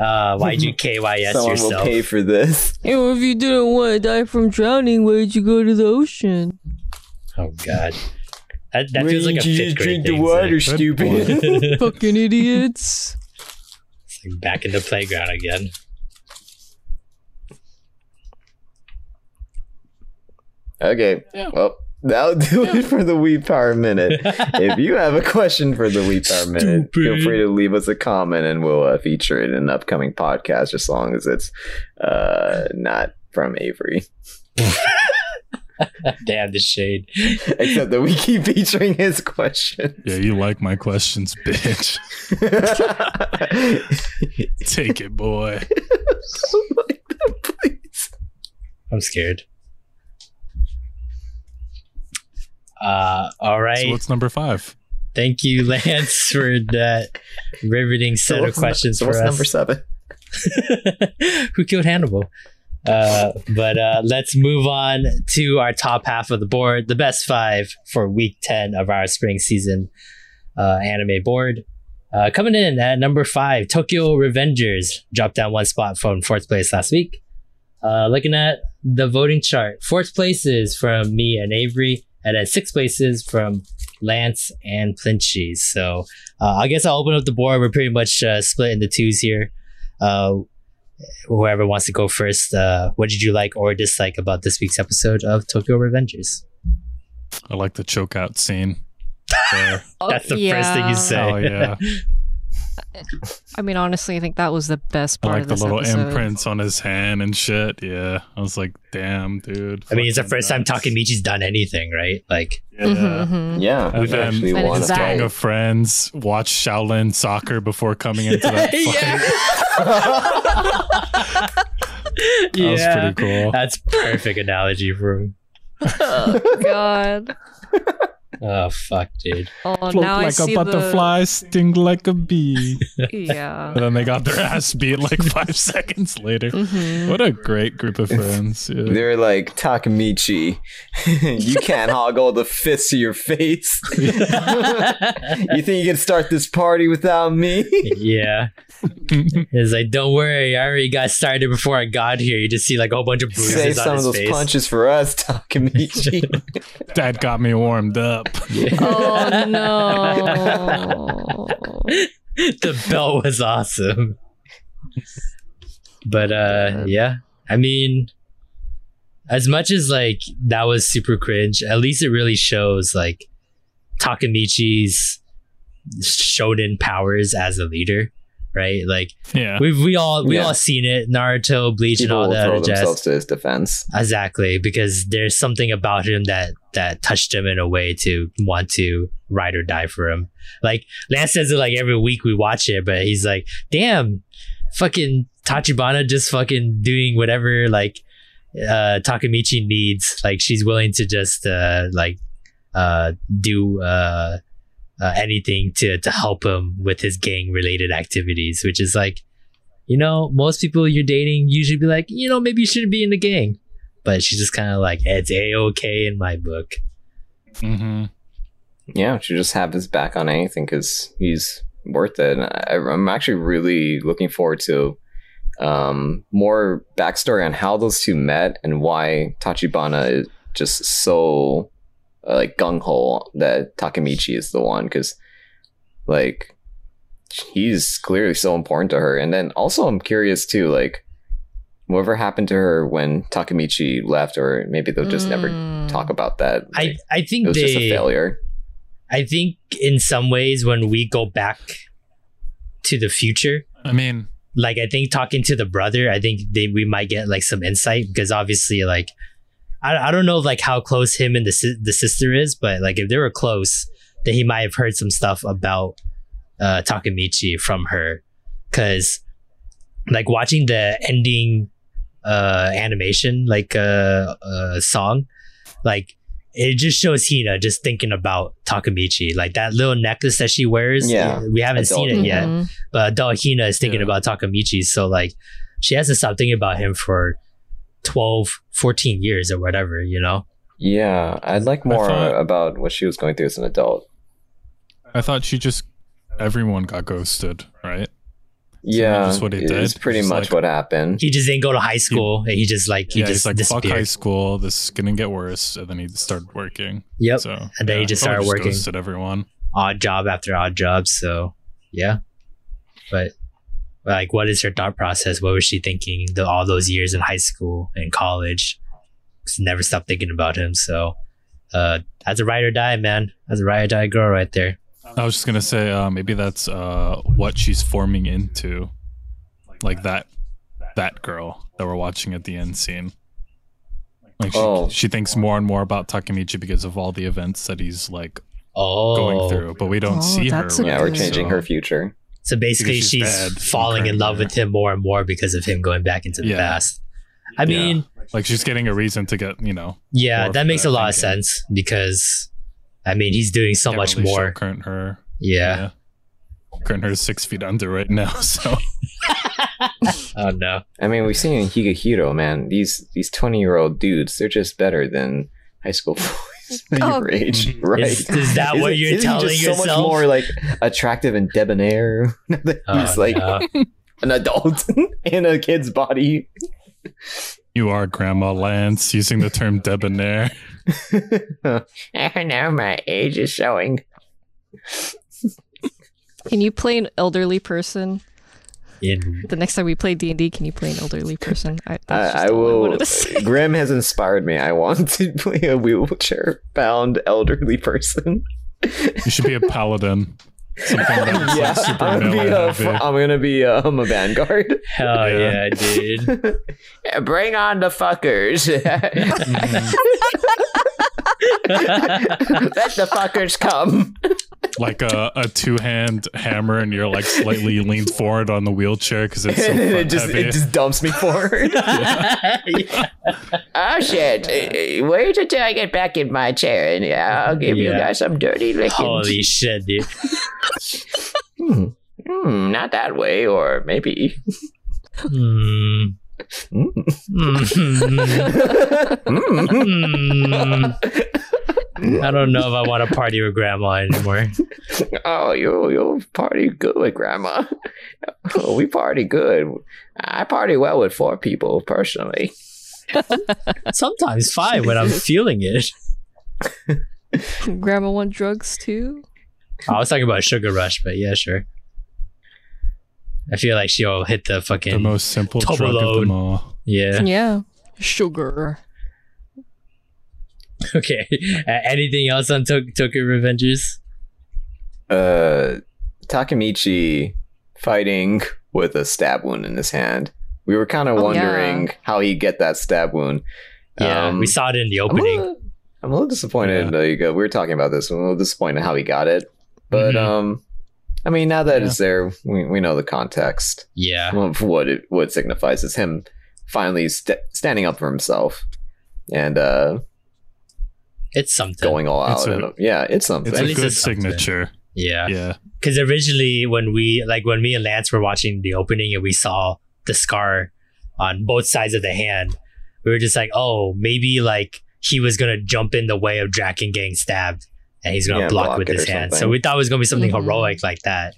S2: uh why'd you kys
S3: Someone will
S2: yourself
S3: pay for this.
S5: you know, if you didn't want to die from drowning, why'd you go to the ocean?
S2: oh god that, that feels like a fifth grade
S3: drink
S2: thing.
S3: the water,
S2: It's
S3: stupid.
S2: like-
S5: Fucking idiots.
S2: It's like back in the playground again
S3: Okay. Well, that'll do it for the Wii Power Minute. if you have a question for the Wii Power Minute, feel
S2: Stupid.
S3: free to leave us a comment and we'll uh, feature it in an upcoming podcast as long as it's uh, not from Avery.
S2: damn the shade
S3: Except that we keep featuring his question.
S4: Yeah, you like my questions, bitch. Take it, boy.
S3: Please.
S2: i'm scared uh all
S4: So
S2: right
S4: what's number five?
S2: Thank you, Lance, for that riveting set
S3: So
S2: of
S3: what's nu-
S2: questions
S3: so
S2: for
S3: what's number
S2: us.
S3: seven?
S2: Who killed Hannibal? Uh, but uh, let's move on to our top half of the board, the best five for week 10 of our spring season uh, anime board. Uh, coming in at number five, Tokyo Revengers dropped down one spot from fourth place last week. Uh, looking at the voting chart, fourth place is from me and Avery, and then sixth place is from Lance and Plinchy. So uh, I guess I'll open up the board. We're pretty much uh, split into twos here. Uh, whoever wants to go first, uh, what did you like or dislike about this week's episode of Tokyo Revengers?
S4: I like the choke out scene. There.
S2: That's the first thing you said.
S4: Oh yeah.
S5: I mean, honestly, I think that was the best
S4: I
S5: part
S4: like
S5: of
S4: the
S5: this
S4: little
S5: episode.
S4: imprints on his hand and shit. Yeah. I was like, damn, dude.
S2: I mean, it's the
S4: Fucking
S2: first time
S4: nuts.
S2: Takemichi's done anything, right? Like,
S4: Yeah.
S5: Mhm, mhm.
S3: Yeah,
S4: And
S3: we've
S4: then-
S3: actually
S5: And
S3: won
S5: it's
S3: a
S5: that.
S3: fight.
S4: Gang of friends watch Shaolin soccer before coming into that fight. That was pretty cool.
S2: That's perfect analogy for him.
S5: Oh, God.
S2: Oh fuck, dude.
S5: Oh,
S4: Float
S5: now I
S4: like
S5: see
S4: a butterfly, sting like a bee.
S5: the. Yeah.
S4: and then they got their ass beat like five seconds later.
S5: Mhm.
S4: What a great group of friends. Yeah.
S3: They're like Takamichi. you can't hog all the fists to your face. you think you can start this party without me?
S2: Yeah. It's like, don't worry, I already got started before I got here. You just see like a whole bunch of bruises
S3: Save
S2: on
S3: some of
S2: his
S3: those
S2: face.
S3: punches for us, Takamichi.
S4: Dad got me warmed up.
S5: Oh, no.
S2: the belt was awesome. But uh yeah. I mean as much as like that was super cringe, at least it really shows like Takamichi's shonen powers as a leader, right? Like
S4: Yeah.
S2: we've we all we
S3: Yeah.
S2: all seen it, Naruto, Bleach
S3: People
S2: and all
S3: will
S2: that
S3: throw
S2: other jazz.
S3: themselves to his defense.
S2: Exactly, because there's something about him that that touched him in a way to want to ride or die for him. Like Lance says it like every week we watch it, but he's like, damn, fucking Tachibana just fucking doing whatever like uh Takamichi needs. Like she's willing to just uh like uh do uh, uh anything to to help him with his gang related activities, which is like you know, most people you're dating usually be like, you know, maybe you shouldn't be in the gang but she's just kind of like it's a okay in my book.
S4: Mm-hmm.
S3: yeah, should just have his back on anything because he's worth it. And I, I'm actually really looking forward to um, more backstory on how those two met and why Tachibana is just so uh, like gung ho that Takamichi is the one because like he's clearly so important to her. And then also I'm curious too, like whatever happened to her when Takamichi left, or maybe they'll just never
S5: Mm.
S3: talk about that.
S2: I
S3: Like,
S2: I
S3: it
S2: think
S3: was just a
S2: they.
S3: failure.
S2: I think in some ways when we go back to the future,
S4: I mean,
S2: like I think talking to the brother, I think they, we might get like some insight because obviously like I, I don't know like how close him and the si- the sister is, but like if they were close, then he might have heard some stuff about uh, Takamichi from her because like watching the ending uh, animation like uh, uh, song like. It just shows Hina just thinking about Takamichi, like that little necklace that she wears.
S3: Yeah.
S2: we haven't
S3: Adult
S2: seen it
S1: Mm-hmm.
S2: yet
S5: Mhm.
S2: but adult Hina is thinking
S4: Yeah.
S2: about Takamichi. So like she hasn't stopped thinking about him for 12, 14 years or whatever, you know?
S3: Yeah, I'd like more
S4: thought-
S3: about what she was going through as an adult.
S4: I thought she just everyone got ghosted, right?
S3: Yeah,
S4: just what he
S3: it's
S4: did?
S3: pretty
S4: Just
S3: much
S4: like-
S3: what happened.
S2: He just didn't go to high school and he just like he
S4: yeah,
S2: just
S4: he's like, fuck high
S2: disappeared.
S4: school. This is gonna get worse, and then he started working.
S2: Yep.
S4: So
S2: And then he just started
S4: probably
S2: working.
S4: Ghosted everyone.
S2: Odd job after odd job. So yeah. But like what is her thought process? What was she thinking the, all those years in high school and college? Just never stopped thinking about him. So uh that's a ride or die, man. That's a ride or die girl right there.
S4: I was just gonna say uh, maybe that's uh, what she's forming into, like that that girl that we're watching at the end scene. Like she,
S3: Oh.
S4: she thinks more and more about Takamichi because of all the events that he's like
S2: Oh
S4: going through, but we don't
S5: Oh,
S4: see her.
S5: that's a
S3: Yeah, we're
S5: good-
S3: changing
S4: So-
S3: her future.
S2: So basically,
S4: Because
S2: she's,
S4: she's bad,
S2: falling in
S4: okay,
S2: love
S4: yeah.
S2: with him more and more because of him going back into the
S4: Yeah.
S2: past. I
S4: Yeah.
S2: mean,
S4: Like she's getting a reason to get you know
S2: yeah,
S4: Or
S2: that makes a lot of
S4: thinking.
S2: sense because, I mean, he's doing so
S4: can't
S2: much
S4: really show
S2: more.
S4: Current her,
S2: Yeah.
S4: Current her is six feet under right now, so
S2: Oh no.
S3: I mean, we've seen in Higahiro, man. These these twenty year old dudes, they're just better than high school boys
S5: Oh.
S3: your age, right?
S2: Is, is that what
S3: Isn't-
S2: you're
S3: isn't he
S2: telling
S3: just
S2: yourself?
S3: So much more like attractive and debonair. that
S2: Oh,
S3: He's like
S2: no.
S3: an adult in a kid's body.
S4: you are Grandma Lance using the term debonair.
S6: I know my age is showing.
S5: Can you play an elderly person?
S2: In-
S5: The next time we play D and D, can you play an elderly person? I, that's
S3: I,
S5: just
S3: I
S5: all
S3: will.
S5: wanted to say.
S3: Graham has inspired me. I want to play a wheelchair bound elderly person.
S4: You should be a paladin. Something that's like super
S3: I'm gonna be
S4: melee
S3: a,
S4: heavy.
S3: fr- I'm gonna be um, a vanguard.
S2: hell yeah,
S4: Yeah.
S2: dude.
S6: Bring on the fuckers. Let the fuckers come.
S4: like a, a two hand hammer, and you're like slightly leaned forward on the wheelchair because it's so
S3: it
S4: front
S3: just
S4: heavy.
S3: it just dumps me forward.
S6: Oh shit! Uh, Wait until I get back in my chair, and yeah, I'll give you
S2: Yeah.
S6: guys some dirty lickings.
S2: Holy shit, dude.
S3: Hmm.
S6: Hmm, not that way, or maybe.
S2: Mm.
S3: Mm.
S2: Mm.
S3: Mm.
S2: Mm. I don't know if I want to party with grandma anymore.
S6: Oh, you you party good with grandma. Oh, we party good. I party well with four people personally.
S2: Sometimes five when I'm feeling it.
S5: Grandma want drugs too.
S2: Oh, I was talking about Sugar Rush, but yeah, sure. I feel like she'll hit the
S4: the
S2: fucking
S4: most simple drug of
S2: Toblerone.
S4: them all.
S2: yeah.
S5: Yeah, sugar.
S2: Okay. Uh, anything else on Tok Tokyo Revengers?
S3: uh, Takamichi fighting with a stab wound in his hand. We were kind of
S5: Oh,
S3: wondering how he get that stab wound.
S2: Yeah,
S3: Um,
S2: we saw it in the
S3: I'm a
S2: opening.
S3: little- I'm a little disappointed. Like uh, we were talking about this, I'm a little disappointed how he got it. But
S2: Mhm.
S3: um, I mean, now that
S4: Yeah.
S3: it's there, we, we know the context
S2: yeah,
S3: of what it what it signifies. It's him finally st- standing up for himself and uh,
S2: it's something.
S3: going all out.
S4: It's a-
S3: and, yeah, it's something.
S4: It's
S2: At
S4: a
S2: least
S4: good
S2: it's something.
S4: signature.
S2: yeah,
S4: Yeah.
S2: because originally when we like when me and Lance were watching the opening and we saw the scar on both sides of the hand, we were just like, oh, maybe like he was gonna jump in the way of Draken getting stabbed, and he's gonna
S3: Yeah,
S2: block,
S3: block
S2: with
S3: it or
S2: his hand. So
S3: something.
S2: we thought it was gonna be something
S1: Mhm.
S2: heroic like that,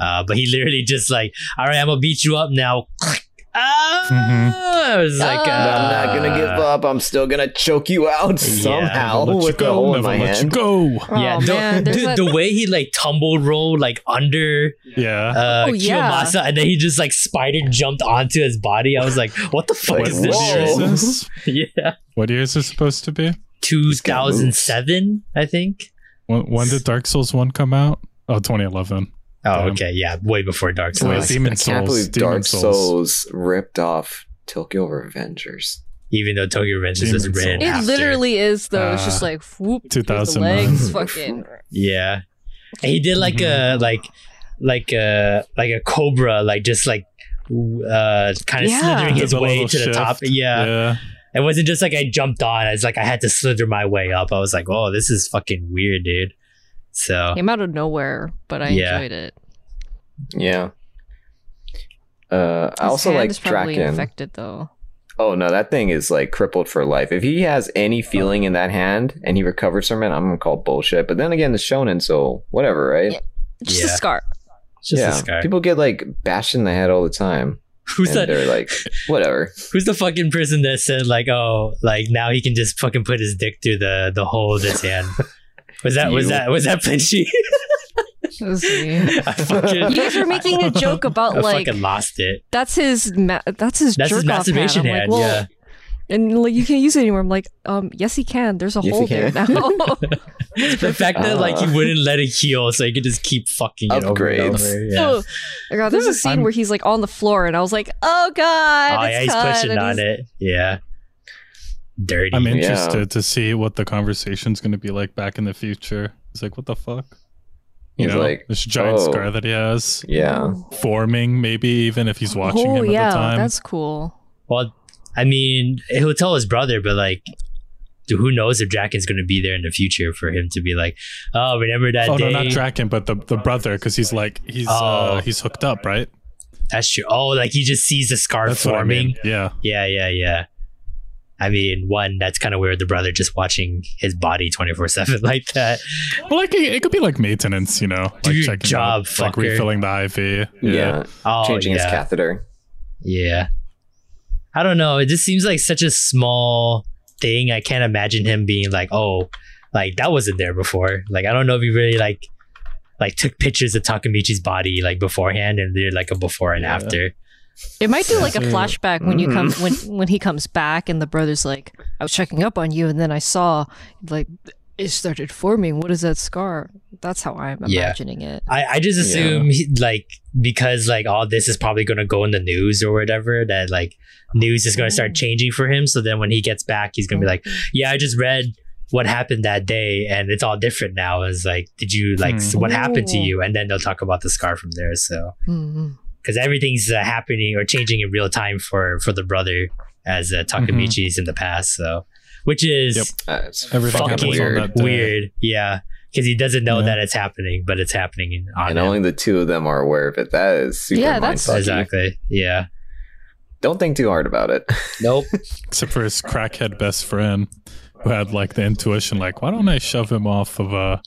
S2: uh, but he literally just like, all right, I'm gonna beat you up now. ah, I was like,
S1: Ah.
S3: I'm not gonna give
S2: uh,
S3: up. I'm still gonna choke you out
S2: Yeah.
S3: somehow
S4: Never let you
S3: with the
S4: go,
S3: hole in
S4: never
S3: my
S4: let you
S3: hand.
S4: go.
S2: Yeah,
S1: oh,
S2: the,
S1: man, there's
S2: dude,
S1: that-
S2: the way he like tumble rolled like under
S4: Yeah.
S2: uh,
S1: Oh, yeah.
S2: Kiyomasa, and then he just like spider jumped onto his body. I was like, what the fuck
S3: Like,
S2: is this?
S3: whoa.
S4: year
S2: shit?
S4: is this?
S2: yeah,
S4: What year is this supposed to be?
S3: guy moves.
S2: 2007, I think.
S4: When, when did Dark Souls 1 come out? Oh, 2011.
S2: Oh,
S4: Damn.
S2: okay, yeah, way before Dark
S4: Wait,
S2: Souls.
S4: see- Demon
S3: I can't
S4: Souls,
S3: believe
S4: Demon
S3: Dark
S4: Souls.
S3: Souls ripped off Tokyo Revengers.
S2: Even though Tokyo Revengers
S4: Demon
S2: was written
S4: Souls.
S1: it
S2: after.
S1: literally is though. it's just
S4: Uh,
S1: like whoop, here's the
S4: 2009.
S1: legs, fucking.
S2: yeah, and he did like a like like a like a cobra, like just like w- uh kind of
S1: Yeah.
S2: slithering
S4: Did
S2: his
S4: the
S2: way
S4: little
S2: to the
S4: shift.
S2: top. Yeah.
S4: Yeah.
S2: it wasn't just like I jumped on. It's like I had to slither my way up. I was like, oh, this is fucking weird, dude. So
S1: Came out of nowhere, but I
S2: Yeah.
S1: enjoyed it.
S3: Yeah. Uh, I
S1: His
S3: also
S1: hand
S3: like
S1: is probably
S3: Draken.
S1: infected though.
S3: Oh no, that thing is like crippled for life. If he has any feeling in that hand and he recovers from it, I'm gonna call bullshit. But then again, the shonen, so whatever, right?
S1: Yeah, Just a
S2: Yeah.
S1: scar.
S2: just this guy.
S3: people get like bashed in the head all the time,
S2: Who's
S3: and
S2: that?
S4: uh,
S3: they're like, whatever.
S2: Who's the fucking person that said like, oh, like now he can just fucking put his dick through the the hole of his hand? Was that was
S3: You.
S2: that was that Pinchy?
S1: Let's see.
S2: I fucking,
S1: You guys were making a joke about
S2: I
S1: like
S2: fucking lost it.
S1: that's his ma- that's his
S2: That's
S1: jerk
S2: his masturbation
S1: off
S2: hand.
S1: hand. I'm like, well,
S2: yeah,
S1: and like you can't use it anymore. I'm like, um, yes, he can. There's a
S3: Yes, he
S1: hole there
S3: can.
S1: now.
S2: the fact that like he
S4: Uh.
S3: Ah.
S2: wouldn't let it heal, so he could just keep fucking it over and
S3: Upgrades.
S2: over. Yeah.
S1: Oh, God, there's a scene
S2: I'm-
S1: where he's like on the floor, and I was like, oh god,
S2: oh
S1: it's
S2: yeah, he's
S1: time,
S2: pushing
S1: and
S2: on
S1: he's-
S2: it. Yeah, dirty.
S4: I'm
S3: mean- Yeah.
S4: interested to see what the conversation's going to be like back in the future. It's like, what the fuck? You
S3: He's
S4: know,
S3: like,
S4: this giant
S3: oh.
S4: scar that he has
S3: yeah.
S4: forming, maybe even if he's watching
S1: oh
S4: him at
S1: yeah,
S4: the time.
S1: that's cool.
S2: well, I mean, he'll tell his brother, but like. dude, Who knows if Draken's going to be there in the future for him to be like, oh, remember that
S4: Oh
S2: day?
S4: no, not Draken, but the, the brother, because he's like he's
S2: Oh.
S4: uh, he's hooked up, right?
S2: That's true. Oh, like he just sees the scar
S4: That's what I
S2: forming.
S4: mean. Yeah,
S2: Yeah, yeah, yeah. I mean, one, that's kind of weird. The brother just watching his body 24 7 like that.
S4: well, like it, it could be like maintenance, you know, like
S2: Dude,
S4: checking
S2: job,
S4: out, like
S2: fucker.
S4: refilling the IV.
S3: yeah,
S2: Oh,
S3: changing
S2: yeah.
S3: his catheter.
S2: Yeah. I don't know. It just seems like such a small thing. I can't imagine him being like, oh, like that wasn't there before. Like, I don't know if he really like like took pictures of Takamichi's body like beforehand and they're like a before and
S4: Yeah.
S2: after.
S1: It might do like a
S4: Yeah.
S1: flashback when you come
S3: Mhm.
S1: when when he comes back and the brother's like, I was checking up on you and then I saw like it started forming. What is that scar? That's how I'm
S2: Yeah.
S1: imagining it.
S2: I, I just assume he, like because like all this is probably going to go in the news or whatever that like news is going to start changing for him so then when he gets back he's going to be like yeah i just read what happened that day and it's all different now it's like did you like
S4: Hmm.
S2: so what happened to
S1: Ooh.
S2: you and then they'll talk about the scar from there so
S1: hmm
S2: because everything's uh, happening or changing in real time for for the brother as uh, takamichi's in the past so which is
S4: Mm-hmm. Yep.
S3: Uh, it's
S4: Everything
S3: fucking
S2: happens on
S3: weird.
S4: that-
S2: weird yeah because he doesn't know
S4: Yeah.
S2: that it's happening but it's happening on
S3: And
S2: him.
S3: only the two of them are aware of it. That is super
S1: Yeah,
S3: yeah,
S1: that's-
S2: exactly yeah
S3: Don't think too hard about it.
S2: Nope.
S4: Except for his crackhead best friend, who had like the intuition, like, why don't I shove him off of uh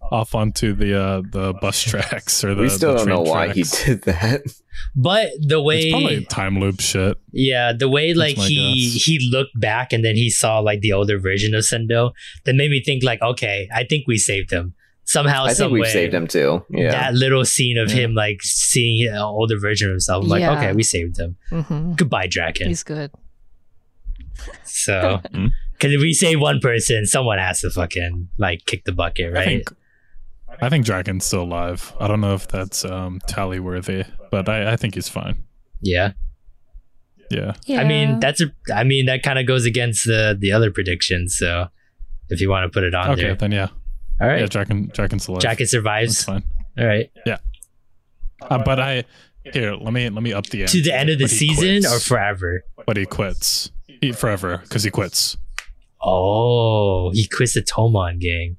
S4: off onto the uh the bus tracks or the
S3: we still
S4: the
S3: don't
S4: train
S3: know why he
S4: tracks.
S3: did that.
S2: But the
S4: It's probably
S2: way,
S4: time loop shit.
S2: yeah, the way like
S4: my
S2: he
S4: guess.
S2: he looked back and then he saw like the older version of Sendo, that made me think like, okay, I think we saved him somehow,
S3: I
S2: some
S3: think we've
S2: way.
S3: saved him too. Yeah.
S2: That little scene of
S4: Yeah.
S2: him like seeing an older version of himself, I'm like,
S1: Yeah.
S2: okay, we saved him.
S5: Mm-hmm.
S1: hmm
S2: Goodbye, Draken.
S1: He's good.
S2: So,
S4: Mhm.
S2: because if we save one person, someone has to fucking like kick the bucket,
S4: I
S2: right?
S4: think I think Draken's still alive. I don't know if that's um tally worthy, but I, I think he's fine.
S2: yeah.
S4: Yeah.
S1: Yeah.
S2: I mean, that's a. I mean, that kind of goes against the the other prediction. So, if you want to put it on
S4: okay,
S2: there,
S4: then yeah.
S2: all
S4: Yeah,
S2: right.
S4: Draken Draken's alive.
S2: Jacket
S4: That's
S2: survives.
S4: fine.
S2: All right.
S4: Uh, but I here, let me let me up the
S2: to the end of the
S4: But he
S2: season
S4: quits.
S2: or forever?
S4: but he quits. He forever because he quits.
S2: Oh, he quits the Tomon gang.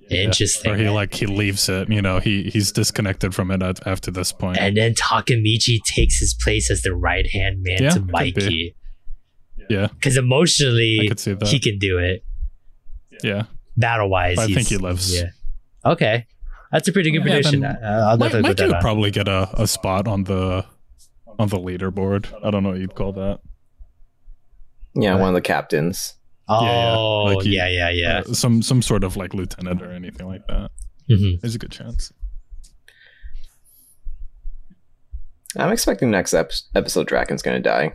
S4: Or he
S2: Interesting.
S4: like he leaves it. You know, he he's disconnected from it at, after this point.
S2: And then Takamichi takes his place as the right hand man
S4: Yeah,
S2: to
S4: could be.
S2: Mikey.
S4: Yeah.
S2: Because
S4: I
S2: emotionally,
S4: could see that.
S2: he can do it.
S4: yeah,
S2: battle wise.
S4: I think he lives.
S2: Yeah. Okay, that's a pretty good
S4: Yeah,
S2: prediction.
S4: then-
S2: Uh, I'll
S4: Mike,
S2: definitely
S4: Mike
S2: put that
S4: would
S2: on.
S4: probably get a, a spot on the on the leaderboard. I don't know what you'd call that.
S3: Yeah, one of the captains.
S2: oh,
S4: Yeah, yeah. Like he-
S2: yeah, yeah, yeah.
S4: Uh, some some sort of like lieutenant or anything like that.
S2: Mhm.
S4: There's a good chance.
S3: I'm expecting next ep- episode Draken's gonna die.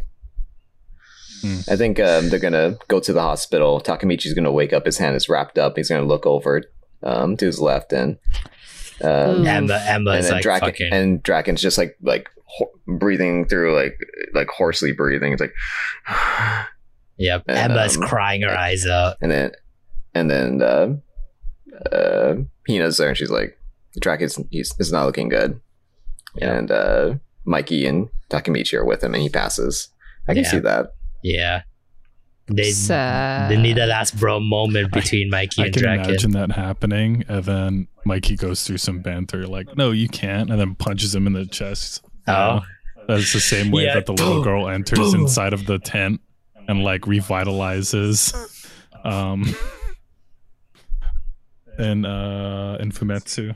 S4: Hmm.
S3: I think um, they're gonna go to the hospital. Takamichi's gonna wake up. His hand is wrapped up. He's gonna look over um, to his left, and um,
S5: Ooh.
S2: Emma, Emma
S3: and
S2: is
S3: then
S2: like
S3: Draken
S2: fucking.
S3: and Draken's just like like ho- breathing through like like hoarsely breathing. It's like,
S2: yep, Emma's
S3: um,
S2: crying her eyes out.
S3: and then and then uh, uh, Hina's there, and she's like, Draken's he's is not looking good,
S2: Yeah.
S3: and uh, Mikey and Takamichi are with him, and he passes. I can
S2: Yeah.
S3: see that.
S2: Yeah, they
S5: Sad.
S2: they need a last bro moment between Mikey
S4: I
S2: and
S4: can
S2: Draken.
S4: imagine that happening, and then Mikey goes through some banter like, "No, you can't," and then punches him in the chest. Uh,
S2: Oh.
S4: that's the same way
S2: Yeah.
S4: that the little
S2: Boom.
S4: girl enters
S2: Boom.
S4: inside of the tent and like revitalizes. Um, in uh, in Fumetsu,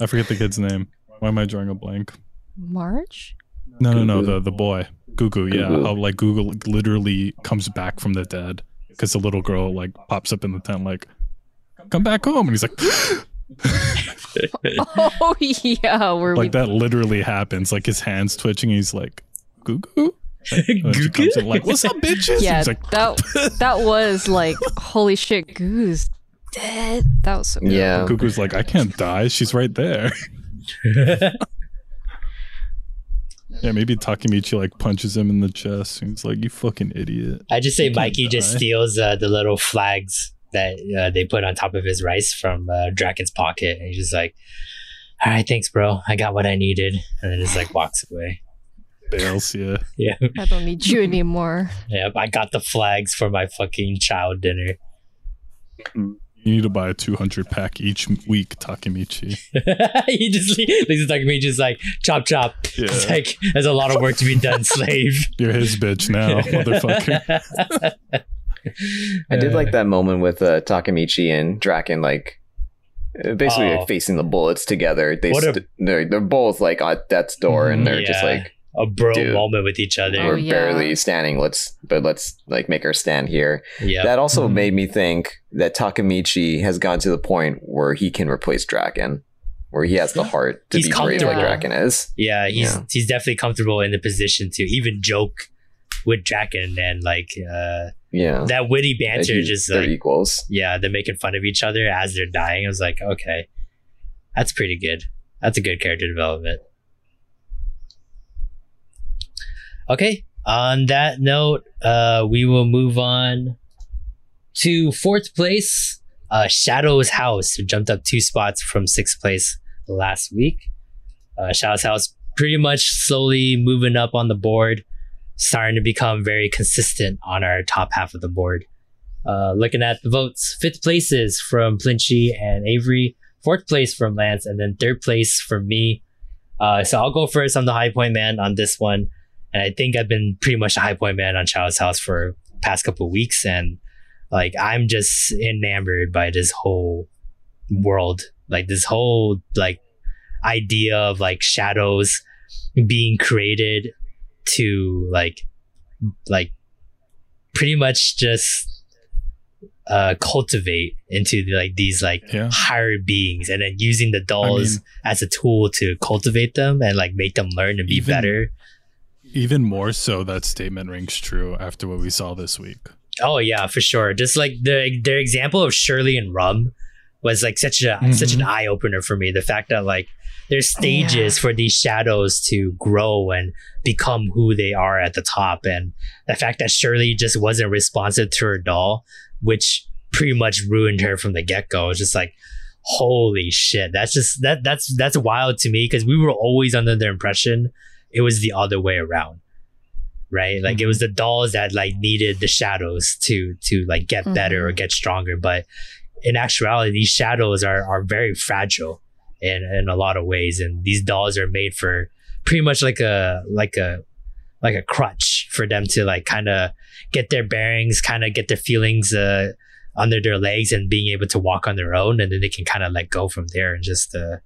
S4: I forget the kid's name. Why am I drawing a blank?
S5: March?
S4: No, no, no,
S3: Gugu.
S4: the the boy, Gugu. Yeah,
S3: Gugu.
S4: how like Google literally comes back from the dead because the little girl like pops up in the tent like, "Come back home," and he's like,
S5: Oh yeah, where
S4: like
S5: we
S4: that literally happens. Like his hands twitching. And he's like, "Gugu." And she
S2: Gugu?
S4: comes in, like, "What's up, bitches?"
S5: Yeah,
S4: He's like,
S5: that that was like holy shit, Goose dead. That was so good.
S3: Yeah.
S4: Gugu's like, "I can't die. She's right there." Yeah, maybe Takemichi like punches him in the chest. And he's like, "You fucking idiot."
S2: I just say
S4: You can't
S2: Mikey just
S4: die.
S2: steals uh, the little flags that uh, they put on top of his rice from uh, Draken's pocket, and he's just like, "All right, thanks, bro. I got what I needed," and then just like walks away.
S4: Bails, yeah.
S2: Yeah,
S5: I don't need you anymore.
S2: yeah. I got the flags for my fucking child dinner.
S4: You need to buy a two hundred pack each week, Takemichi.
S2: he just le- leaves like me, just like chop chop.
S4: Yeah.
S2: It's like there's a lot of work to be done, slave.
S4: You're his bitch now, Oh, motherfucker.
S3: I did like that moment with uh, Takamichi and Draken, like uh, basically
S2: Oh.
S3: like, facing the bullets together. They
S2: What a-
S3: st- they're they're both like at death's door, and they're just
S2: Yeah.
S3: like
S2: a bro
S3: Dude.
S2: moment with each other.
S5: Oh,
S3: we're
S5: yeah.
S3: barely standing. Let's but let's like make her stand here.
S2: yeah.
S3: That also
S4: Mhm.
S3: made me think that Takamichi has gone to the point where he can replace Draken, where he has the heart to
S2: He's
S3: be brave like
S2: comfortable.
S3: Draken is.
S2: Yeah, he's
S3: Yeah.
S2: he's definitely comfortable in the position to even joke with Draken and like uh
S3: Yeah,
S2: that witty banter
S3: Like, he-
S2: just
S3: they're
S2: like
S3: equals.
S2: yeah, they're making fun of each other as they're dying. I was like, okay. That's pretty good. That's a good character development. Okay. On that note, uh we will move on to fourth place. Uh Shadow's House who jumped up two spots from sixth place last week. Uh Shadow's House pretty much slowly moving up on the board, starting to become very consistent on our top half of the board. Uh, looking at the votes, fifth places from Plinchy and Avery, fourth place from Lance, and then third place from me. Uh, so I'll go first. I'm the high point man on this one, and I think I've been pretty much a high point man on Child's House for past couple weeks, and like I'm just enamored by this whole world, like this whole like idea of like shadows being created to like like pretty much just uh cultivate into like these like
S4: Yeah.
S2: higher beings and then using the dolls
S4: mean-
S2: as a tool to cultivate them and like make them learn and be
S4: Even-
S2: better.
S4: Even more so, that statement rings true after what we saw this week.
S2: Oh yeah, for sure. Just like the their example of Shirley and Rum was like such a
S4: Mhm.
S2: such an eye opener for me. The fact that like there's stages for these shadows to grow and become who they are at the top, and the fact that Shirley just wasn't responsive to her doll, which pretty much ruined her from the get go. It's just like holy shit. That's just that that's that's wild to me because we were always under the impression it was the other way around right like it was the dolls that like needed the shadows to to like get better or get stronger but in actuality these shadows are are very fragile in in a lot of ways and these dolls are made for pretty much like a like a like a crutch for them to like kind of get their bearings kind of get their feelings uh under their legs and being able to walk on their own, and then they can kind of let go from there and just uh,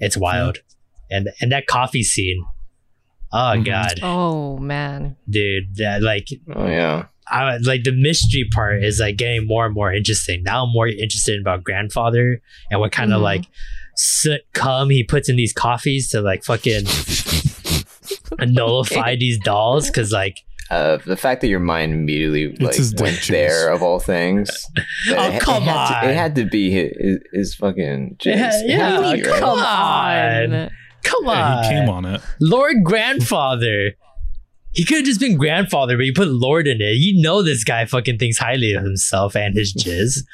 S2: it's wild. And and that coffee scene, oh
S4: Mhm.
S2: god,
S5: Oh man.
S2: dude, that like
S3: Oh yeah.
S2: I like the mystery part is like getting more and more interesting. Now I'm more interested about grandfather and what kind
S5: Mhm.
S2: of like soot cum he puts in these coffees to like fucking nullify these dolls because like
S3: Uh, the fact that your mind immediately like
S4: his dick
S3: went
S4: juice.
S3: there of all things.
S2: Oh,
S3: It- it
S2: come
S3: had to-
S2: on.
S3: it had to be his, his, fucking. Juice.
S2: Yeah,
S3: It had to
S2: yeah,
S3: be,
S2: come
S3: right?
S2: on.
S5: On.
S2: come on,
S4: Yeah, he came on it.
S2: Lord Grandfather. He could have just been grandfather, but you put Lord in it. You know this guy fucking thinks highly of himself and his jizz.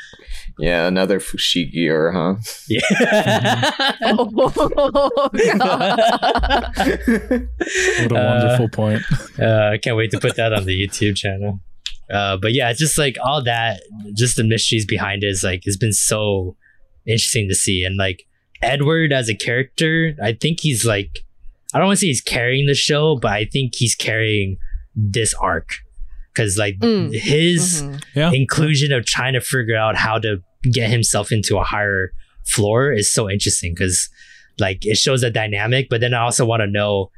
S3: Yeah, another Fushigi or huh?
S4: Mhm.
S2: Yeah.
S5: Oh, God.
S4: What a
S2: Uh,
S4: wonderful point.
S2: Uh, I can't wait to put that on the YouTube channel. Uh, but yeah, it's just like all that, just the mysteries behind it is like it's been so interesting to see. And like Edward as a character, I think he's like I don't want to say he's carrying the show, but I think he's carrying this arc because like
S5: Mm.
S1: Mm-hmm.
S2: his
S5: Mhm.
S4: Yeah.
S2: inclusion of trying to figure out how to get himself into a higher floor is so interesting because like it shows a dynamic but then i also want to know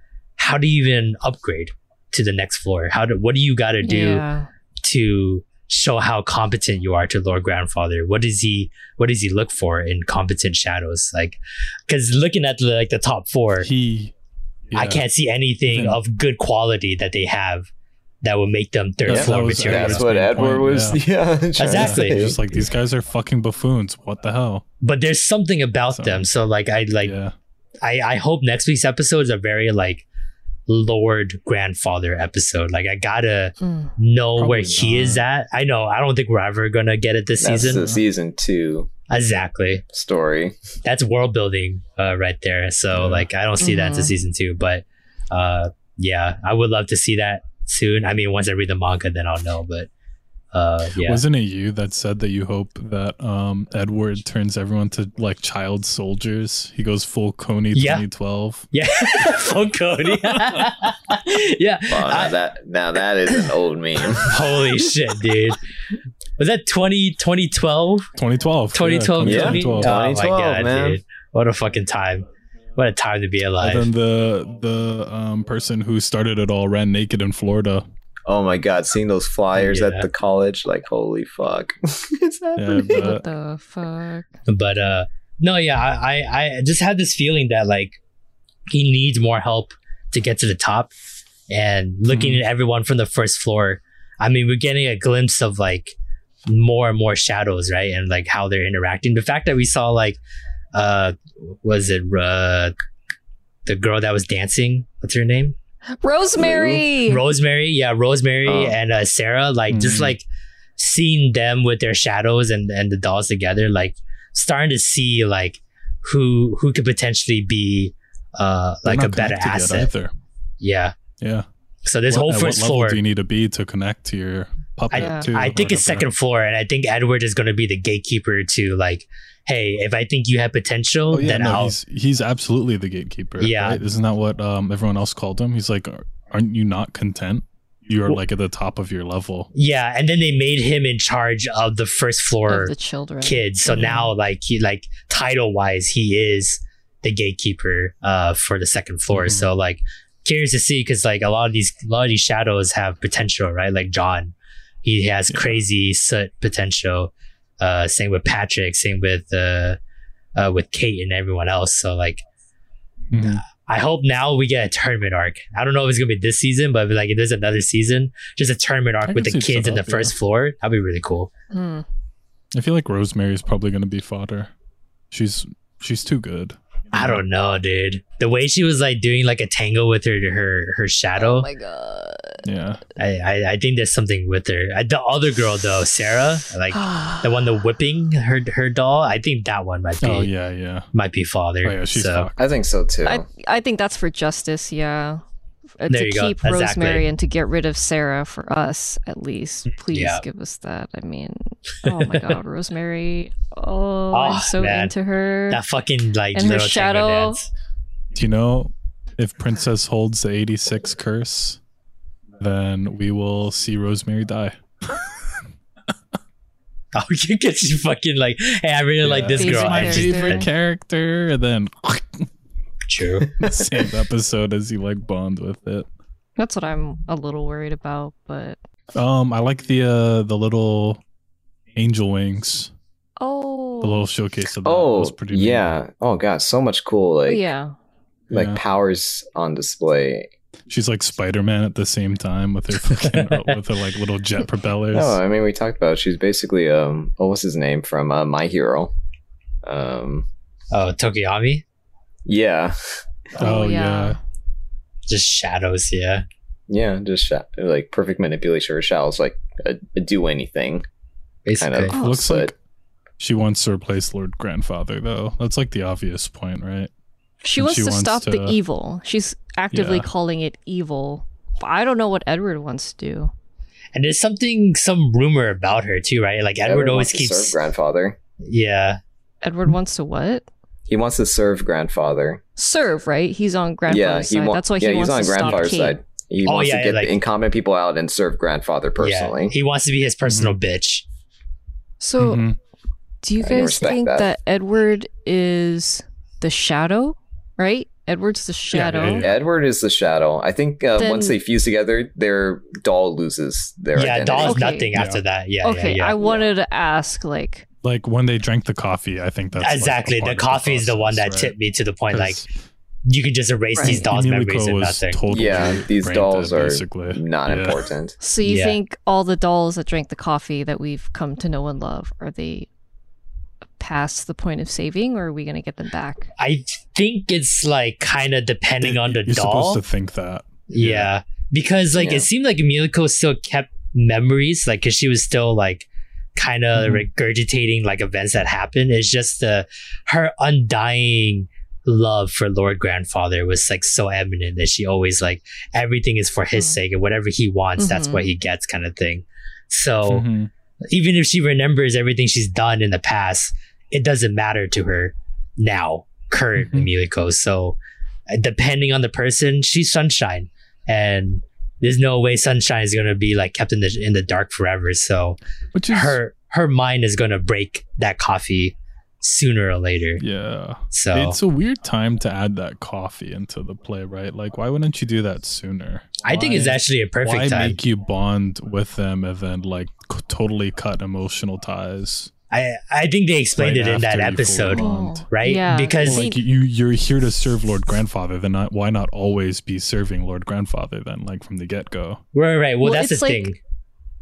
S2: how do you even upgrade to the next floor how do what do you got to do
S5: Yeah.
S2: to show how competent you are to lord grandfather what does he what does he look for in competent shadows like because looking at the, like the top four
S4: He.
S2: i
S4: yeah.
S2: can't see anything
S4: Mhm.
S2: of good quality that they have that would make them third
S4: That's-
S2: floor
S4: that was-
S2: material
S3: That's
S4: Edward's
S3: what
S4: main
S3: Edward
S4: point,
S3: was. Yeah, trying to
S2: Exactly.
S3: say.
S4: Just like these guys are fucking buffoons. What the hell?
S2: but there's something about
S4: So-
S2: them so like i like
S4: yeah.
S2: I, I hope next week's episode is a very like Lord grandfather episode. Like I gotta
S5: Mm.
S2: know
S4: Probably
S2: where he
S4: not.
S2: is at. I know I don't think we're ever gonna get it this
S3: That's
S2: season.
S3: the season two
S2: exactly.
S3: story.
S2: That's world building uh, right there. So
S4: Yeah.
S2: like I don't see that to
S5: Mhm.
S2: season two, but uh yeah, I would love to see that soon. I mean once I read the manga then I'll know, but uh yeah.
S4: Wasn't it you that said that you hope that um Edward turns everyone to like child soldiers? He goes full Coney
S2: Yeah.
S4: 2012.
S2: yeah. Full Cody. yeah.
S3: Wow, now
S2: I-
S3: that now that is an old meme.
S2: holy shit, dude. Was that 20, 2012?
S4: 2012.
S2: 2012,
S3: Yeah,
S2: 2012.
S3: 2012.
S2: Oh my
S3: 2012,
S2: god,
S3: man.
S2: dude. What a fucking time. What a time to be alive.
S4: And then the the um, person who started it all ran naked in Florida.
S3: Oh my god, seeing those flyers
S2: Yeah.
S3: at the college, like holy fuck, it's
S4: Yeah,
S3: happening.
S4: but
S5: What the fuck?
S2: but uh no, yeah, I, I I just had this feeling that like he needs more help to get to the top. And looking at everyone from the first floor, I mean, we're getting a glimpse of like more and more shadows, right? And like how they're interacting. The fact that we saw like uh was it uh the girl that was dancing? What's her name?
S5: Rosemary.
S2: Rosemary, yeah, Rosemary
S3: Oh.
S2: and uh, Sarah, like just
S4: Mhm.
S2: like seeing them with their shadows and and the dolls together, like starting to see like who who could potentially be uh
S4: they're
S2: like a
S4: not
S2: better
S4: connected yet
S2: asset.
S4: Either.
S2: Yeah.
S4: Yeah.
S2: So this
S4: What-
S2: whole
S4: at
S2: first
S4: what level
S2: floor,
S4: do you need to be to connect to your puppet?
S5: I-
S4: too,
S2: I think
S4: or
S2: it's
S4: whatever?
S2: second floor, and I think Edward is going to be the gatekeeper to like, hey, if I think you have potential,
S4: Oh, yeah,
S2: then
S4: no,
S2: I'll.
S4: he's he's absolutely the gatekeeper.
S2: Yeah.
S4: right? isn't that what um, everyone else called him? He's like, "Ar- aren't you not content? You are
S2: Well-
S4: like at the top of your level.
S2: Yeah, and then they made him in charge of the first floor
S5: Of the children. Mm-hmm.
S2: kids. So
S4: Mm-hmm.
S2: now, like he like title wise, he is the gatekeeper uh, for the second floor.
S4: Mhm.
S2: So like curious to see because like a lot of these a lot of these shadows have potential, right? Like John, he has
S4: Yeah.
S2: crazy soot potential. Uh, same with Patrick. Same with uh, uh, with Kate and everyone else. So like.
S4: Mhm.
S2: I hope now we get a tournament arc. I don't know if it's gonna be this season, but like if there's another season, just a tournament
S4: I
S2: arc
S4: can
S2: with the
S4: see it
S2: kids
S4: set
S2: in the
S4: up, yeah.
S2: first floor. That'd be really cool.
S5: Mm.
S4: I feel like Rosemary's probably going to be fodder. She's she's too good.
S2: I don't know, dude. The way she was like doing like a tango with her her her shadow,
S5: Oh my god.
S4: Yeah,
S2: I, I I think there's something with her. I, the other girl though, Sarah, like the one the whipping her her doll. I think that one might be
S4: Oh yeah, yeah.
S2: might be father.
S4: Oh yeah, she's
S2: so
S4: fucked.
S3: I think so too.
S5: I I think that's for justice, yeah. Uh,
S2: There
S5: to
S2: you go,
S5: keep
S2: exactly.
S5: Rosemary and to get rid of Sarah for us, at least. Please
S2: Mm, Yeah.
S5: give us that. I mean, oh my god, Rosemary. Oh,
S2: Oh,
S5: I'm so
S2: man.
S5: into her.
S2: that fucking like
S5: And her
S2: little shadow.
S5: shadow.
S2: Dance.
S4: Do you know if Princess holds the eighty six curse, then we will see Rosemary die.
S2: Oh, you get you fucking like, hey, I really like this
S4: Yeah.
S1: Basic
S2: girl.
S4: My
S2: I
S1: character.
S2: just-
S4: favorite character, and then
S2: True.
S4: the same episode as you like bond with it.
S1: That's what I'm a little worried about, but
S4: Um, I like the uh the little angel wings, the
S1: oh,
S4: little showcase of that
S3: Oh,
S4: was pretty. neat.
S3: yeah. Oh, God. So much cool,
S2: Oh,
S3: like,
S1: yeah,
S3: like
S4: Yeah.
S3: powers on display.
S4: She's like Spider Man at the same time with her fucking with her like little jet propellers.
S3: No, I mean, we talked about it. she's basically, um, oh, what's his name from uh, My Hero? Um,
S2: Oh, Tokiyami?
S3: yeah.
S4: oh yeah.
S2: Just shadows, yeah.
S3: Yeah, just sha- like perfect manipulation of Shao's like a, a do anything.
S2: Basically.
S3: Kind of.
S1: Oh,
S4: Looks
S3: but-
S4: like she wants to replace Lord Grandfather though. That's like the obvious point, right?
S1: she
S4: And
S1: wants
S4: she
S1: to
S4: wants
S1: stop the
S4: to-
S1: evil. She's actively
S4: Yeah.
S1: calling it evil. But I don't know what Edward wants to do.
S2: And there's something, some rumor about her too, right? Like Edward
S3: Everyone
S2: always
S3: wants to serve
S2: keeps.
S3: grandfather.
S2: Yeah.
S1: Edward wants to what?
S3: He wants to serve grandfather.
S1: Serve, right? He's on grandfather's
S3: yeah, he
S1: side.
S3: wa-
S1: That's why
S3: yeah,
S1: he
S3: he's
S1: wants
S3: on
S1: to stop
S3: grandfather's
S1: Kate.
S3: side. He
S2: Oh,
S3: wants
S2: yeah,
S3: to get
S2: like-
S3: the incompetent people out and serve grandfather personally.
S2: Yeah. He wants to be his personal
S4: Mm-hmm.
S2: bitch.
S1: So,
S4: Mhm.
S1: do you
S3: I can
S1: guys
S3: respect
S1: think
S3: that.
S1: that. Edward is the shadow? Right? Edward's the shadow.
S4: yeah, yeah.
S3: Edward is the shadow. I think uh,
S1: Then-
S3: once they fuse together, their doll loses their
S2: yeah,
S3: identity.
S2: doll's
S1: Okay.
S2: nothing
S4: Yeah.
S2: after that. Yeah,
S1: okay,
S2: yeah,
S1: I
S2: yeah.
S1: wanted to ask, like,
S4: Like when they drank the coffee, I think that's like, a
S2: exactly.
S4: part
S2: the
S4: of
S2: coffee is the one that
S4: process, right?
S2: tipped me to the point like
S4: 'Cause
S2: you can just erase
S1: Right.
S2: these dolls'
S4: Niliko
S2: memories and
S4: was
S2: nothing.
S4: totally
S3: Yeah, these
S4: brain
S3: dolls
S4: dead,
S3: are
S4: basically.
S3: Not
S4: Yeah.
S3: important.
S1: so you
S2: Yeah.
S1: think all the dolls that drank the coffee that we've come to know and love are they past the point of saving, or are we going to get them back?
S2: I think it's like kind of depending on the
S4: You're
S2: doll.
S4: supposed to think that.
S2: yeah. because like
S3: Yeah.
S2: it seemed like Miliko still kept memories, like because she was still like kind of
S4: Mhm.
S2: regurgitating like events that happened. It's just the her undying love for Lord Grandfather was like so eminent that she always like everything is for his
S1: Mhm.
S2: sake and whatever he wants, that's
S1: Mhm.
S2: what he gets, kind of thing. So
S4: Mhm.
S2: even if she remembers everything she's done in the past, it doesn't matter to her now,
S1: Mm-hmm.
S2: current
S4: Mhm.
S2: Miliko. So, uh, depending on the person, she's sunshine, and there's no way sunshine is gonna be like kept in the in the dark forever. So
S4: Which is
S2: her her mind is gonna break that coffee sooner or later.
S4: Yeah.
S2: So
S4: It's a weird time to add that coffee into the play, right? Like, why wouldn't you do that sooner?
S2: I think it's
S4: Why-
S2: actually a perfect
S4: why
S2: time.
S4: make you bond with them and then like c- totally cut emotional ties?
S2: I I think they explained
S4: right
S2: it in that
S4: after you
S2: episode,
S4: fully
S1: Oh.
S4: bond?
S2: right?
S1: Yeah.
S2: Because
S4: Like you, you're here to serve Lord Grandfather. Then not, why not always be serving Lord Grandfather? Then, like from the get go.
S2: right, right. Well,
S1: Well,
S2: that's the
S1: it's like-
S2: thing.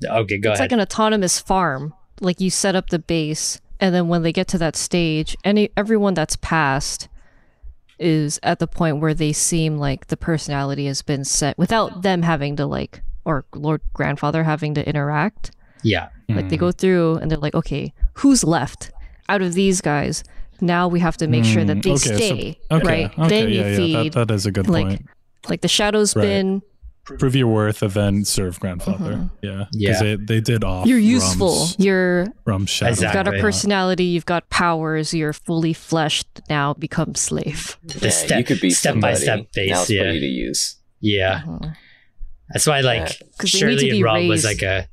S2: Okay, go
S1: it's
S2: ahead.
S1: like an autonomous farm. Like you set up the base, and then when they get to that stage, any everyone that's passed is at the point where they seem like the personality has been set without them having to like or Lord Grandfather having to interact.
S2: yeah,
S1: Like they go
S4: Hmm.
S1: through and they're like, okay, who's left out of these guys? Now we have to make sure that
S4: Mm,
S1: they
S4: okay, so-
S1: stay,
S4: Okay.
S1: right?
S4: Okay.
S1: then you
S4: yeah.
S1: feed
S4: yeah. That, that is a good
S1: like,
S4: point.
S1: like the shadow's
S4: Right.
S1: been
S4: Prove your worth and then serve Grandfather.
S1: Mhm.
S4: Yeah. 'Cause
S2: Yeah.
S4: They, they did off.
S1: you're useful, you're
S4: Rum shadow.
S1: You've got
S2: Exactly.
S1: a personality, you've got powers, you're fully fleshed now, become slave.
S2: the
S3: Yeah,
S2: step
S3: you could be
S2: step by
S3: somebody.
S2: step base.
S3: Now it's
S2: yeah.
S3: for you to use.
S2: Yeah,
S1: Mhm.
S2: that's why like
S3: Yeah.
S1: 'Cause they need to
S2: Shirley and
S1: be
S2: Rob
S1: raised.
S2: was like a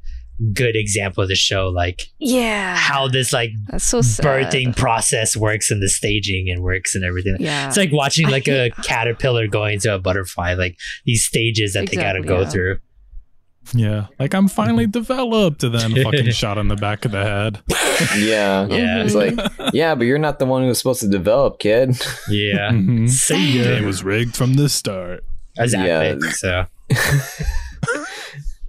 S2: good example to show like
S1: Yeah.
S2: how this like
S1: That's Ah, so sad.
S2: birthing process works and the staging and works and everything.
S1: Yeah.
S2: It's like watching
S1: I
S2: like a caterpillar going to a butterfly, like these stages that they gotta
S1: Exactly,
S2: go
S1: yeah.
S2: through.
S4: Yeah, like I'm
S2: Mm-hmm.
S4: finally developed, and then fucking shot in the back of the head.
S1: Mm-hmm.
S3: Yeah.
S2: Yeah.
S3: It's like, yeah, but you're not the one who's supposed to develop, kid. Mm-hmm.
S2: Yeah.
S4: Mhm.
S2: See
S4: Game
S2: ya.
S4: was rigged from the start.
S2: Exactly.
S3: Yeah.
S2: So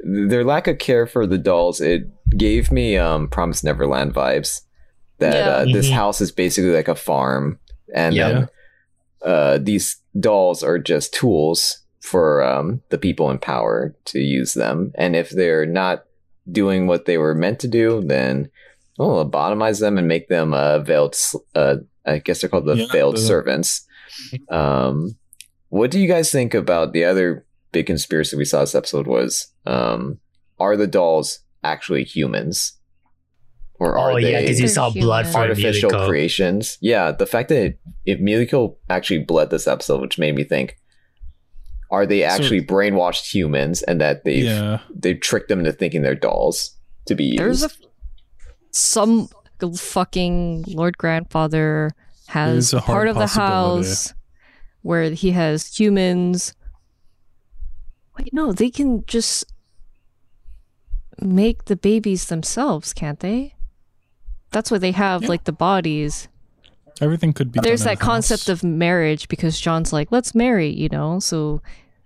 S3: Their lack of care for the dolls, it gave me um Promise Neverland vibes. That uh,
S2: Yeah.
S3: this
S2: Mhm.
S3: house is basically like a farm and
S2: Yeah.
S3: then uh these dolls are just tools for um the people in power to use them. And if they're not doing what they were meant to do, then oh, lobotomize them and make them uh, veiled. sl- Uh, I guess they're called the
S4: Yeah,
S3: veiled
S4: the-
S3: servants. Um, what do you guys think about the other big conspiracy we saw this episode? Was um, are the dolls actually humans, or are
S2: Oh yeah,
S3: they
S2: because you
S1: They're
S2: saw blood
S1: human.
S2: for
S3: artificial
S2: Miliko.
S3: creations? Yeah, the fact that it, it Miliko actually bled this episode, which made me think. Are they
S4: So-
S3: actually brainwashed humans and that they've
S4: Yeah,
S3: they've tricked them into thinking they're dolls to be used.
S1: There's a some fucking Lord Grandfather has
S4: Is a hard
S1: part of the
S4: possibility.
S1: house where he has humans. Wait, no, they can just make the babies themselves, can't they? That's why they have like the bodies.
S4: Everything could be.
S1: There's
S4: done in
S1: that concept
S4: house.
S1: of marriage because John's like, let's marry, you know? So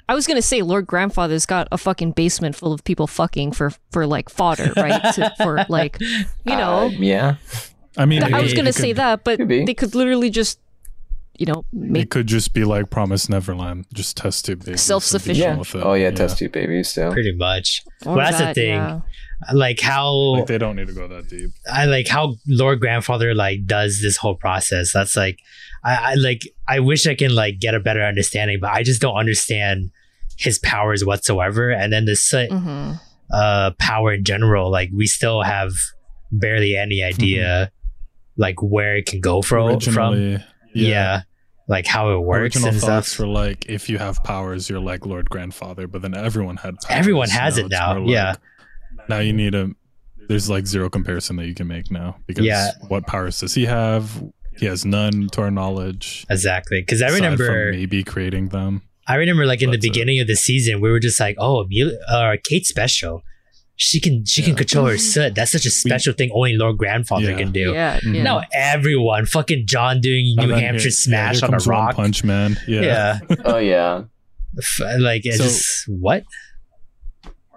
S1: I was gonna say Lord Grandfather's got a fucking basement full of people fucking for for like fodder, right? to, for like you know
S3: Uh, yeah.
S4: I mean,
S1: I
S4: it
S1: was
S4: could-
S1: gonna
S4: it
S1: say
S4: could-
S1: that, but
S3: could be.
S1: they could literally just you know, make
S4: It could just be like Promise Neverland, just test tube babies.
S1: Self-sufficient.
S3: Yeah. Oh yeah, test two babies. So
S2: pretty much.
S1: or
S2: Well, that's the
S1: that,
S2: thing.
S1: yeah.
S2: Like how
S4: Like they don't need to go that deep.
S2: I like how Lord Grandfather like does this whole process. That's like I, I like I wish I can like get a better understanding, but I just don't understand his powers whatsoever. And then the Sith
S1: Mhm.
S2: uh power in general, like we still have barely any idea like where it can go from from.
S4: Mm-hmm. Originally,
S2: Yeah. Like how it works
S4: Original
S2: and
S4: thoughts
S2: stuff.
S4: were like, if you have powers, you're like Lord Grandfather. But then everyone had. Powers.
S2: Everyone has it
S4: it's
S2: now,
S4: more
S2: yeah.
S4: like, now you need a. There's like zero comparison that you can make now because
S2: Yeah.
S4: what powers does he have? He has none to our knowledge.
S2: exactly. Cause I
S4: aside from
S2: remember
S4: maybe creating them.
S2: I remember like in the
S4: That's it.
S2: beginning of the season, we were just like, oh, Amelia, uh, Kate's special. She can she can
S4: Yeah.
S2: control her
S1: Mm-hmm.
S2: soot. That's such a special thing only Lord Grandfather
S4: Yeah.
S2: can do.
S1: Yeah,
S4: Mhm.
S1: yeah.
S2: Now everyone, fucking John doing
S4: And
S2: New
S4: then
S2: Hampshire
S4: here- yeah,
S2: smash
S4: here
S2: on a
S4: comes One
S2: rock.
S4: Punch Man. Yeah.
S2: yeah.
S3: oh yeah.
S2: F- like it's
S4: So-
S2: just what?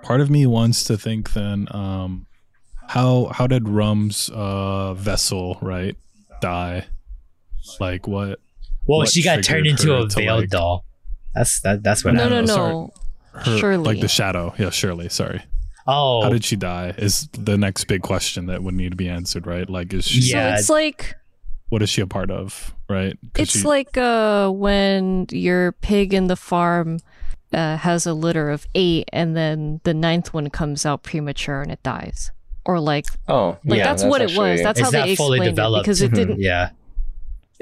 S4: Part of me wants to think then, um, how how did Rum's uh, vessel right die? Like what?
S2: Well,
S4: what
S2: she got turned
S4: triggered
S2: into
S4: her
S2: a
S4: to,
S2: veiled
S4: like-
S2: doll. That's that. That's what.
S1: no,
S2: I
S1: no,
S4: don't know,
S1: no.
S4: Her,
S1: Shirley.
S4: Like the shadow. Yeah, Shirley. Sorry. How
S2: Oh,
S4: did she die? Is the next big question that would need to be answered, right? Like, is she?
S2: Yeah.
S1: So it's like
S4: What is she a part of? Right? 'Cause
S1: it's
S4: she-
S1: like uh when your pig in the farm uh, has a litter of eight, and then the ninth one comes out premature and it dies, or like
S3: Oh
S1: like
S3: yeah.
S1: that's, what it was.
S3: actually-
S1: That's
S2: It's
S1: how they
S2: not fully
S1: explained it
S2: developed. Mm-hmm.
S1: because it
S3: Mhm.
S1: didn't.
S2: yeah.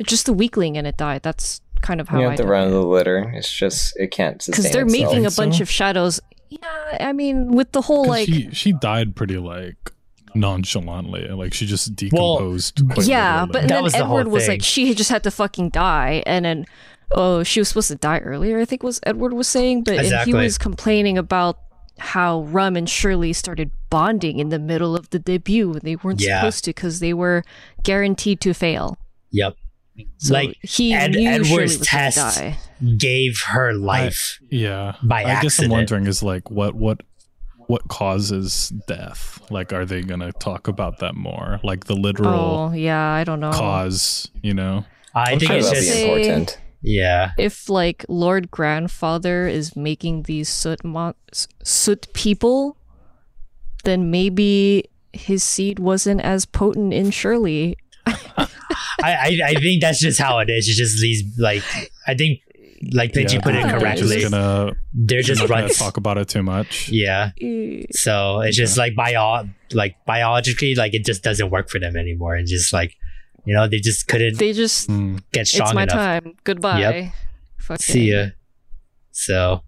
S1: Just the weakling and it died. That's kind of how
S3: you
S1: I
S3: have to
S1: did
S3: run
S1: it.
S3: the litter. It's just it can't sustain.
S1: because they're making a
S4: Think so?
S1: bunch of shadows. Yeah, I mean, with the whole
S4: 'cause
S1: like,
S4: she she died pretty like nonchalantly. Like she just decomposed. quite
S1: yeah,
S4: literally.
S1: but
S2: That
S1: then
S2: was the whole
S1: Edward was
S2: thing.
S1: like, she had just had to fucking die, and then oh, she was supposed to die earlier. I think was Edward was saying, but and
S2: Exactly.
S1: he was complaining about how Rum and Shirley started bonding in the middle of the debut, and they weren't
S2: Yeah.
S1: supposed to because they were guaranteed to fail.
S2: Yep.
S1: So
S2: like
S1: he
S2: Ed-
S1: knew
S2: Edward's
S1: Shirley was gonna
S2: test
S1: die.
S2: gave her life.
S4: Yeah.
S2: by
S4: I guess I'm
S2: accident.
S4: wondering is like what what what causes death? Like are they gonna talk about that more? Like the literal
S1: Oh yeah, I don't know.
S4: cause, you know?
S2: I
S3: I'm
S2: think
S3: sure
S2: it's
S3: that'll
S2: just
S3: be important.
S2: yeah.
S1: if like Lord Grandfather is making these soot mon- s- soot people, then maybe his seed wasn't as potent in Shirley.
S2: I, I I think that's just how it is. It's just these like I think like Pinchy put it
S1: they're
S4: I'm
S2: correctly.
S4: just gonna,
S2: They're just
S4: not gonna
S2: running.
S4: talk about it too much.
S2: Yeah.
S1: Eh,
S2: So it's just like bio, like biologically, like it just doesn't work for them anymore. And just like, you know, they just couldn't
S1: They just
S4: Hmm.
S2: get strong
S1: it's my
S2: enough.
S1: time. Goodbye.
S2: Yep.
S1: Fucking-
S2: See ya. So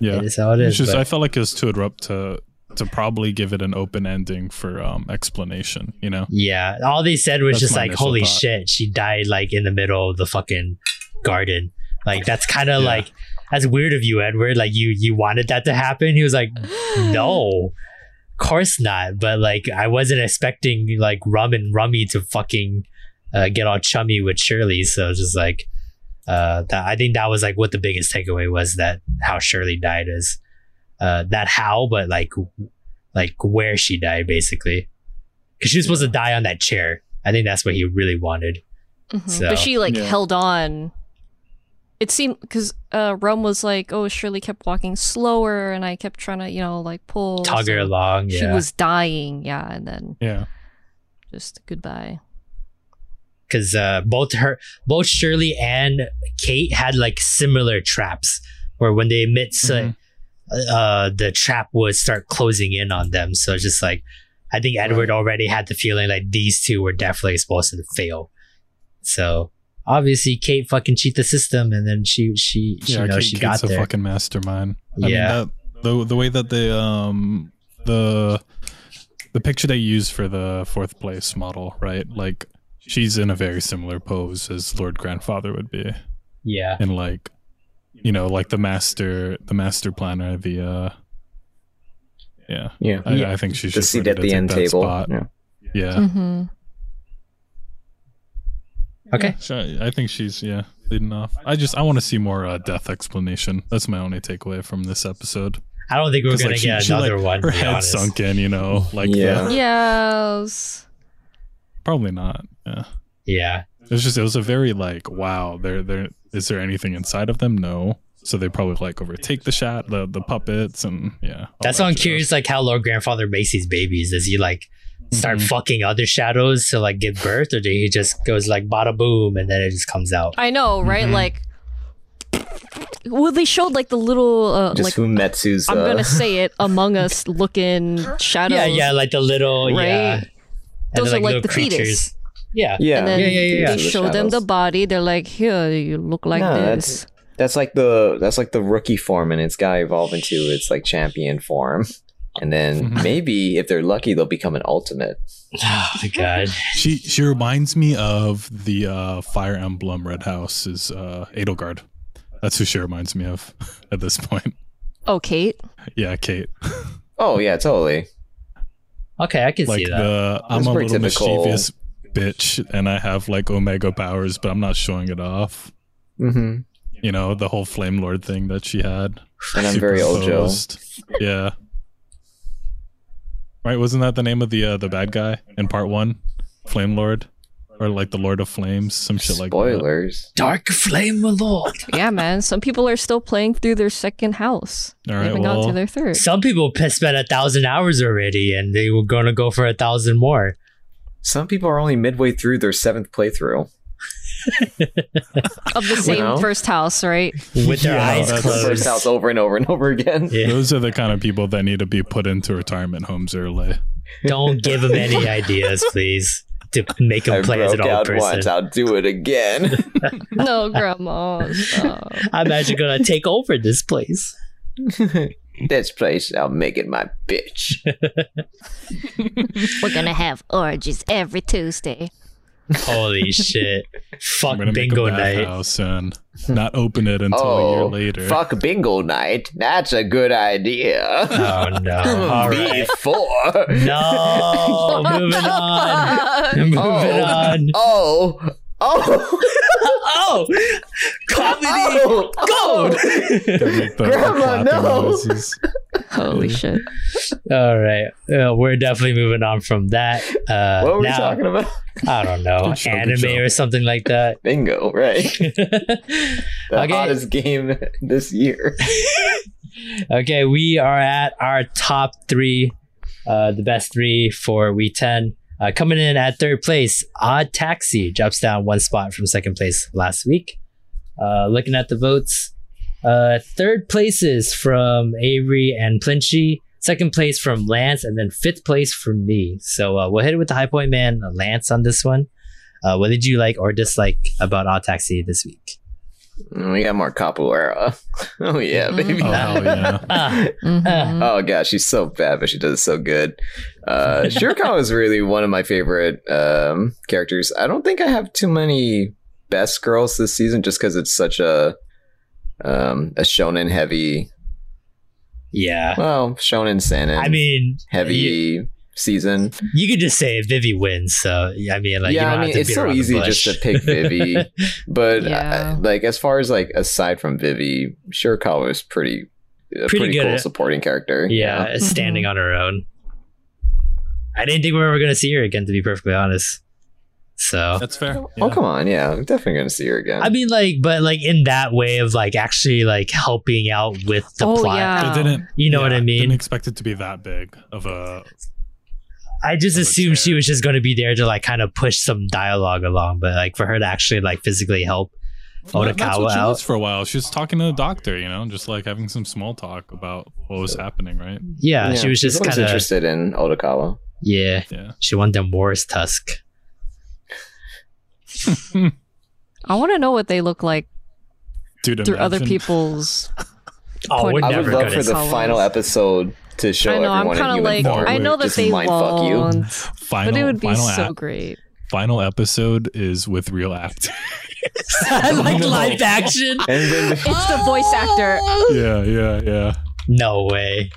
S4: Yeah.
S2: it is how it
S4: It's
S2: is.
S4: just
S2: but-
S4: I felt like it was too abrupt to to probably give it an open ending for um explanation, you know?
S2: yeah, all they said was
S4: That's
S2: just
S4: my
S2: like,
S4: initial
S2: "Holy
S4: thought.
S2: shit, she died like in the middle of the fucking garden." Like that's kind of
S4: Yeah.
S2: like that's weird of you, Edward. Like you you wanted that to happen. He was like, "No." Of course not, but like I wasn't expecting like Rum and Rummy to fucking uh, get all chummy with Shirley. So it's just like uh, that, I think that was like what the biggest takeaway was that how Shirley died is uh, not how, but like w- like where she died basically, because she was supposed to die on that chair. I think that's what he really wanted.
S1: Mhm.
S2: So,
S1: but she like
S4: yeah.
S1: held on. It seemed because uh, Rum was like, "Oh, Shirley kept walking slower, and I kept trying to, you know, like pull."
S2: Tug her
S1: so
S2: along.
S1: She
S2: Yeah.
S1: was dying, yeah, and then
S4: Yeah.
S1: just goodbye.
S2: because uh, both her, both Shirley and Kate had like similar traps where when they emit
S4: Mm-hmm.
S2: soot, uh, the trap would start closing in on them. So it's just like, I think Edward already had the feeling like these two were definitely supposed to fail. So obviously Kate fucking cheat the system, and then she she she
S4: yeah,
S2: knows
S4: Kate-
S2: she
S4: Kate's
S2: got
S4: a
S2: there.
S4: fucking mastermind.
S2: Yeah.
S4: I mean, that, the the way that they um the the picture they used for the fourth place model, right? Like she's in a very similar pose as Lord Grandfather would be,
S2: Yeah.
S4: and like you know, like the master, the master planner, the uh, yeah,
S3: Yeah.
S4: I,
S2: Yeah.
S4: I think she should
S3: The seat
S4: really
S3: at the
S4: take
S3: end
S4: that
S3: table.
S4: spot.
S3: Yeah.
S4: Yeah,
S5: Mm-hmm.
S2: Okay.
S4: Sure, I think she's yeah leading off. I just I want to see more uh, death explanation. That's my only takeaway from this episode.
S2: I don't think we're
S4: 'Cause,
S2: gonna
S4: like, she-
S2: get
S4: she,
S2: another one.
S4: like,
S2: to
S4: Her
S2: be
S4: head
S2: honest.
S4: sunk in, you know, like the-
S3: Yeah.
S5: Yes.
S4: probably not. Yeah.
S2: Yeah.
S4: It was just it was a very like wow. There there is there anything inside of them? No. So they probably like overtake the shot, the the puppets, and yeah. all
S2: That's why I'm
S4: that jazz.
S2: curious, like how Lord Grandfather makes these babies. Does he like start
S3: Mm-hmm.
S4: Mhm.
S2: fucking other shadows to like give birth, or do he just goes like bada boom and then it just comes out?
S5: I know, right?
S3: Mm-hmm.
S4: Mhm.
S5: Like, well, they showed like the little, uh,
S3: Just
S5: like,
S3: Fumetsu's.
S5: I'm
S3: uh,
S5: gonna say it, Among Us looking shadows.
S2: Yeah, yeah, like the little
S5: Right?
S2: yeah. And
S5: Those are
S2: then,
S5: like
S2: little
S5: the fetus.
S2: Yeah.
S3: yeah.
S5: And then
S2: yeah, yeah, yeah.
S5: they
S3: Those are
S5: show them the
S3: shadows.
S5: body. They're like, here, you look like
S3: No,
S5: this.
S3: that's- That's like the that's like the rookie form, and it's gotta evolve into its like champion form, and then
S2: Mm-hmm.
S4: Mhm.
S3: maybe if they're lucky, they'll become an ultimate.
S2: Oh my god.
S4: She she reminds me of the uh, Fire Emblem Red House is uh, Edelgard. That's who she reminds me of at this point.
S5: Oh, Kate.
S4: Yeah, Kate.
S3: Oh yeah, totally.
S2: Okay, I can
S4: Like
S2: see that.
S4: the I'm
S3: That's
S4: a
S3: pretty
S4: little
S3: typical.
S4: mischievous bitch, and I have like Omega powers, but I'm not showing it off.
S3: Mm-hmm.
S4: You know the whole Flame Lord thing that she had.
S3: And I'm very old Joe.
S4: Superimposed. Yeah. Right, wasn't that the name of the uh, the bad guy in part one? Flame Lord? Or like the Lord of Flames, some shit like that.
S3: Spoilers.
S2: Dark flame lord.
S5: Yeah, man. Some people are still playing through their second house.
S4: All
S5: they
S4: right,
S5: haven't
S4: well,
S5: gotten to their third.
S2: Some people p- spent a thousand hours already and they were gonna go for a thousand more.
S3: Some people are only midway through their seventh playthrough.
S5: Of the same
S3: know?
S5: first house, right?
S2: With their
S4: Yeah,
S2: eyes
S4: that's-
S3: The
S2: closed.
S3: first house over and over and over again.
S2: Yeah.
S4: those are the kind of people that need to be put into retirement homes early.
S2: Don't give them any ideas, please. To make
S3: I
S2: them play as an
S3: broke
S2: old
S3: out once.
S2: person.
S3: I'll do it again.
S5: No, grandma. stop.
S2: I'm actually gonna take over this place.
S3: this place, I'll make it my bitch.
S5: We're gonna have orgies every Tuesday.
S2: Holy shit! Fuck
S4: I'm gonna
S2: bingo
S4: make a
S2: night.
S4: bathhouse and not open it until a year later.
S3: Oh, Fuck bingo night. That's a good idea.
S2: Oh no! All right.
S3: Before.
S2: No, moving on. Moving on.
S3: Oh. Oh.
S2: Oh, comedy
S3: oh.
S2: gold.
S4: They make the
S3: Grandma,
S4: clapping
S3: no!
S4: noises.
S5: Holy shit.
S2: All right, uh, we're definitely moving on from that. Uh,
S3: What were we
S2: now,
S3: talking about?
S2: I don't know,
S4: Good show, good
S2: anime
S4: show.
S2: or something like that.
S3: Bingo, right? The
S2: Okay.
S3: hottest game this year.
S2: Okay, we are at our top three, uh, the best three for week 10. Uh, coming in at third place, Odd Taxi drops down one spot from second place last week. Uh, looking at the votes, uh, third places from Avery and Plinchy, second place from Lance, and then fifth place from me. So uh, we'll hit it with the high point man, uh, Lance, on this one. Uh, what did you like or dislike about Odd Taxi this week?
S3: We got more capoeira. Oh yeah,
S2: Mm-hmm.
S3: baby.
S4: Oh hell yeah.
S2: Ah,
S5: Mhm.
S3: Oh gosh, she's so bad, but she does it so good. Uh, Shuriko is really one of my favorite um, characters. I don't think I have too many best girls this season, just because it's such a um, a shonen heavy.
S2: yeah.
S3: Well, shonen seinen.
S2: I mean,
S3: heavy season.
S2: You could just say Vivi wins. So yeah, I mean, like, you don't
S3: yeah, I
S2: have
S3: mean,
S2: to
S3: it's
S2: beat
S3: so
S2: around the
S3: easy
S2: bush.
S3: just to pick Vivi, but I-
S5: Yeah.
S3: like as far as like aside from Vivi, Shurikawa is pretty. A
S2: Pretty
S3: pretty,
S2: good
S3: cool
S2: at-
S3: supporting character.
S2: yeah,
S3: Mm-hmm.
S2: standing on her own. I didn't think we were gonna see her again, to be perfectly honest. So
S4: That's fair.
S3: Oh
S4: Yeah.
S3: come on, yeah, I'm definitely gonna see her again.
S2: I mean, like, but like in that way of like actually like helping out with the
S5: Oh,
S2: plot.
S5: yeah.
S4: They didn't
S2: You know what
S4: yeah,
S2: I mean?
S4: Didn't expect it to be that big of a
S3: Mm-hmm.
S2: I just
S4: Of a
S2: assumed she
S4: chair.
S2: was just going to be there to like kind of push some dialogue along, but like for her to actually like physically help
S4: Well, that's
S2: Odakawa
S4: what she
S2: out.
S4: was for a while. She was talking to the doctor, you know, just like having some small talk about what was happening, right?
S2: Yeah, she was just
S3: Everyone's
S2: kind of
S3: interested in Odakawa.
S2: yeah.
S4: Yeah.
S2: She won them War's Tusk.
S5: I want to know what they look like
S4: Dude,
S5: through other
S4: imagine-
S5: people's
S2: Oh,
S5: Point-
S2: we're
S5: I
S3: I
S2: never
S3: would
S5: Never
S3: love
S2: gonna.
S3: for the
S5: Colors.
S3: final episode to show
S1: I know. I'm
S3: everyone in
S1: kind of
S3: human
S1: like.
S3: form.
S1: I know that
S3: Just
S1: they
S3: mind fuck you.
S1: won't,
S4: Final,
S1: but it would be
S4: final,
S1: so
S4: ep-
S1: great.
S4: final episode is with real actors.
S2: I like live action.
S3: And then
S5: It's the voice actor.
S4: yeah, yeah, yeah.
S2: No way.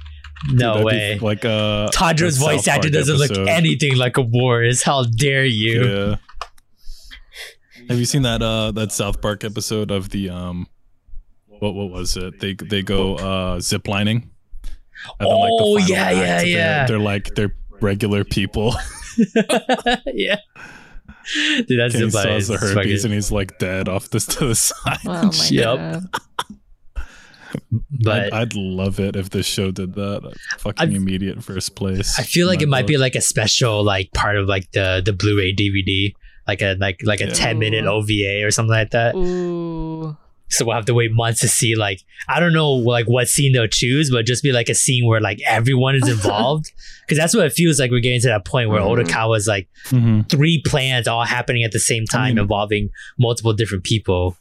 S2: No
S4: Dude,
S2: way.
S4: that'd be Like uh,
S2: Tandra's
S4: a South
S2: voice actor
S4: Park
S2: doesn't
S4: episode.
S2: look anything like a Warriors. How dare you?
S4: Yeah. Have you seen that uh that South Park episode of the um what what was it? They they go uh zip lining. And then,
S2: Oh,
S4: final
S2: yeah, yeah,
S4: act, they're-
S2: yeah.
S4: They're like they're regular people.
S2: yeah. Dude, that's
S4: Kenny
S2: the
S4: still has
S2: bias.
S4: the
S2: It's
S4: herpes
S2: fucking-
S4: and he's like dead off this to the side.
S1: Oh my
S2: Yep.
S1: god.
S2: But
S4: I'd, I'd love it if this show did that. Fucking
S2: I've-
S4: immediate first place.
S2: I feel like
S4: My
S2: it might be
S4: book.
S2: like a special like part of like the the Blu-ray DVD, like a like like a
S4: Yeah.
S2: 10 minute OVA or something like that.
S1: Ooh.
S2: So we'll have to wait months to see like I don't know like what scene they'll choose, but just be like a scene where like everyone is involved. Cause that's what it feels like we're getting to that point where
S4: Mm-hmm.
S3: Mhm.
S2: Otakawa's like
S4: Mhm.
S2: three plans all happening at the same time
S4: mean-
S2: involving multiple different people.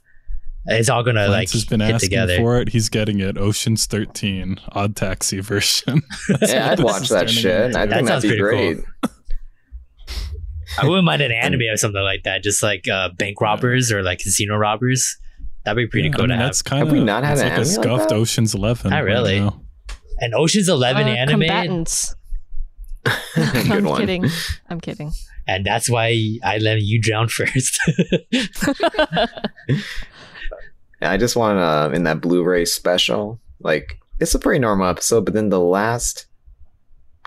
S2: It's all gonna
S4: Lance
S2: like
S4: has been
S2: hit
S4: asking
S2: together.
S4: for it. He's getting it. Ocean's Thirteen, Odd Taxi version.
S3: yeah, I'd watch that shit. I
S2: That
S3: think
S2: sounds
S3: that'd be
S2: pretty cool.
S3: great.
S2: I wouldn't mind an anime or something like that, just like uh, bank robbers or like casino robbers. That'd be pretty
S4: Yeah,
S2: cool
S4: I
S2: to
S4: mean,
S2: have.
S4: that's kind of
S3: we not had
S4: it's
S3: an
S4: like a
S3: anime like
S4: scuffed
S3: that?
S4: Ocean's Eleven.
S2: Not
S4: right
S2: really.
S4: now.
S2: An Ocean's Eleven
S1: Uh,
S2: anime,
S1: Combatants.
S3: Good
S1: I'm
S3: one.
S1: kidding. I'm kidding.
S2: and that's why I let you drown first.
S3: Yeah, I just want uh, in that Blu-ray special. Like it's a pretty normal episode, but then the last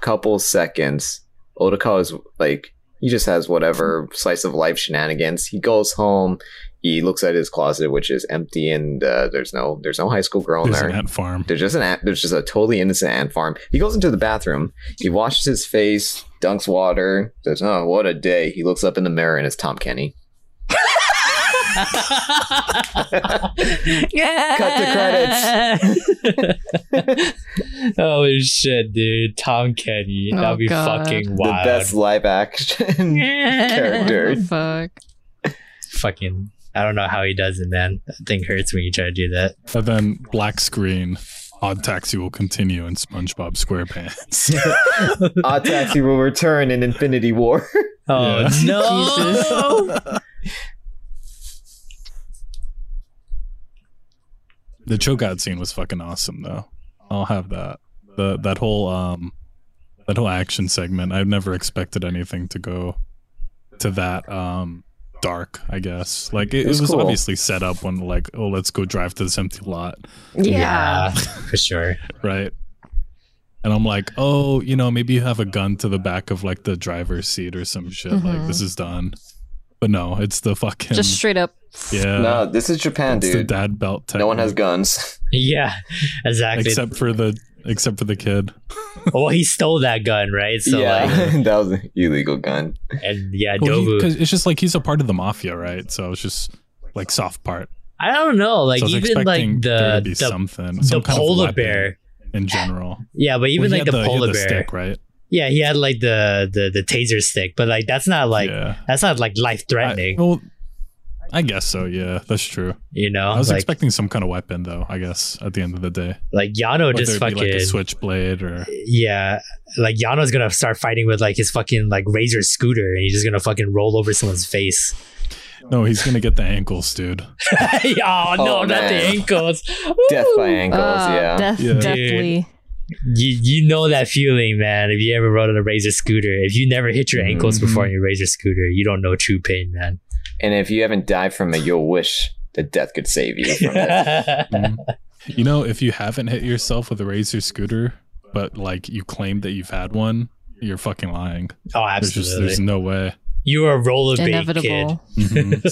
S3: couple seconds, Otakawa is like he just has whatever slice of life shenanigans. He goes home. He looks at his closet, which is empty, and uh, there's no there's no high school girl in
S4: There's
S3: there.
S4: an ant farm.
S3: There's just an ant, there's just a totally innocent ant farm. He goes into the bathroom. He washes his face, dunks water. Says, "Oh, what a day!" He looks up in the mirror and it's Tom Kenny. Cut the credits.
S2: Holy Oh, shit, dude! Tom Kenny,
S1: Oh,
S2: that'd be
S1: God.
S2: fucking
S3: The
S2: wild.
S3: best live action character.
S1: What the fuck?
S2: Fucking, I don't know how he does it, man. That thing hurts when you try to do that.
S4: And then black screen. Odd Taxi will continue in SpongeBob SquarePants.
S3: Odd Taxi will return in Infinity War.
S2: Oh
S4: Yeah.
S2: no!
S4: the chokeout scene was fucking awesome, though. I'll have that. The that whole um, that whole action segment. I've never expected anything to go to that um dark. I guess like it, it
S3: It was
S4: was
S3: cool.
S4: obviously set up when like oh let's go drive to this empty lot,
S2: yeah, for sure.
S4: right? And I'm like, oh, you know, maybe you have a gun to the back of like the driver's seat or some shit. Like
S1: Mhm.
S4: this is done. But no, it's the fucking
S1: Just straight up.
S4: yeah.
S2: Uh,
S3: no, this is Japan,
S4: it's the
S3: dude.
S4: dad belt. Technique,
S3: No one has guns.
S2: Yeah, exactly.
S4: except for the except for the kid.
S2: well, he stole that gun, right? So
S3: yeah, that was an illegal gun.
S2: like, and yeah,
S4: Well, he-
S2: Dobu.
S4: 'cause it's just like he's a part of the mafia, right? So it's just like soft part.
S2: I don't know, like
S4: so I was
S2: even like
S4: expecting there
S2: the
S4: to be
S2: the,
S4: something,
S2: the
S4: some kind of
S2: polar
S4: weapon
S2: bear.
S4: in general.
S2: Yeah, but even
S4: Well, he
S2: like
S4: had
S2: the,
S4: he had
S2: polar
S4: the
S2: bear.
S4: stick, right?
S2: Yeah, he had like the, the the taser stick, but like that's not like
S4: yeah.
S2: that's not like life
S4: I,
S2: threatening,
S4: well, I guess so. Yeah, that's true.
S2: you know.
S4: I was
S2: like
S4: expecting some kind of weapon, though. I guess at the end of the day,
S2: like Yano
S4: whether
S2: just
S4: it be
S2: fucking
S4: like a switchblade or
S2: yeah, like Yano's gonna start fighting with like his fucking like razor scooter, and he's just gonna fucking roll over someone's face.
S4: no, he's gonna get the ankles, dude.
S2: oh no, not the
S3: man.
S2: ankles.
S3: Death by
S2: Woo!
S3: ankles,
S1: Ah,
S3: yeah.
S1: Death,
S4: Yeah.
S1: deathly.
S2: you you know that feeling, man. If you ever rode on a razor scooter, if you never hit your ankles before on your razor scooter, you don't know true pain, man.
S3: and if you haven't died from it, you'll wish that death could save you from it.
S4: Mhm. You know, if you haven't hit yourself with a razor scooter, but like you claim that you've had one, you're fucking lying.
S2: oh,
S4: There's just
S2: absolutely.
S4: there's no way.
S2: you are a roller bait kid.
S1: Inevitable. Oh,
S4: Mhm.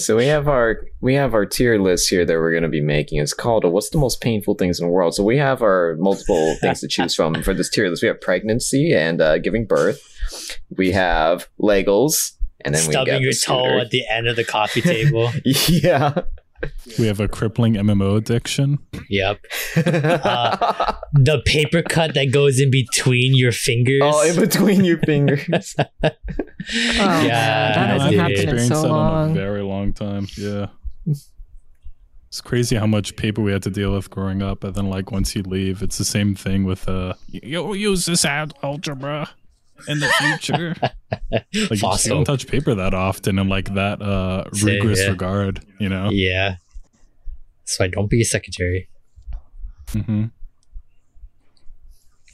S3: so we have our we have our tier list here that we're going to be making. It's called uh, "What's the most painful things in the world." So we have our multiple things to choose from for this tier list. We have pregnancy and uh, giving birth. We have Legos, and then we
S2: Stubbing
S3: got
S2: your
S3: your
S2: toe at the end of the coffee table.
S3: yeah.
S4: we have a crippling MMO addiction.
S2: yep. Uh, The paper cut that goes in between your fingers.
S3: oh, in between your fingers.
S1: Oh, man,
S2: Yeah,
S1: that
S2: I
S1: hasn't
S2: did.
S1: happened in
S4: experienced
S1: so
S4: that in a
S1: long.
S4: very long time. Yeah. It's crazy how much paper we had to deal with growing up, and then like once you leave, it's the same thing with uh, you'll use this ad algebra in the future. like you just
S2: Fossil.
S4: don't touch paper that often in like that uh
S2: Same,
S4: rigorous
S2: yeah.
S4: regard, you know.
S2: Yeah. So I don't be a secretary.
S4: hmm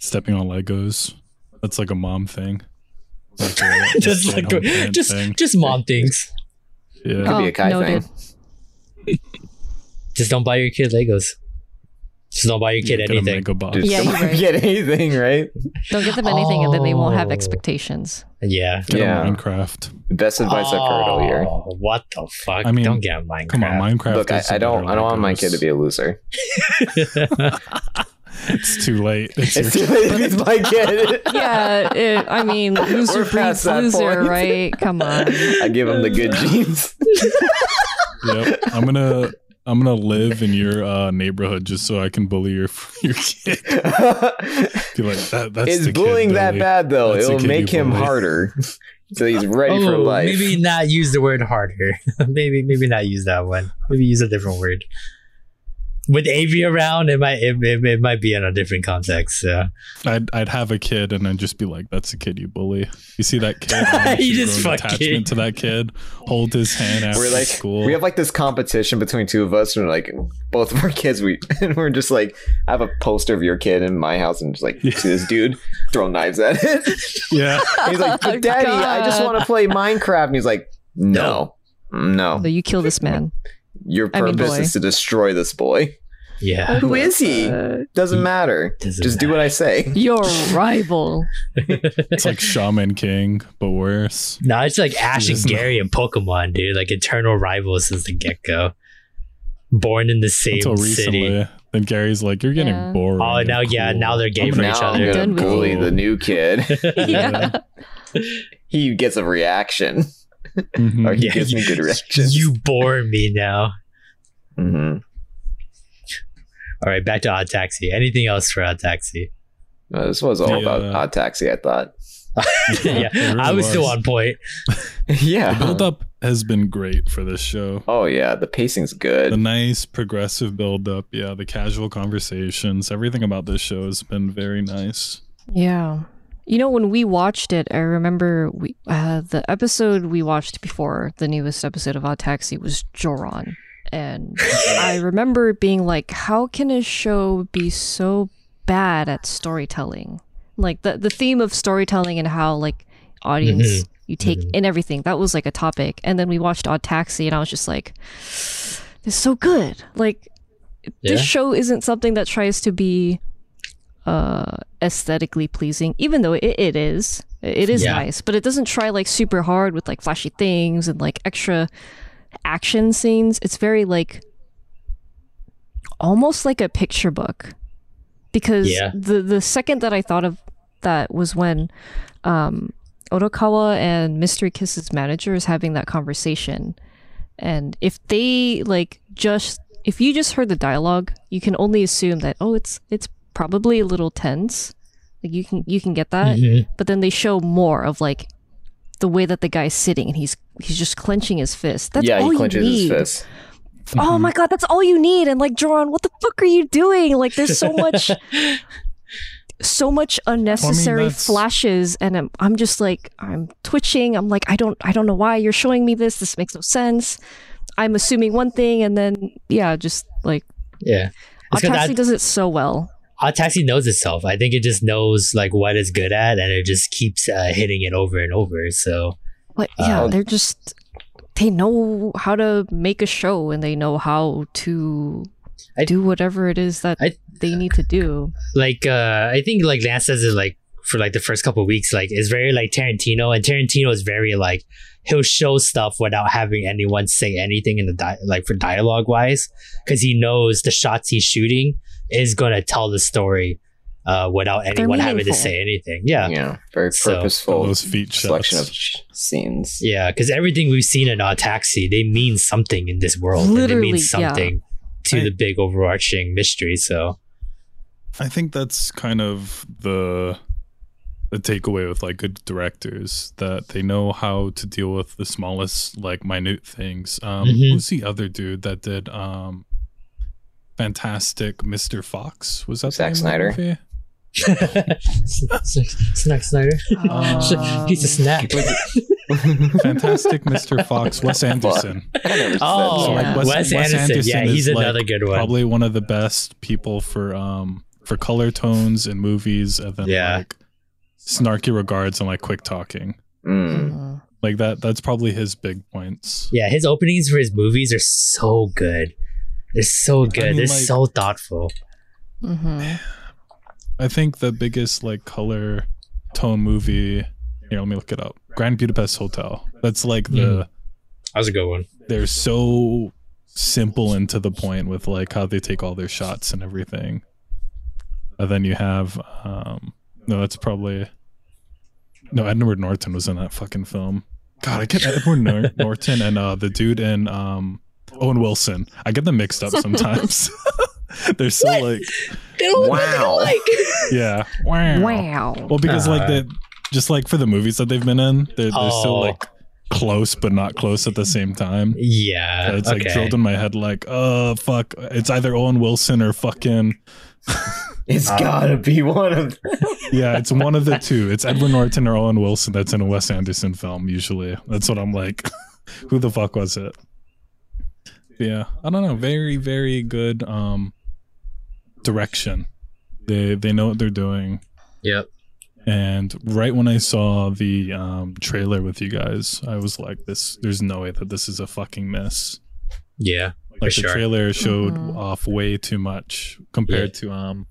S4: Stepping on Legos. That's like a mom thing. Like a-
S2: just
S4: stay-at-home
S2: like go-
S4: parent
S2: just
S4: thing.
S2: just mom things.
S4: yeah.
S3: Could be a Kai
S1: Oh, noted.
S3: thing.
S2: Just don't buy your kid Legos. Just don't buy your kid
S4: Get a
S2: anything.
S4: Lego box.
S3: Dude,
S1: Yeah,
S3: someone
S1: you're right.
S3: get anything, right?
S1: Don't get them anything, and then they won't have
S2: Oh.
S1: expectations.
S2: Yeah.
S4: Get a
S3: Yeah.
S4: Minecraft.
S3: Best advice I've heard all year.
S2: Oh, What the fuck?
S4: I mean,
S2: don't get a Minecraft.
S4: Come on, Minecraft.
S3: Look, I,
S4: is
S3: I don't
S4: better
S3: I don't want my
S4: Legos.
S3: kid to be a loser.
S4: It's too late. It's your
S3: It's too late if he's my kid.
S1: Yeah, it, I mean, loser
S3: We're past
S1: breeds
S3: that
S1: loser,
S3: point.
S1: right? Come on.
S3: I give him the good genes.
S4: yep. I'm gonna I'm gonna live in your uh, neighborhood just so I can bully your your kid. Be like that. That's
S3: Is
S4: the kid,
S3: bullying that
S4: Billy."
S3: bad though?
S4: That's the
S3: It'll
S4: kid
S3: make
S4: you
S3: him
S4: bully.
S3: harder, so he's ready for
S2: Oh,
S3: life.
S2: maybe not use the word harder. maybe maybe not use that one. Maybe use a different word. With Avery around, it might it, it, it might be in a different context. So.
S4: I'd I'd have a kid and I'd just be like, "That's the kid you bully." You see that kid? I
S2: You
S4: should
S2: just
S4: grow an
S2: fucking-
S4: attachment to that kid. Hold his hand after
S3: We're like
S4: school.
S3: we have like this competition between two of us, and like both of our kids, we and we're just like I have a poster of your kid in my house, and just like
S4: Yeah.
S3: see this dude throw knives at it.
S4: yeah,
S3: And he's like,
S4: Oh,
S3: but Daddy, I just want to play Minecraft. And he's like, No, no,
S1: So you kill this man.
S3: your
S1: I mean,
S3: purpose
S1: boy.
S3: is to destroy this boy.
S2: Yeah.
S3: Who is he?
S4: Mm.
S3: Doesn't matter.
S2: Doesn't
S3: just do what I say.
S1: Uh, Your rival.
S4: it's like Shaman King, but worse.
S2: No, it's like Ash and
S4: Jesus, no.
S2: Gary and Pokemon, dude. Like eternal rivals since the get go. Born in the same
S4: Until recently,
S2: city.
S4: then Gary's like, "You're getting
S1: Yeah.
S4: boring."
S2: Oh,
S4: and
S2: now yeah,
S4: cool."
S2: now they're gay for
S3: now
S2: each
S3: I'm
S2: other.
S1: good.
S3: gonna
S1: Done with
S3: bully
S4: you.
S3: the new kid.
S1: yeah.
S3: he gets a reaction,
S4: Mhm.
S3: or he
S2: Yeah,
S3: gives me good reactions.
S2: You bore me now.
S3: Mhm.
S2: All right, back to Odd Taxi. Anything else for Odd Taxi?
S3: Uh, this was all
S4: Yeah.
S3: about Odd Taxi, I thought.
S2: yeah,
S4: it really
S2: I was, still
S4: was.
S2: on point.
S3: yeah.
S4: The build up has been great for this show.
S3: Oh yeah, the pacing's
S4: The
S3: good.
S4: nice progressive build up, yeah, the casual conversations, everything about this show has been very nice.
S1: Yeah. You know, when we watched it, I remember we uh, the episode we watched before the newest episode of Odd Taxi was Joron. And I remember being like, how can a show be so bad at storytelling? Like the, the theme of storytelling and how like audience you take in everything, that was like a topic. And then we watched Odd Taxi and I was just like, it's so good. Like
S2: Yeah.
S1: this show isn't something that tries to be uh aesthetically pleasing even though it, it is it is
S2: Yeah.
S1: nice but it doesn't try like super hard with like flashy things and like extra action scenes it's very like almost like a picture book because
S2: Yeah.
S1: the the second that i thought of that was when um Otokawa and Mystery Kiss's manager is having that conversation. And if they like just if you just heard the dialogue, you can only assume that oh it's it's probably a little tense. Like you can you can get that.
S2: Mhm.
S1: But then they show more of like the way that the guy's sitting and he's he's just clenching his fist. That's
S3: yeah,
S1: all
S3: he clenches
S1: you need.
S3: his fist.
S1: Oh my god, that's all you need. And like Joron, what the fuck are you doing? Like there's so much so much unnecessary
S4: that's-
S1: flashes and I'm, I'm just like I'm twitching. I'm like I don't I don't know why you're showing me this. This makes no sense. I'm assuming one thing and then yeah, just like
S2: Yeah. It's 'cause
S1: Otaxi
S2: Odd-
S1: does it so well.
S2: Odd Taxi knows itself. I think it just knows like what it's good at, and it just keeps uh, hitting it over and over. So
S1: But yeah,
S2: Uh,
S1: they're just they know how to make a show and they know how to
S2: I-
S1: do whatever it is that
S2: I-
S1: they need to do.
S2: like uh I think like Lance says it like for like the first couple of weeks, like it's very like Tarantino, and Tarantino is very like he'll show stuff without having anyone say anything in the di- like for dialogue wise, because he knows the shots he's shooting is gonna tell the story uh without anyone having to
S1: meaningful.
S2: say anything.
S3: Yeah,
S2: Yeah,
S3: very
S2: So,
S3: purposeful
S4: those feet
S3: selection
S4: shots.
S3: of sh- scenes.
S2: yeah, because everything we've seen in Odd Taxi, they mean something in this world. and they
S1: Literally,
S2: mean
S1: yeah.
S2: something to
S4: I-
S2: the big overarching mystery. So
S4: I think that's kind of the the takeaway with like good directors that they know how to deal with the smallest like minute things. Um
S2: Mhm.
S4: who's the other dude that did um Fantastic Mr. Fox. Was that the
S3: Zack
S4: name of the
S3: Snyder.
S4: movie?
S2: Snack Snyder.
S1: Uh,
S2: He's a
S1: Um,
S2: snack.
S4: Fantastic Mr. Fox. Wes Anderson.
S2: Oh,
S4: So, like,
S1: Yeah.
S2: Wes, Anderson. Yeah, he's
S4: is, like,
S2: another good one.
S4: Probably one of the best people for um for color tones in movies, and then
S2: Yeah.
S4: like snarky regards and like quick talking.
S3: Mm.
S5: Mm.
S4: Like that. That's probably his big points.
S2: Yeah, his openings for his movies are so good. They're so good.
S4: mean,
S2: They're
S4: like-
S2: so thoughtful.
S5: Mhm.
S4: I think the biggest like color tone movie. Here, let me look it up. Grand Budapest Hotel. That's like the.
S2: Mhm. That was a good one.
S4: they're so simple and to the point with like how they take all their shots and everything. And then you have um no, that's probably no Edward Norton was in that fucking film. God, I get Edward Nor- Norton and uh the dude in um Owen Wilson. I get them mixed up sometimes. they're so like
S1: They don't
S3: Wow.
S4: yeah. Wow.
S5: Wow.
S4: Well, because like
S2: Ah.
S4: they just like for the movies that they've been in, they're, they're so
S2: Oh.
S4: like close but not close at the same time.
S2: Yeah.
S4: Yeah, it's
S2: okay.
S4: like drilled in my head, like, oh fuck, it's either Owen Wilson or fucking
S3: It's
S4: Uh,
S3: gotta be one of them.
S4: yeah, it's one of the two. It's Edward Norton or Owen Wilson that's in a Wes Anderson film. Usually, that's what I'm like. Who the fuck was it? Yeah, I don't know. Very, very good um direction. They they know what they're doing.
S2: Yep.
S4: And right when I saw the um, trailer with you guys, I was like, "This, there's no way that this is a fucking miss."
S2: Yeah.
S4: like
S2: For
S4: the
S2: sure.
S4: trailer showed
S5: Mhm.
S4: off way too much compared to um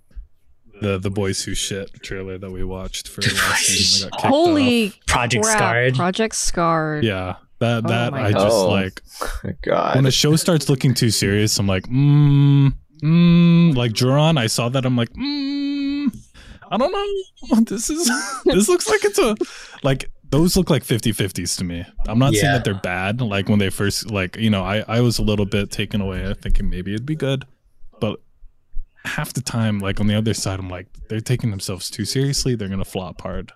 S4: the the boys who shit trailer that we watched for last season. that got kicked off.
S5: Holy
S2: Project
S5: crap.
S2: Scarred.
S5: Project Scarred.
S4: yeah, that
S5: Oh
S4: that
S5: my
S4: I
S3: God.
S4: just
S3: Oh.
S4: like when
S3: God.
S4: a show starts looking too serious. I'm like, mm, mm, like Juron. I saw that. I'm like, mm, I don't know. This is this looks like it's a like those look like 50-50s to me. I'm not saying
S2: Yeah.
S4: that they're bad. Like when they first like you know, I I was a little bit taken away, thinking maybe it'd be good, but half the time, like on the other side, I'm like, they're taking themselves too seriously. They're gonna flop hard.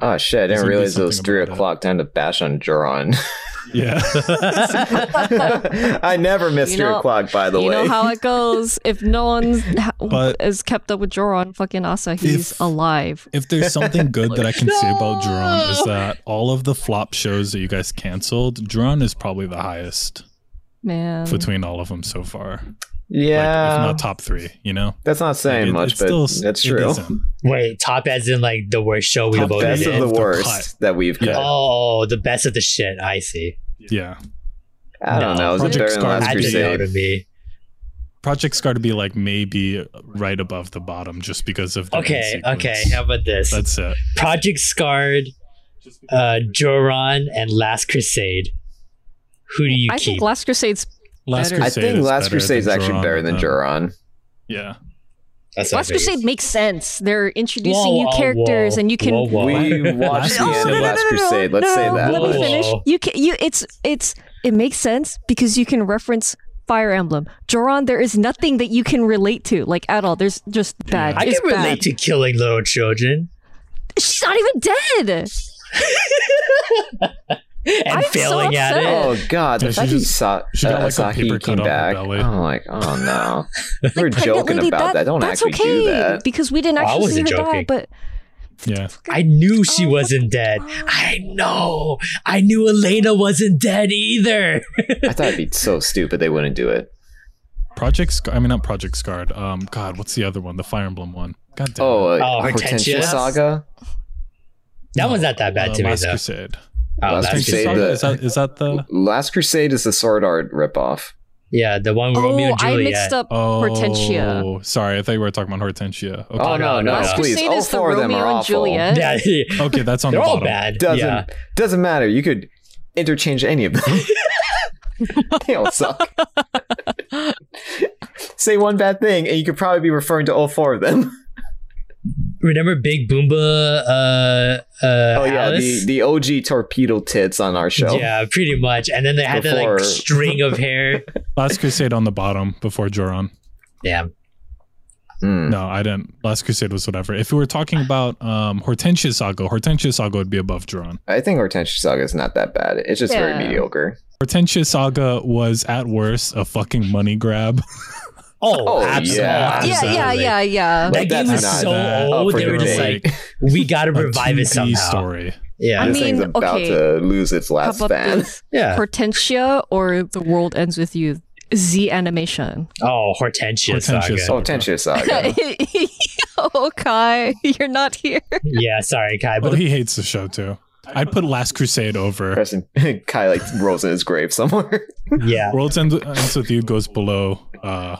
S3: Oh shit, I didn't
S4: There's gonna be
S3: realize it was
S4: something
S3: three
S4: about that.
S3: o'clock time to bash on Juron.
S4: Yeah.
S3: I never miss
S5: You
S3: three
S5: know-
S3: o'clock, by the
S5: you
S3: way.
S5: know how it goes. If no one ha-
S4: But-
S5: is kept up with Joron, fucking Asa, he's
S4: If-
S5: alive.
S4: if there's something good that I can say about Jerome is that all of the flop shows that you guys canceled, Jerome is probably the highest
S2: Um,
S5: Man.
S4: between all of them so far.
S3: yeah,
S4: Like, if not top three, you know?
S3: that's not saying
S4: Like, it-
S3: much,
S4: it's
S3: but
S4: still s-
S3: that's
S4: it
S3: true.
S4: isn't.
S2: Wait, top as in like the worst show we
S4: Top
S2: voted
S3: Best
S4: Yeah,
S3: of
S2: in.
S3: the
S4: it's the
S3: worst
S4: cut.
S3: that we've got.
S4: Yeah.
S2: oh, the best of the shit. I see.
S4: Yeah.
S3: I don't
S2: No.
S3: know. It was
S4: Project
S3: third and
S4: Scar-
S3: last
S2: I didn't know to
S3: crusade.
S2: be.
S4: Project Scar to be like maybe right above the bottom just because of the
S2: Okay,
S4: end
S2: okay.
S4: sequence.
S2: How about this?
S4: That's it.
S2: Project Scarred, uh, Joran, and Last Crusade. Who do you
S5: I
S2: keep?
S5: think Last Crusade's
S4: Last
S5: Better.
S3: I
S4: Crusade
S3: think
S4: is
S3: Last
S4: better
S3: Crusade is
S4: than
S3: actually
S4: Juron,
S3: better than
S4: um,
S3: Juron.
S4: Yeah.
S2: That's what I
S5: Last
S2: figured.
S5: Crusade makes sense. They're introducing
S2: Whoa,
S5: new
S2: whoa,
S5: characters,
S2: whoa.
S5: and you can.
S2: Whoa, whoa.
S3: We watched
S4: Last
S3: the end
S4: Crusade.
S3: of Last Crusade. Let's say that.
S5: Let me
S2: Whoa.
S5: finish. You can. You. It's. It's. It makes sense because you can reference Fire Emblem. Joron, there is nothing that you can relate to, like at all. There's just bad.
S2: I
S5: It's
S2: can relate
S5: bad.
S2: to killing little children
S5: She's not even dead.
S2: and
S5: I'm so
S2: failing at
S5: upset.
S2: it.
S3: Oh god, the
S4: Yeah, she
S3: fact that
S4: just-
S3: Sa-
S4: she got,
S3: uh,
S4: like, a
S3: Saki
S4: paper cut
S3: came
S4: off her
S3: back,
S4: belly.
S3: I'm like, oh no, we were
S5: Pregnant
S3: joking
S5: lady,
S3: about that. Don't
S5: that's
S3: actually
S5: okay,
S3: do that.
S5: because we didn't
S2: Oh, I
S5: actually see her
S2: wasn't
S5: die.
S2: joking.
S5: But
S4: Yeah.
S2: I knew she
S5: Oh,
S2: wasn't dead. I know. I knew Elena wasn't dead either.
S3: I thought it'd be so stupid they wouldn't do it.
S4: Project Scar I mean not Project Scarred. Um God, what's the other one? The Fire Emblem one. God damn.
S3: Oh, uh,
S2: Oh,
S3: Hortensia
S2: Hortensia?
S3: Saga.
S2: That one's not that bad
S4: uh,
S2: to me
S4: Last
S2: though.
S4: Crusade.
S2: Oh,
S3: Last
S2: Last
S4: Last
S3: Crusade,
S2: Crusade.
S4: Crusade,
S3: the-
S4: is that is that the
S3: Last Crusade is the Sword Art ripoff.
S2: Yeah, the one with Romeo
S5: oh,
S2: and
S5: I
S2: Juliet.
S5: mixed up
S4: Oh,
S5: Hortensia.
S4: sorry. I thought you were talking about Hortensia. Okay,
S3: Oh no, no,
S5: Last
S2: Yeah.
S3: please!
S5: Crusade
S3: All
S5: is the
S3: four of them
S5: Romeo
S3: are
S5: and
S3: awful.
S5: Juliet.
S2: Yeah,
S4: okay, that's on
S2: they're
S4: the
S2: all
S4: bottom.
S2: bad.
S3: Doesn't
S2: Yeah.
S3: doesn't matter. You could interchange any of them. they all suck. Say one bad thing, and you could probably be referring to all four of them.
S2: Uh, Remember Big Boomba? Uh, uh,
S3: Oh yeah,
S2: Alice?
S3: the, the OG torpedo tits on our show.
S2: Yeah, pretty much. And then they had that
S3: Before-
S2: like string of hair.
S4: Last Crusade on the bottom before Joron.
S2: Damn. Hmm.
S3: Mm.
S4: No, I didn't. Last Crusade was whatever. If we were talking about um, Hortensia Saga, Hortensia Saga would be above Joron.
S3: I think Hortensia Saga is not that bad. It's just very
S5: Yeah.
S3: mediocre.
S4: Hortensia Saga was at worst a fucking money grab.
S2: Oh,
S3: Oh,
S2: absolutely.
S3: yeah.
S1: Yeah,
S2: absolutely.
S1: yeah, yeah, yeah.
S2: That
S3: Like,
S2: game
S3: that's
S2: was
S3: not
S2: so
S4: that-
S2: old.
S3: Oh,
S2: they were
S3: for
S2: just
S3: today.
S2: like, we gotta
S4: A
S2: revive it
S4: 2D
S2: somehow.
S4: story.
S2: Yeah,
S1: I
S3: this thing's
S1: mean,
S3: about
S1: okay.
S3: to lose its
S1: How
S3: last
S1: about
S3: span.
S1: this?
S2: yeah.
S1: Hortensia or The World Ends With You? Z animation.
S2: Oh, Hortensia, Saga.
S4: Hortensia Saga.
S3: Oh, Tenshu Saga.
S1: oh, Kai, you're not here.
S2: Yeah, sorry, Kai,
S4: But
S2: but
S4: Oh, he hates the show too. I'd put Last Crusade over.
S3: Preston Kai like rolls in his grave somewhere.
S2: Oh, yeah,
S4: World's End Ends with You goes below uh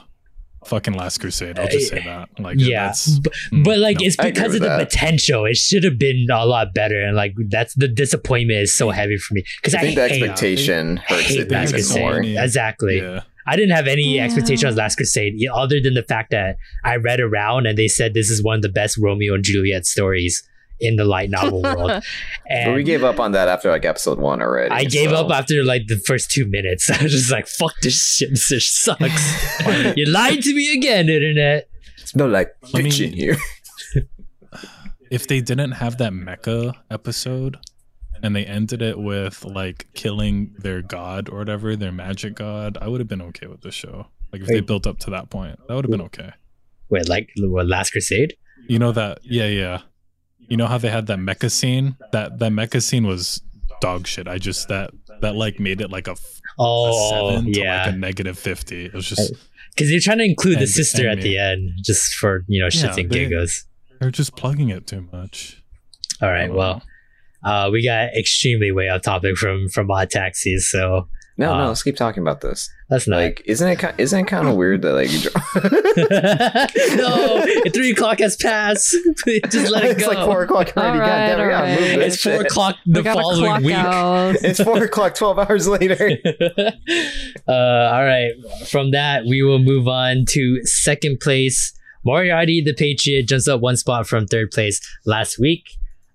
S4: fucking Last Crusade. I'll just say that. Like
S2: Yeah.
S4: that's- mm,
S2: But like
S4: no.
S2: it's
S3: I agree
S2: because of
S3: with
S2: the
S3: that.
S2: potential. It should have been a lot better, and like that's the disappointment is so heavy for me because I,
S3: I think the
S2: hate,
S3: expectation hurts
S2: hate
S3: it
S2: Last
S4: even
S2: Crusade.
S3: more.
S4: more.
S2: Exactly.
S4: yeah.
S2: I didn't have any
S1: Yeah.
S2: expectation of Last Crusade yeah, other than the fact that I read around and they said this is one of the best Romeo and Juliet stories in the light novel world.
S3: But we
S2: And
S3: gave up on that after like episode one already.
S2: I gave
S3: so-
S2: up after like the first two minutes. I was just like, "Fuck this shit. This shit sucks." you lied to me again, internet.
S3: It's no like
S4: Let me-
S3: bitch in here.
S4: if they didn't have that mecha episode and they ended it with like killing their god or whatever, their magic god, I would have been okay with the show. Like if they
S2: Wait.
S4: built up to that point, that would have been okay.
S2: Wait, like what, Last Crusade?
S4: You know that? Yeah, yeah. You know how they had that mecha scene? That that mecha scene was dog shit. I just that that like made it like a, f- a
S2: Oh,
S4: seven
S2: yeah.
S4: to like a negative fifty. It was just
S2: Because they're trying to include the
S4: And-
S2: sister
S4: and
S2: at the end, just for you know shits
S4: Yeah,
S2: and
S4: they-
S2: giggles.
S4: they're just plugging it too much. Oh,
S2: All
S4: I
S2: right,
S4: don't
S2: well,
S4: know.
S2: uh, we got extremely way off topic from from odd taxis, so
S3: No,
S2: Uh,
S3: no, let's keep talking about this.
S2: that's not.
S3: Like, isn't it ki- isn't it kind of weird that like you draw-
S2: no, three o'clock has passed. just let it
S3: it's
S2: go.
S3: like four o'clock already.
S1: All right,
S3: God damn, we
S1: all
S3: gotta move
S1: right.
S3: this
S2: it's four
S3: shit.
S2: o'clock
S1: We
S2: the
S1: gotta
S2: following
S1: clock
S2: week.
S1: out.
S3: It's four o'clock. Twelve hours later.
S2: uh, all right. From that, we will move on to second place. Moriarty the Patriot jumps up one spot from third place last week.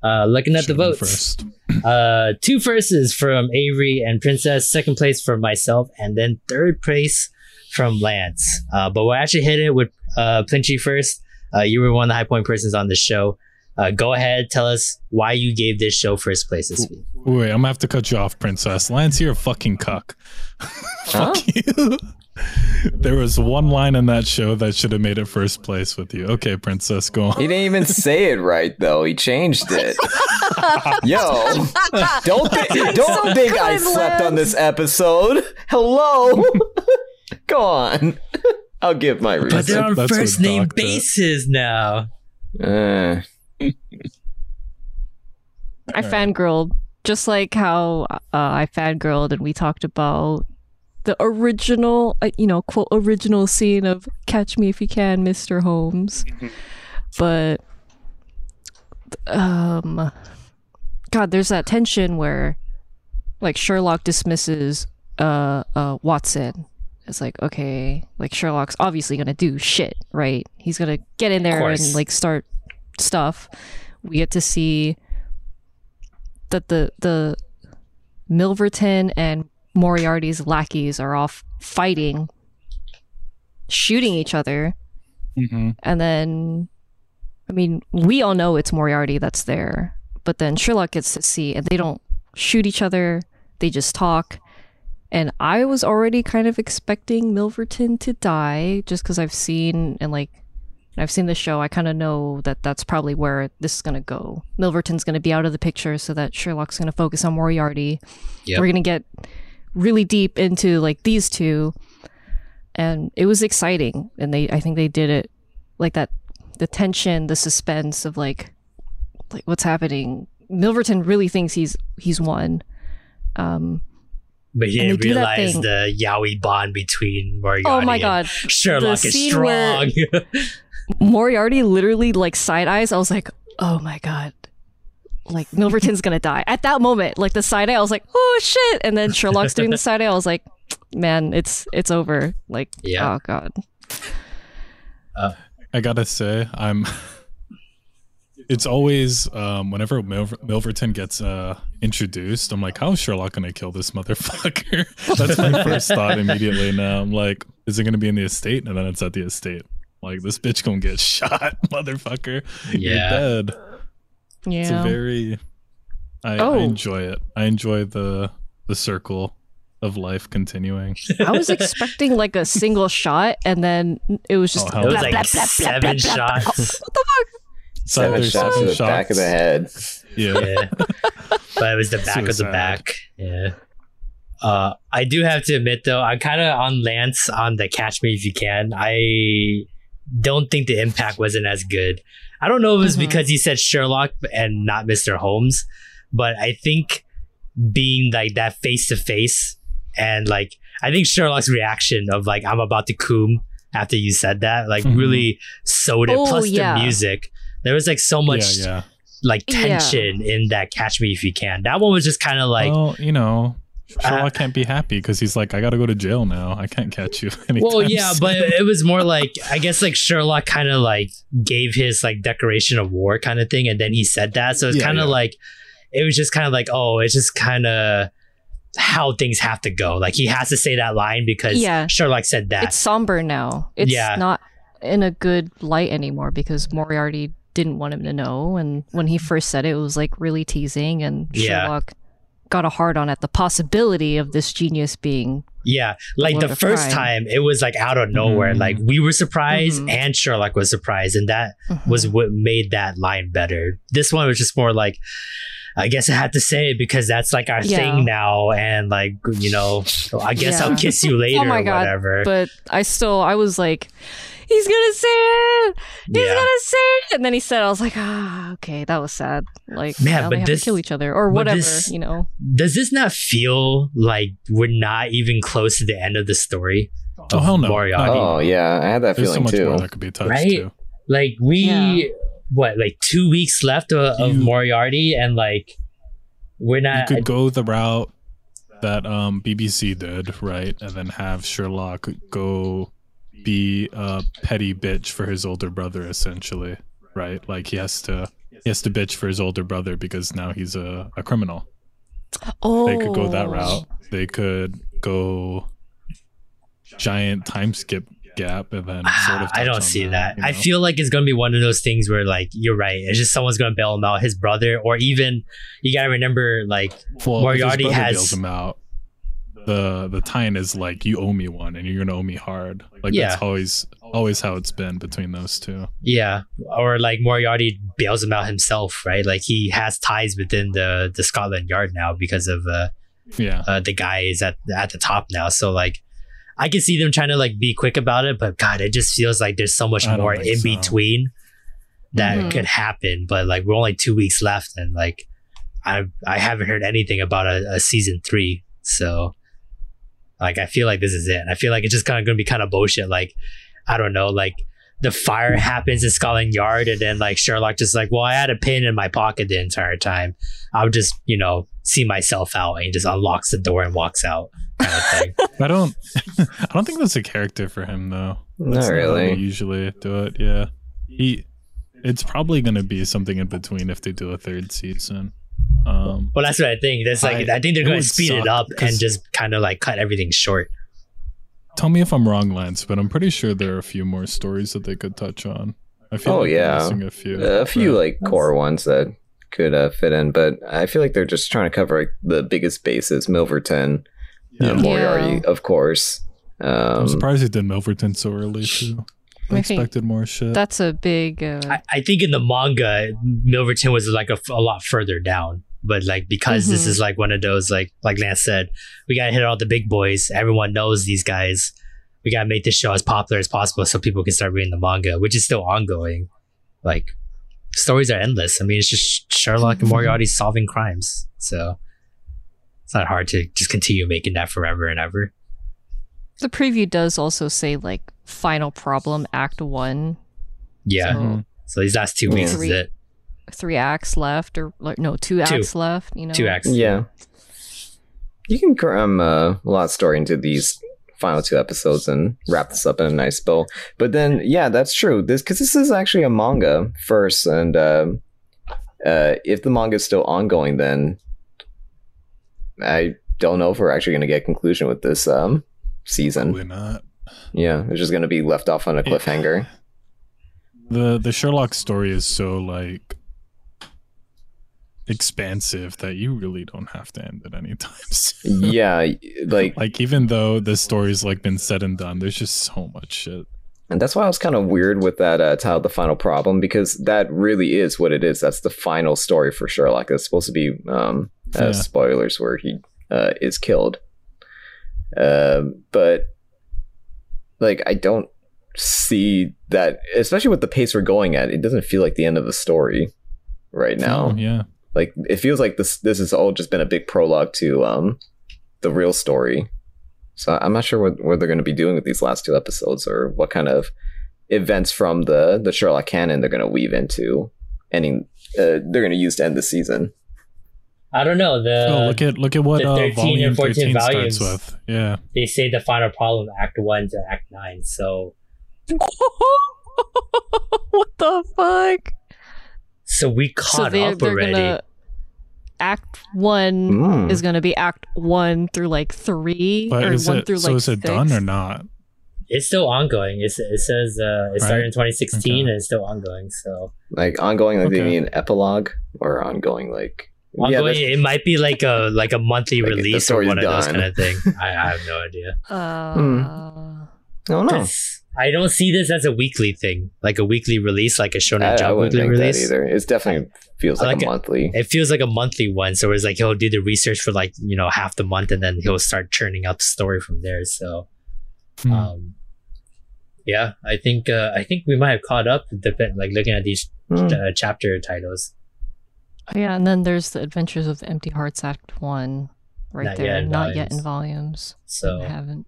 S2: Uh, looking at the
S4: Should've been
S2: votes.
S4: first.
S2: Uh, two verses from Avery and Princess, second place from myself, and then third place from Lance. Uh, but we'll actually hit it with uh, Plinchy first. Uh, you were one of the high point persons on the show. Uh, go ahead, tell us why you gave this show first place this week.
S4: Wait, I'm gonna have to cut you off, Princess. Lance, you're a fucking cuck.
S3: Huh?
S4: Fuck you. there was one line in that show that should have made it first place with you. Okay, Princess, go on.
S3: He didn't even say it right though. He changed it. Yo, don't thi- don't
S1: So
S3: think I
S1: good,
S3: slept on
S1: Lance.
S3: this episode. Hello, go on. I'll give my
S2: But
S3: reason.
S2: they're on
S4: That's what
S2: first name
S4: docked it.
S2: bases now.
S3: Uh,
S1: I fangirled, just like how uh, I fangirled and we talked about the original, uh, you know, quote, original scene of Catch Me If You Can, Mr. Holmes. But, um, God, there's that tension where, like, Sherlock dismisses uh, uh, Watson. It's like, okay, like, Sherlock's obviously going to do shit, right? He's going to get in there and,
S2: course.
S1: like, start stuff. We get to see that the the Milverton and Moriarty's lackeys are off fighting, shooting each other,
S2: Mm-hmm.
S4: Mhm.
S1: and then I mean, we all know it's Moriarty that's there, but then Sherlock gets to see and they don't shoot each other, they just talk. And I was already kind of expecting Milverton to die just cuz I've seen and like I've seen the show. I kind of know that that's probably where this is going to go. Milverton's going to be out of the picture so that Sherlock's going to focus on Moriarty.
S2: Yep.
S1: We're going to get really deep into like these two. And it was exciting and they I think they did it like that the tension, the suspense of like like what's happening. Milverton really thinks he's he's won. Um
S2: But he
S1: And
S2: didn't
S1: they do that
S2: realize
S1: thing.
S2: the yaoi bond between Moriarty
S1: oh my
S2: and
S1: god.
S2: Sherlock
S1: The
S2: is
S1: scene where-
S2: strong.
S1: Moriarty literally like side eyes. I was like, oh my god, like Milverton's gonna die at that moment. Like the side eye, I was like, oh shit. And then Sherlock's doing the side eye. I was like, man, it's it's over. Like,
S2: Yeah.
S1: oh god,
S4: I gotta say, I'm. It's always um, whenever Milver- Milverton gets uh, introduced, I'm like, "How is Sherlock gonna kill this motherfucker?" That's my first thought immediately. Now I'm like, "Is it gonna be in the estate?" And then it's at the estate. Like this bitch gonna get shot, motherfucker. You're
S2: Yeah.
S4: dead. It's a
S1: yeah.
S4: very. I, I
S1: Oh.
S4: enjoy it. I enjoy the the circle of life continuing.
S1: I was expecting like a single shot, and then it was just
S4: Oh,
S1: blah,
S4: hell
S2: It was
S1: blah,
S2: like
S1: blah, blah, blah,
S2: seven
S1: blah, blah.
S2: shots.
S1: What the fuck?
S4: So
S3: Seven
S4: there's
S3: shots in the
S4: seven
S3: back of the
S4: shots.
S3: head.
S4: Yeah.
S2: yeah. But it was the back of the
S4: Suicide.
S2: back. Yeah. Uh, I do have to admit though, I'm kind of on Lance on the catch me if you can. I don't think the impact wasn't as good. I don't know if it's
S4: Mm-hmm.
S1: Mhm.
S2: because he said Sherlock and not Mr. Holmes, but I think being like that face to face and like I think Sherlock's reaction of like I'm about to coom after you said that like
S4: Mhm.
S2: really sewed it.
S1: Oh,
S2: Plus
S1: yeah.
S2: the music, there was like so much
S4: yeah, yeah.
S2: like
S1: Yeah.
S2: tension in that catch me if you can that one was just kind of like
S4: well, you know,
S2: Uh,
S4: Sherlock can't be happy because he's like, I gotta go to jail now. I can't catch you. Anytime
S2: well yeah
S4: soon."
S2: but it was more like i guess like sherlock kind of like gave his like declaration of war kind of thing and then he said that so it's
S4: Yeah,
S2: kind of
S4: yeah.
S2: like it was just kind of like oh it's just kind of how things have to go like he has to say that line because
S1: Yeah.
S2: sherlock said that
S1: It's somber now. It's
S2: Yeah.
S1: not in a good light anymore because Moriarty didn't want him to know, and when he first said it, it was like really teasing, and
S2: Yeah.
S1: Sherlock got a hard on at the possibility of this genius being
S2: Yeah, like
S1: Lord
S2: the
S1: of
S2: first
S1: Crime.
S2: time, it was like out of nowhere.
S4: Mhm.
S2: Like we were surprised,
S1: Mhm.
S2: and Sherlock was surprised, and that Mm-hmm. was what made that line better. This one was just more like, I guess I had to say it because that's like our
S1: Yeah.
S2: thing now, and like you know, I guess
S1: Yeah. Oh
S2: I'll kiss you later
S1: my
S2: or
S1: God,
S2: whatever.
S1: but I still I was like, he's gonna say it, he's
S2: yeah.
S1: gonna say it, and then he said, I was like, ah, okay, that was sad. Like,
S2: Man,
S1: now
S2: but
S1: they have
S2: this-
S1: to kill each other or
S2: but
S1: whatever,
S2: this-
S1: you know.
S2: Does this not feel like we're not even close to the end of the story?
S4: oh hell no.
S2: Moriarty.
S4: Not even-
S3: Oh yeah, I had that
S4: There's so
S3: feeling
S4: much
S3: too.
S4: more that could be touched
S2: Right?
S4: too.
S2: Like we,
S1: Yeah.
S2: what like two weeks left of, of
S4: You-
S2: Moriarty, and like we're
S4: You
S2: not.
S4: could go the route that um, BBC did, right, and then have Sherlock go be a petty bitch for his older brother, essentially, right? Like he has to, he has to bitch for his older brother because now he's a, a criminal.
S1: Oh,
S4: They could go that route. They could go giant time skip gap, and then sort
S2: Ah,
S4: of.
S2: I
S4: touch on
S2: don't see that.
S4: you
S2: I
S4: know?
S2: feel like it's gonna be one of those things where like you're right. It's just someone's gonna bail him out, his brother, or even you gotta remember like
S4: well, if his
S2: Moriarty
S4: brother
S2: has-
S4: bails him out. The the tie is like you owe me one, and you're gonna owe me hard. Like
S2: Yeah.
S4: that's always always how it's been between those two.
S2: yeah, or like Moriarty bails him out himself, right? Like he has ties within the the Scotland Yard now because of uh,
S4: Yeah,
S2: uh the guy is at at the top now. So like I can see them trying to like be quick about it, but God, it just feels like there's so much
S4: I don't
S2: more
S4: think
S2: in
S4: so.
S2: between that
S4: Mm-hmm.
S1: Mhm.
S2: could happen. But like we're only two weeks left, and like I I haven't heard anything about a, a season three, so like I feel like this is it. I feel like it's just kind of gonna be kind of bullshit. Like I don't know, like. The fire happens in Scotland Yard, and then like Sherlock just like, well, I had a pin in my pocket the entire time. I'll just you know see myself out, and he just unlocks the door and walks out. Kind of thing.
S4: I don't I don't think that's a character for him though. That's
S3: Not
S4: how they
S3: really.
S4: usually do it. Yeah, he. It's probably gonna be something in between if they do a third season. Um,
S2: Well, that's what I think. That's like I,
S4: I-
S2: think they're
S4: it
S2: going to
S4: would
S2: speed it
S4: suck,
S2: up and
S4: 'cause-
S2: just kind of like cut everything short.
S4: tell me if I'm wrong, Lance, but I'm pretty sure there are a few more stories that they could touch on. I feel
S3: Oh,
S4: like they're
S3: yeah.
S4: missing a few.
S3: A few
S4: but-
S3: like core ones that could uh, fit in, but I feel like they're just trying to cover like, the biggest bases: Milverton, uh,
S4: Yeah.
S3: Moriarty, of course.
S4: I'm
S3: Um,
S4: surprised they did Milverton so early too. I
S1: I think
S4: expected more shit.
S1: That's a big. Uh,
S2: I, I think in the manga, Milverton was like a, f- a lot further down, but like because this
S1: Mhm.
S2: is like one of those like like Lance said, we got to hit all the big boys. Everyone knows these guys. We got to make this show as popular as possible so people can start reading the manga, which is still ongoing. Like stories are endless. I mean, it's just Sherlock and
S1: Mm-hmm.
S2: Moriarty solving crimes, so it's not hard to just continue making that forever and ever.
S1: the preview does also say like final problem act one,
S2: Yeah.
S4: Mm-hmm.
S1: So-
S2: So these last two weeks is
S1: Three-
S2: it.
S1: three acts left or like, no two acts left. You know,
S2: Two acts.
S3: yeah, you can cram uh, a lot of story into these final two episodes and wrap this up in a nice bow. But then, yeah, that's true. This because this is actually a manga first, and um uh, if the manga is still ongoing, then I don't know if we're actually going to get a conclusion with this um, season.
S4: Probably not.
S3: Yeah, it's just going to be left off on a
S4: Yeah.
S3: cliffhanger.
S4: the the Sherlock story is so like expansive that you really don't have to end at any time soon.
S3: yeah, like
S4: like even though the story's like been said and done, there's just so much shit.
S3: And that's why I was kind of weird with that uh, title, The Final Problem, because that really is what it is. That's the final story for Sherlock. It's supposed to be um, uh,
S4: Yeah.
S3: spoilers where he uh, is killed. Um but, like, I don't see that, especially with the pace we're going at, it doesn't feel like the end of the story right now
S4: Oh, yeah.
S3: like it feels like this this has all just been a big prologue to um the real story so i'm not sure what, what they're going to be doing with these last two episodes or what kind of events from the the sherlock canon they're going to weave into ending uh, they're going to use to end the season
S2: I don't know. The
S4: oh, look at look at what
S2: Uh, the
S4: uh,
S2: 13 or
S4: volume
S2: 14
S4: thirteen
S2: volumes.
S4: starts with. Yeah,
S2: they say the final problem act one to act nine. So
S1: what the fuck?
S2: so we
S1: so
S2: caught
S1: they,
S2: up
S1: they're
S2: already.
S1: gonna act one
S2: Hmm.
S3: Mm.
S1: is gonna be act one through like three
S4: but
S1: or
S4: is
S1: one
S4: it
S1: through
S4: so?
S1: like
S4: is it
S1: six.
S4: done or not?
S2: It's still ongoing. It's, it says uh, it started
S4: Right.
S2: in 2016
S4: Okay.
S2: and it's still ongoing. So
S3: like ongoing like they
S4: Okay.
S3: mean epilogue or ongoing like
S2: ongoing,
S3: yeah
S2: it might be like a like a monthly
S3: Like, the
S2: release or
S3: story's
S2: one of those
S3: done.
S2: kind of thing. I, I have no idea.
S1: Uh,
S3: i don't know
S2: This- I don't see this as a weekly thing, like a weekly release, like a
S3: I,
S2: Shonen
S3: I
S2: Jump
S3: wouldn't
S2: weekly
S3: think
S2: release.
S3: that either it's definitely feels
S2: I
S3: like,
S2: like
S3: a
S2: it.
S3: monthly
S2: It feels like a monthly one, so it's like he'll do the research for like you know half the month, and then he'll start churning out the story from there. So,
S4: Hmm.
S3: Oh,
S2: um, yeah, I think uh, I think we might have caught up. Depend like looking at these
S3: Hmm.
S2: uh, chapter titles.
S5: Yeah, and then there's the Adventures of the Empty Hearts Act One, right
S2: Not yet
S5: there.
S2: in
S5: not yet in volumes.
S2: volumes.
S5: I
S2: So,
S5: haven't.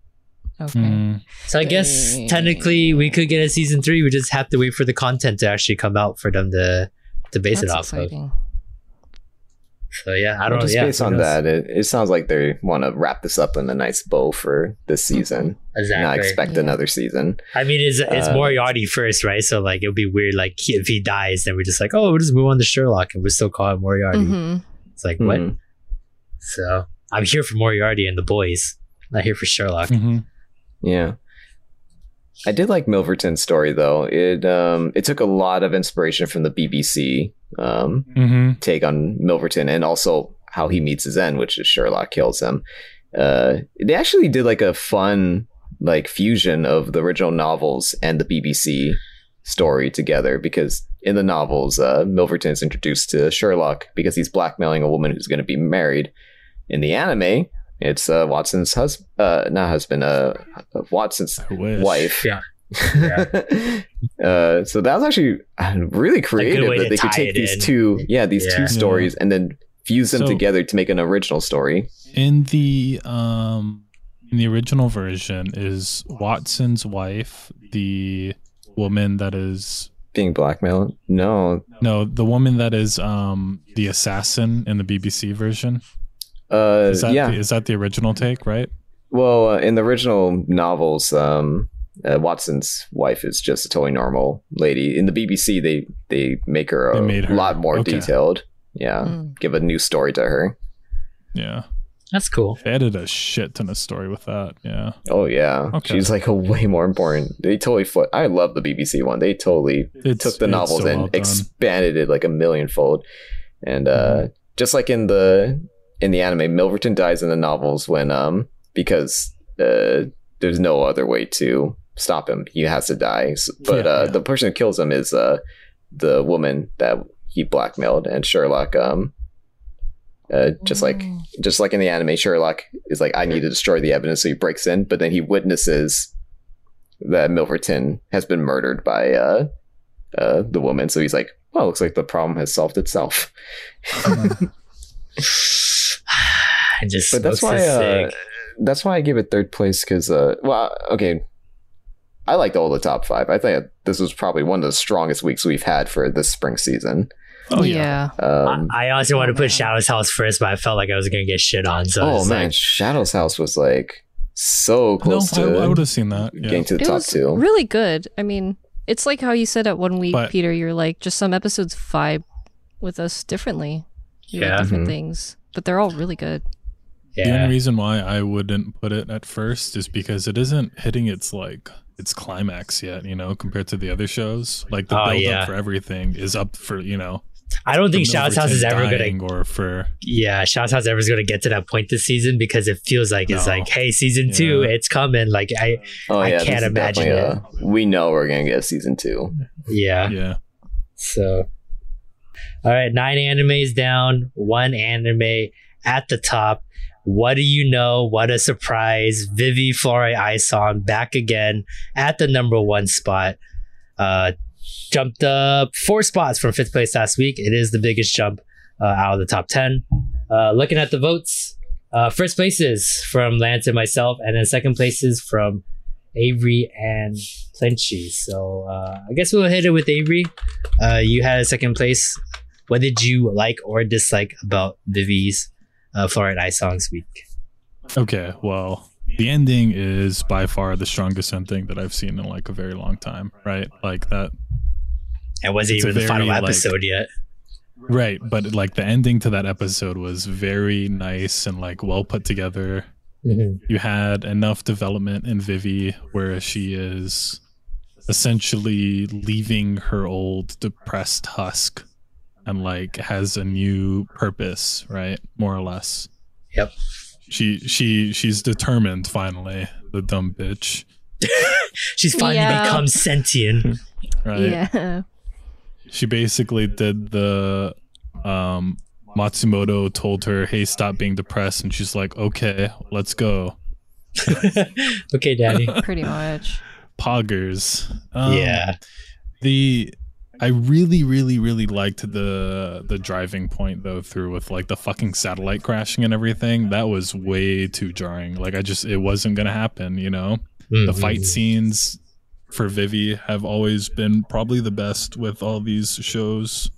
S5: Okay.
S4: Hmm.
S2: so I guess technically we could get a season three. We just have to wait for the content to actually come out for them to to base
S5: That's
S2: it off of.
S5: exciting.
S2: So yeah, I don't
S3: Well,
S2: know.
S3: just
S2: Yeah,
S3: based
S2: who
S3: on
S2: knows?
S3: that, it, it sounds like they want to wrap this up in a nice bow for this
S2: Hmm.
S3: season.
S2: exactly.
S3: Not expect
S5: Yeah.
S3: another season.
S2: I mean, it's it's
S3: Uh,
S2: Moriarty first, right? So like, it'll be weird. Like, he, if he dies, then we're just like, oh, we'll just move on to Sherlock, and we still call it Moriarty.
S1: Mm-hmm,
S5: Mhm.
S2: It's like what?
S3: Mhm.
S2: So I'm here for Moriarty and the boys. Not here for Sherlock.
S3: Hmm.
S4: Mhm.
S3: Yeah. I did like Milverton's story though. It um it took a lot of inspiration from the BBC um
S4: Mhm.
S3: take on Milverton and also how he meets his end, which is Sherlock kills him. Uh they actually did like a fun like fusion of the original novels and the BBC story together because in the novels, uh, Milverton is introduced to Sherlock because he's blackmailing a woman who's going to be married. In the anime, it's uh, Watson's husband, uh, not husband, uh, Watson's
S4: I wish.
S3: wife.
S2: Yeah. Yeah.
S3: uh, so that was actually uh, really creative
S2: way to
S3: that they could
S2: tie
S3: take
S2: it
S3: these
S2: in.
S3: two, yeah, these
S2: Yeah.
S3: two stories and then fuse them
S4: So-
S3: together to make an original story.
S4: in the um in the original version is Watson's wife the woman that is
S3: Being blackmailed? No.
S4: no the woman that is um the assassin in the BBC version
S3: Uh,
S4: is that
S3: yeah.
S4: the, is that the original take right
S3: Well, uh, in the original novels, um, uh, Watson's wife is just a totally normal lady. In the BBC, they they make her
S4: They
S3: a
S4: made her-
S3: lot more
S4: okay.
S3: detailed. Yeah,
S5: Mm.
S3: give a new story to her.
S4: yeah
S2: That's cool.
S4: they added a shit ton of story with that yeah
S3: Oh yeah,
S4: Okay.
S3: she's like a way more important. They totally. Fl- I love the BBC one. They totally
S4: it
S3: took the novels and expanded it like a millionfold. And uh,
S4: Mm-hmm.
S3: just like in the in the anime, Milverton dies in the novels when um because uh, there's no other way to stop him. He has to die. S- but
S4: Yeah,
S3: uh,
S4: yeah.
S3: the person who kills him is uh the woman that he blackmailed, and Sherlock um. Uh, just like
S5: Mm.
S3: just like in the anime, Sherlock is like, I need to destroy the evidence, so he breaks in, but then he witnesses that Milverton has been murdered by uh, uh, the woman, so he's like, well, looks like the problem has solved itself.
S2: I just
S3: But that's
S2: smokes
S3: why,
S2: a
S3: uh,
S2: cig.
S3: that's why I give it third place because, uh, well, okay, I liked all the top five. I think this was probably one of the strongest weeks we've had for this spring season.
S4: oh yeah,
S5: yeah.
S3: Um,
S2: I, I honestly wanted to
S5: man.
S2: put Shadow's House first, but I felt like I was gonna get shit on. So I was
S3: oh
S2: just
S3: man,
S2: like,
S3: Shadow's House was like so
S4: no
S3: close
S4: I,
S3: to
S4: I would have seen that yeah
S3: getting to the
S5: It
S3: top
S5: was
S3: two.
S5: really good. I mean, it's like how you said at one week,
S4: But-
S5: Peter. You're like, just some episodes vibe with us differently. You like
S2: Yeah.
S5: different
S3: Mhm.
S5: things, but they're all really good.
S4: The
S2: yeah,
S4: only reason why I wouldn't put it at first is because it isn't hitting its like its climax yet, you know, compared to the other shows. Like the
S2: Oh,
S4: build up
S2: yeah.
S4: for everything is up for, you know,
S2: I don't think Shout's House is ever gonna.
S4: dying or for
S2: Yeah, Shout's House ever is gonna get to that point this season because it feels like it's
S4: No.
S2: like, hey, season two,
S4: Yeah.
S2: it's coming. Like I,
S3: Oh
S2: I
S3: yeah, this
S2: can't
S3: is
S2: imagine
S3: definitely a- we know we're gonna get season two.
S2: yeah.
S4: yeah.
S2: So, all right, nine animes down, one anime at the top. What do you know? What a surprise! Vivi Flore Ison back again at the number one spot. Uh, jumped up four spots from fifth place last week. It is the biggest jump uh, out of the top ten. Uh, looking at the votes, uh, first places from Lance and myself, and then second places from Avery and Plenty. So uh, I guess we'll hit it with Avery. Uh, you had a second place. What did you like or dislike about Vivi's uh, Florida Ice Songs week?
S4: Okay, well, the ending is by far the strongest ending that I've seen in like a very long time, right? Like that
S2: And was it
S4: It's a
S2: even the
S4: very,
S2: final
S4: like-
S2: episode yet?
S4: Right, but like the ending to that episode was very nice and like well put together.
S2: Mm-hmm.
S4: You had enough development in Vivi where she is essentially leaving her old depressed husk and like has a new purpose, right? More or less.
S2: Yep.
S4: She she she's determined finally, the dumb bitch,
S2: She's finally
S1: Yeah.
S2: become sentient.
S4: right?
S1: Yeah.
S4: she basically did the um Matsumoto told her, "Hey, stop being depressed," and she's like, "Okay, let's go."
S2: okay, Daddy.
S1: Pretty much.
S4: Poggers. Um,
S2: yeah.
S4: The I really, really, really liked the the driving point though through with like the fucking satellite crashing and everything. That was way too jarring. Like I just it wasn't gonna happen. You know, the
S2: Mhm.
S4: fight scenes for Vivi have always been probably the best with all these shows.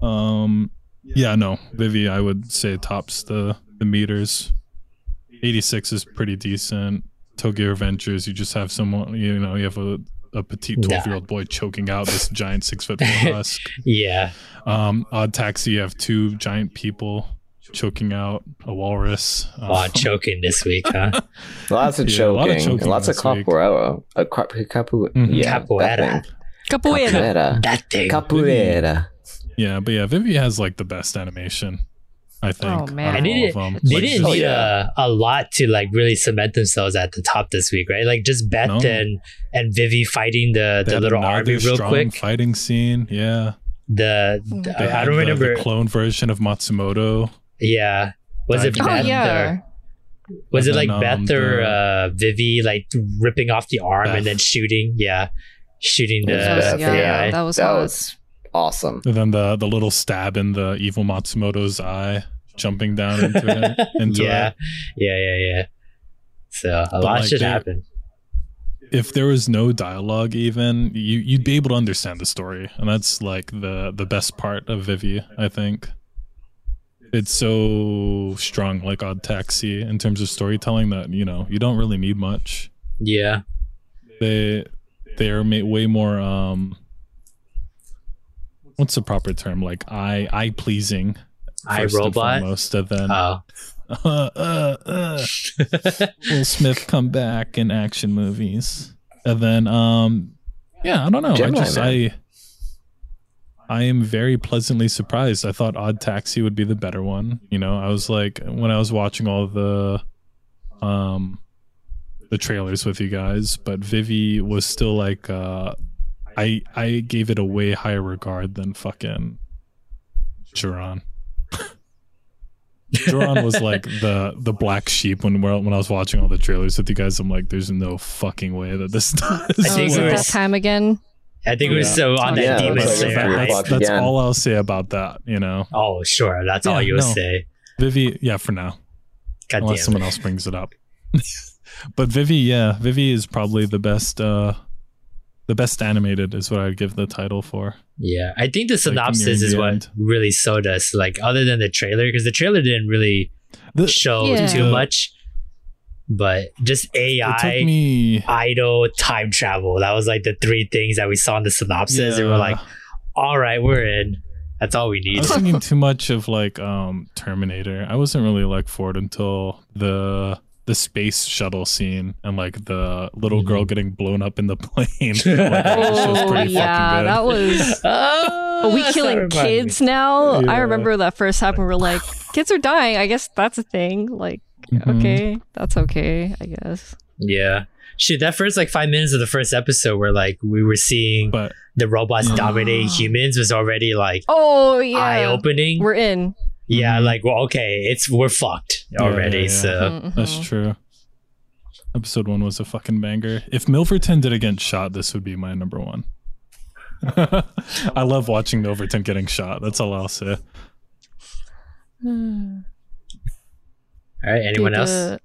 S4: Um, yeah, no, Vivi, I would say tops the the meters. Eighty six is pretty decent. Tokyo Adventures, you just have someone, you know, you have a a petite
S2: Nah.
S4: twelve year old boy choking out this giant six foot husk.
S2: Yeah.
S4: Um, Odd Taxi, you have two giant people choking out a walrus. Um,
S2: Oh, choking this week, huh?
S3: Lots of
S4: Yeah, a
S3: choking,
S4: lot of
S3: and
S4: choking
S3: lots of
S4: this week.
S3: capoeira, a cap- capu-
S4: Mhm.
S3: yeah,
S2: Mm-hmm. Capoeira.
S1: Capoeira.
S3: that thing.
S2: that thing.
S3: capoeira,
S4: Yeah, but yeah, Vivi has like the best animation, I think.
S1: Oh,
S4: out of
S1: man.
S2: And they
S4: all
S2: didn't-
S4: of 'em.
S2: They
S4: Like,
S2: didn't
S4: just-
S2: need uh,
S3: yeah.
S2: a, a lot to like really cement themselves at the top this week, right? Like just Beth
S4: No.
S2: and and Vivi fighting the,
S4: they
S2: the
S4: had
S2: little
S4: another
S2: army real
S4: strong
S2: quick.
S4: fighting scene. Yeah,
S2: The,
S4: They
S2: I
S4: had
S2: don't
S4: the-
S2: remember.
S4: the clone version of Matsumoto.
S2: yeah, was it
S4: Oh,
S1: Oh
S2: Beth or
S1: yeah.
S2: Was
S4: And
S2: it like
S4: then, um,
S2: Beth or
S4: the-
S2: uh, Vivi like ripping off the arm
S4: Beth.
S2: and then shooting? Yeah, shooting the
S1: That was-
S3: Beth,
S1: yeah,
S3: yeah.
S1: That was
S3: that
S1: hot.
S3: was awesome.
S4: And then the the little stab in the evil Matsumoto's eye, jumping down into it. Into
S2: yeah,
S4: it.
S2: yeah, yeah, yeah. So a
S4: But,
S2: lot
S4: like,
S2: should
S4: they-
S2: happen.
S4: If there was no dialogue, even you you'd be able to understand the story, and that's like the the best part of Vivi, I think. It's so strong, like Odd Taxi, in terms of storytelling that you know you don't really need much.
S2: Yeah,
S4: they they are ma- way more um what's the proper term like eye eye pleasing
S2: I
S4: first and
S2: robot.
S4: foremost, and then
S2: Oh,
S4: uh, uh, uh, Will Smith come back in action movies and then um yeah I don't know
S3: Gemini
S4: I just I I am very pleasantly surprised I thought Odd Taxi would be the better one you know I was like when I was watching all the um the trailers with you guys, but Vivi was still like uh I I gave it a way higher regard than fucking Duran. Duran was like the the black sheep when we're, when I was watching all the trailers with you guys. I'm like, there's no fucking way that this does.
S2: I
S1: Oh,
S2: think
S1: is
S2: we
S1: it
S2: were-
S1: that time again?
S2: I think it was
S4: Yeah.
S2: so on that
S3: Yeah,
S2: demon
S3: like,
S2: slayer,
S3: yeah.
S2: right?
S4: that's, that's
S3: Yeah.
S4: all I'll say about that. You know,
S2: Oh, sure. That's all
S4: Yeah,
S2: you'll
S4: no.
S2: say.
S4: Vivi. Yeah, for now.
S2: God
S4: unless
S2: damn.
S4: someone else brings it up. but Vivi, yeah, Vivi is probably the best. uh The best animated is what I'd give the title for.
S2: Yeah, I think the
S4: like, nearing
S2: synopsis is
S4: the
S2: what
S4: end.
S2: really sold us. Like other than the trailer, because the trailer didn't really
S4: The-
S2: show
S1: Yeah.
S2: too
S4: the-
S2: much, but just
S4: It
S2: AI.
S4: took me.
S2: idol time travel that was like the three things that we saw in the synopsis and
S4: Yeah.
S2: we're like all right we're in that's all we
S4: I
S2: need
S4: was thinking too much of like um Terminator. I wasn't really like for it until the the space shuttle scene and like the little
S2: Mm-hmm.
S4: girl getting blown up in the plane. Like, that was
S1: Oh
S4: pretty fucking
S1: yeah,
S4: good.
S1: that was Are we
S2: that's
S1: killing
S2: not reminding
S1: kids now? I
S4: Yeah.
S1: remember that first time we were like, kids are dying. I guess that's a thing. Like,
S4: Mm-hmm.
S1: okay, that's okay, I guess.
S2: me. Yeah. Shit, that first like five minutes of the first episode where like we were seeing
S4: But
S2: the robots
S4: Yeah.
S2: dominating humans was already like
S1: Oh, yeah.
S2: eye opening.
S1: We're in.
S2: Yeah,
S4: Mhm.
S2: like well, okay, it's we're fucked
S4: Yeah,
S2: already.
S4: yeah, yeah.
S2: So
S4: that's true. Episode one was a fucking banger. If Milverton didn't get shot, this would be my number one. I love watching Milverton getting shot. That's all I'll say.
S1: Mhm.
S2: all right, anyone
S1: Dude,
S2: else?
S1: the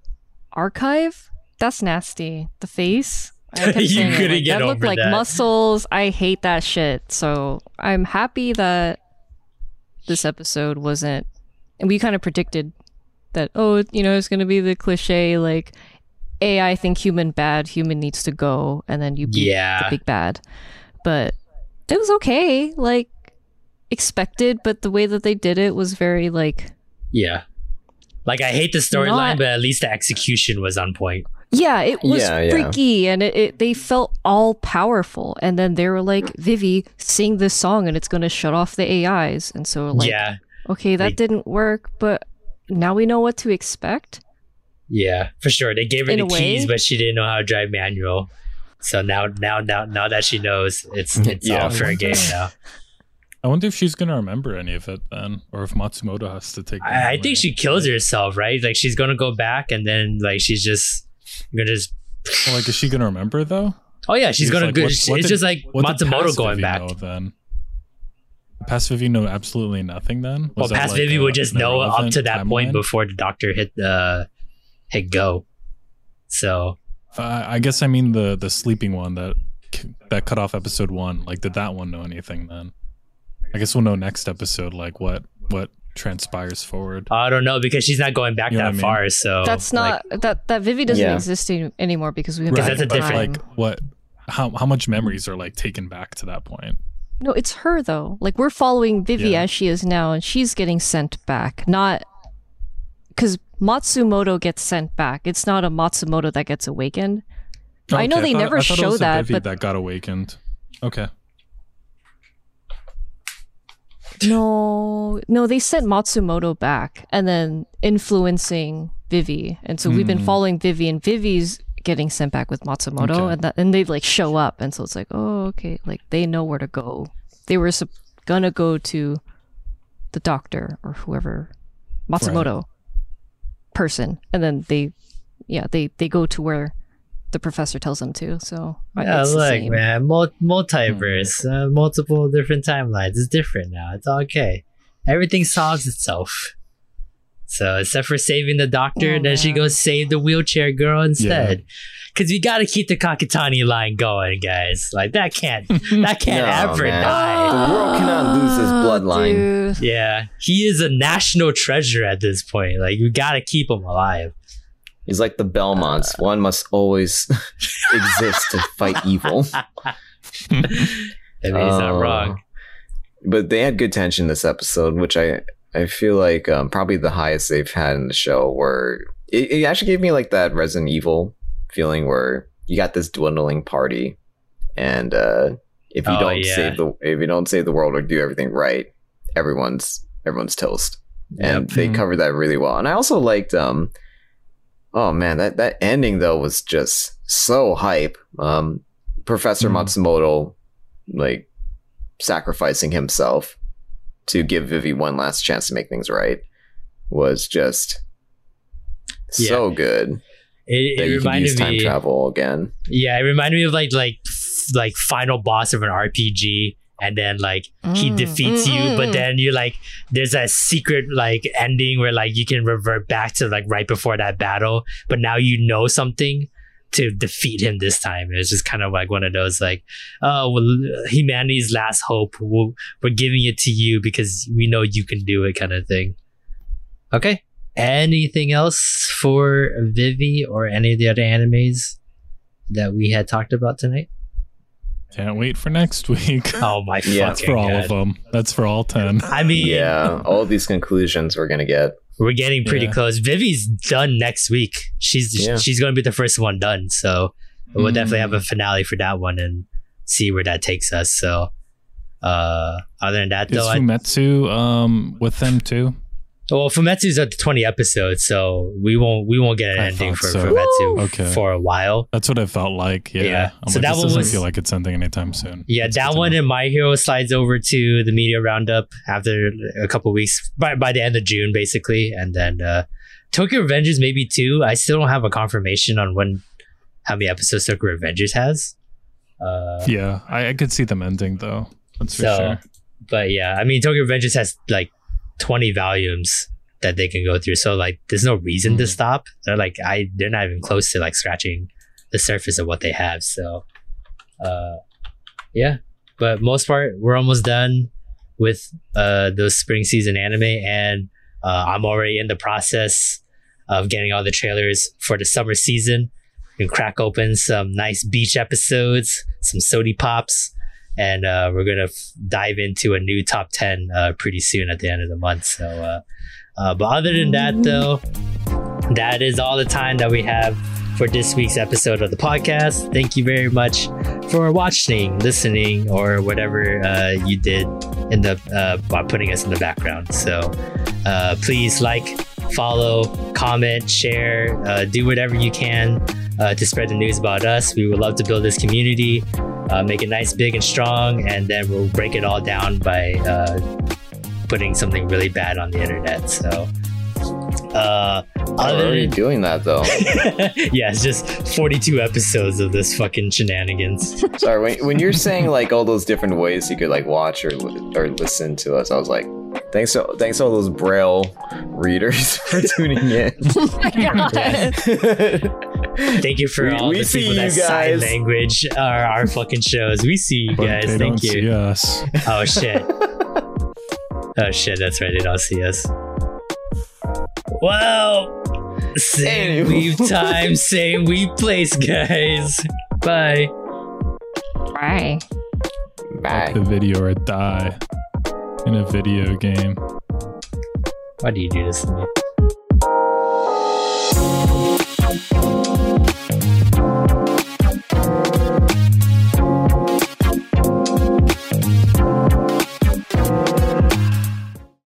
S1: Archive? That's nasty. The face? I kept
S2: You
S1: saying it,
S2: couldn't
S1: like,
S2: get
S1: that looked
S2: over
S1: like
S2: that.
S1: muscles. I hate that shit. So I'm happy that this episode wasn't. And we kind of predicted that, oh, you know, it's going to be the cliche like AI think human bad, human needs to go, and then you beat the
S2: Yeah.
S1: big bad. But it was okay. Like, expected, but the way that they did it was very like
S2: Yeah. Like I hate the storyline,
S1: Not-
S2: but at least the execution was on point.
S1: Yeah, it was
S3: Yeah, yeah.
S1: freaky, and it, it they felt all powerful. And then they were like, "Vivi, sing this song, and it's gonna shut off the AIs." And so, like,
S2: yeah.
S1: okay, that
S2: Like-
S1: didn't work, but now we know what to expect.
S2: Yeah, for sure. They gave her
S1: In
S2: the
S1: a
S2: keys,
S1: way.
S2: but she didn't know how to drive manual. So now now now now that she knows it's it's
S3: Yeah.
S2: all fair game now.
S4: I wonder if she's gonna remember any of it then, or if Matsumoto has to take. them
S2: I, I
S4: away.
S2: think she kills herself, right? Like she's gonna go back and then like she's just gonna just
S4: Well, like, is she gonna remember though?
S2: Oh yeah, she's
S4: She's
S2: gonna
S4: like,
S2: go
S4: what-
S2: it's
S4: what did-
S2: just like
S4: What did
S2: Matsumoto
S4: past
S2: going
S4: Vivi
S2: back.
S4: Know, then past Vivi know absolutely nothing. Then
S2: Well,
S4: Was that,
S2: past
S4: like,
S2: Vivi
S4: a-
S2: would just
S4: an
S2: know up
S4: irrelevant
S2: to that point
S4: timeline?
S2: before the doctor hit uh, hit go. So
S4: Uh, I guess I mean the the sleeping one that that cut off episode one. Like, did that one know anything then? I guess we'll know next episode. Like, what what transpires forward?
S2: I don't know because she's not going back
S4: You know
S2: that
S4: what I mean?
S2: far. So
S1: That's not that that Vivi doesn't
S3: Yeah.
S1: exist any, anymore because we have
S2: Right,
S1: right,
S2: that's a
S4: but,
S2: different-
S4: like what how how much memories are like taken back to that point.
S1: No, it's her though. Like we're following Vivi
S4: Yeah.
S1: as she is now, and she's getting sent back. Not because Matsumoto gets sent back. It's not a Matsumoto that gets awakened. I know
S4: Okay,
S1: they
S4: thought-
S1: never
S4: I thought it
S1: show
S4: was the
S1: that,
S4: Vivi
S1: but-
S4: that got awakened. Okay.
S1: No, no, they sent Matsumoto back and then influencing Vivi. And so we've been
S4: Hmm.
S1: following Vivi and Vivi's getting sent back with Matsumoto
S4: Okay.
S1: and that, and they like show up and so it's like, "Oh, okay, like they know where to go." They were sup- gonna go to the doctor or whoever Matsumoto person and then they yeah, they they go to where the professor tells them to. So I
S2: yeah,
S1: it's the
S2: like
S1: same.
S2: man, mul- multiverse, uh, multiple different timelines. It's different now. It's okay. Everything solves itself. So except for saving the doctor,
S1: Oh,
S2: then she
S1: man.
S2: goes save the wheelchair girl instead. Cause we gotta keep the Kakatani line going, guys. Like that can't that can't
S3: No,
S2: ever
S3: man.
S2: die.
S3: The world cannot lose its
S1: Oh,
S3: bloodline.
S1: dude.
S2: Yeah, he is a national treasure at this point. Like we gotta keep him alive.
S3: He's like the Belmonts. One must always exist to fight evil.
S2: I mean, he's not
S3: Oh.
S2: wrong.
S3: But they had good tension this episode, which I I feel like um, probably the highest they've had in the show. Where it, it actually gave me like that Resident Evil feeling, where you got this dwindling party, and uh, if you
S2: Oh,
S3: don't
S2: yeah.
S3: save the if you don't save the world or do everything right, everyone's everyone's toast. And they
S2: Mm-hmm.
S4: Mhm.
S3: covered that really well. And I also liked um, oh man, that that ending though was just so hype. Um, Professor
S2: Hmm.
S4: Mhm.
S3: Matsumoto like sacrificing himself to give Vivi one last chance to make things right was just so good
S2: It,
S3: that
S2: it
S3: you could
S2: reminded
S3: use time
S2: me.
S3: travel again.
S2: Yeah, it reminded me of like like f- like final boss of an RPG, and then like he
S1: Mm.
S2: defeats
S1: Mm,
S2: you,
S1: mm,
S2: but
S1: mm.
S2: then you're like there's a secret like ending where like you can revert back to like right before that battle, but now you know something to defeat him this time. It was just kind of like one of those like, oh well, humanity's last hope. We'll, we're giving it to you because we know you can do it, kind of thing. Okay. Anything else for Vivi or any of the other animes that we had talked about tonight?
S4: Can't wait for next week.
S2: Oh my
S3: Yeah,
S4: That's
S2: fucking
S4: for all
S2: God.
S4: of them. That's for all ten.
S2: I mean,
S3: Yeah, all these conclusions we're gonna get.
S2: we're getting pretty
S4: Yeah.
S2: close. Vivi's done next week. She's
S3: Yeah.
S2: she's going to be the first one done, so we'll
S4: Mm.
S2: definitely have a finale for that one and see where that takes us. So, Uh, other than that,
S4: Is
S2: though, I,
S4: Fumetsu um with them too?
S2: well, Fumetsu's at twenty episodes, so we won't we won't get an
S4: I
S2: ending
S4: thought
S2: for
S4: so.
S2: Fumetsu
S4: Okay.
S2: for a while.
S4: That's what it felt like. Yeah.
S2: Yeah.
S4: I'm
S2: So that
S4: like, this
S2: one
S4: doesn't
S2: was-
S4: feel like it's ending anytime soon.
S2: Yeah,
S4: That's good
S2: that
S4: to
S2: one
S4: know.
S2: in My Hero slides over to the media roundup after a couple weeks, by, by the end of June, basically. And then uh, Tokyo Revengers, maybe two. I still don't have a confirmation on when, how many episodes Tokyo Revengers has. Uh,
S4: Yeah, I, I could see them ending though. That's for
S2: So-
S4: sure.
S2: But yeah, I mean, Tokyo Revengers has like 20 volumes that they can go through. So, like, there's no reason to
S4: Mhm.
S2: stop. They're like, I, they're not even close to like scratching the surface of what they have. So, uh, yeah. But most part, we're almost done with uh, those spring season anime, and uh, I'm already in the process of getting all the trailers for the summer season. We can crack open some nice beach episodes, some sody pops, and uh, we're gonna f- dive into a new top ten uh, pretty soon at the end of the month. So, uh, uh, but other than that, though, that is all the time that we have for this week's episode of the podcast. Thank you very much for watching, listening, or whatever uh, you did in the uh, by putting us in the background. So uh, please like, follow, comment, share, uh, do whatever you can uh, to spread the news about us. We would love to build this community, uh, make it nice, big, and strong, and then we'll break it all down by uh, putting something really bad on the internet. So. Uh,
S3: How
S2: other
S3: are you
S2: than
S3: doing that though?
S2: yeah, it's just 42 episodes of this fucking shenanigans.
S3: Sorry, when, when you're saying like all those different ways you could like watch or li- or listen to us, I was like, thanks to thanks to all those braille readers for tuning in.
S2: Thank you for
S3: We-
S2: all
S3: we
S2: the
S3: see
S2: people
S3: you
S2: that sign
S3: guys.
S2: language are our fucking shows. We see you
S4: But
S2: guys.
S4: they
S2: Thank
S4: don't see
S2: you.
S4: us.
S2: Oh shit. oh shit, that's right. They don't see us. Well, same
S3: Anyway.
S2: weave time, same weave place, guys. Bye.
S5: Right.
S3: Bye.
S4: The video or die in a video game.
S2: Why do you do this to me?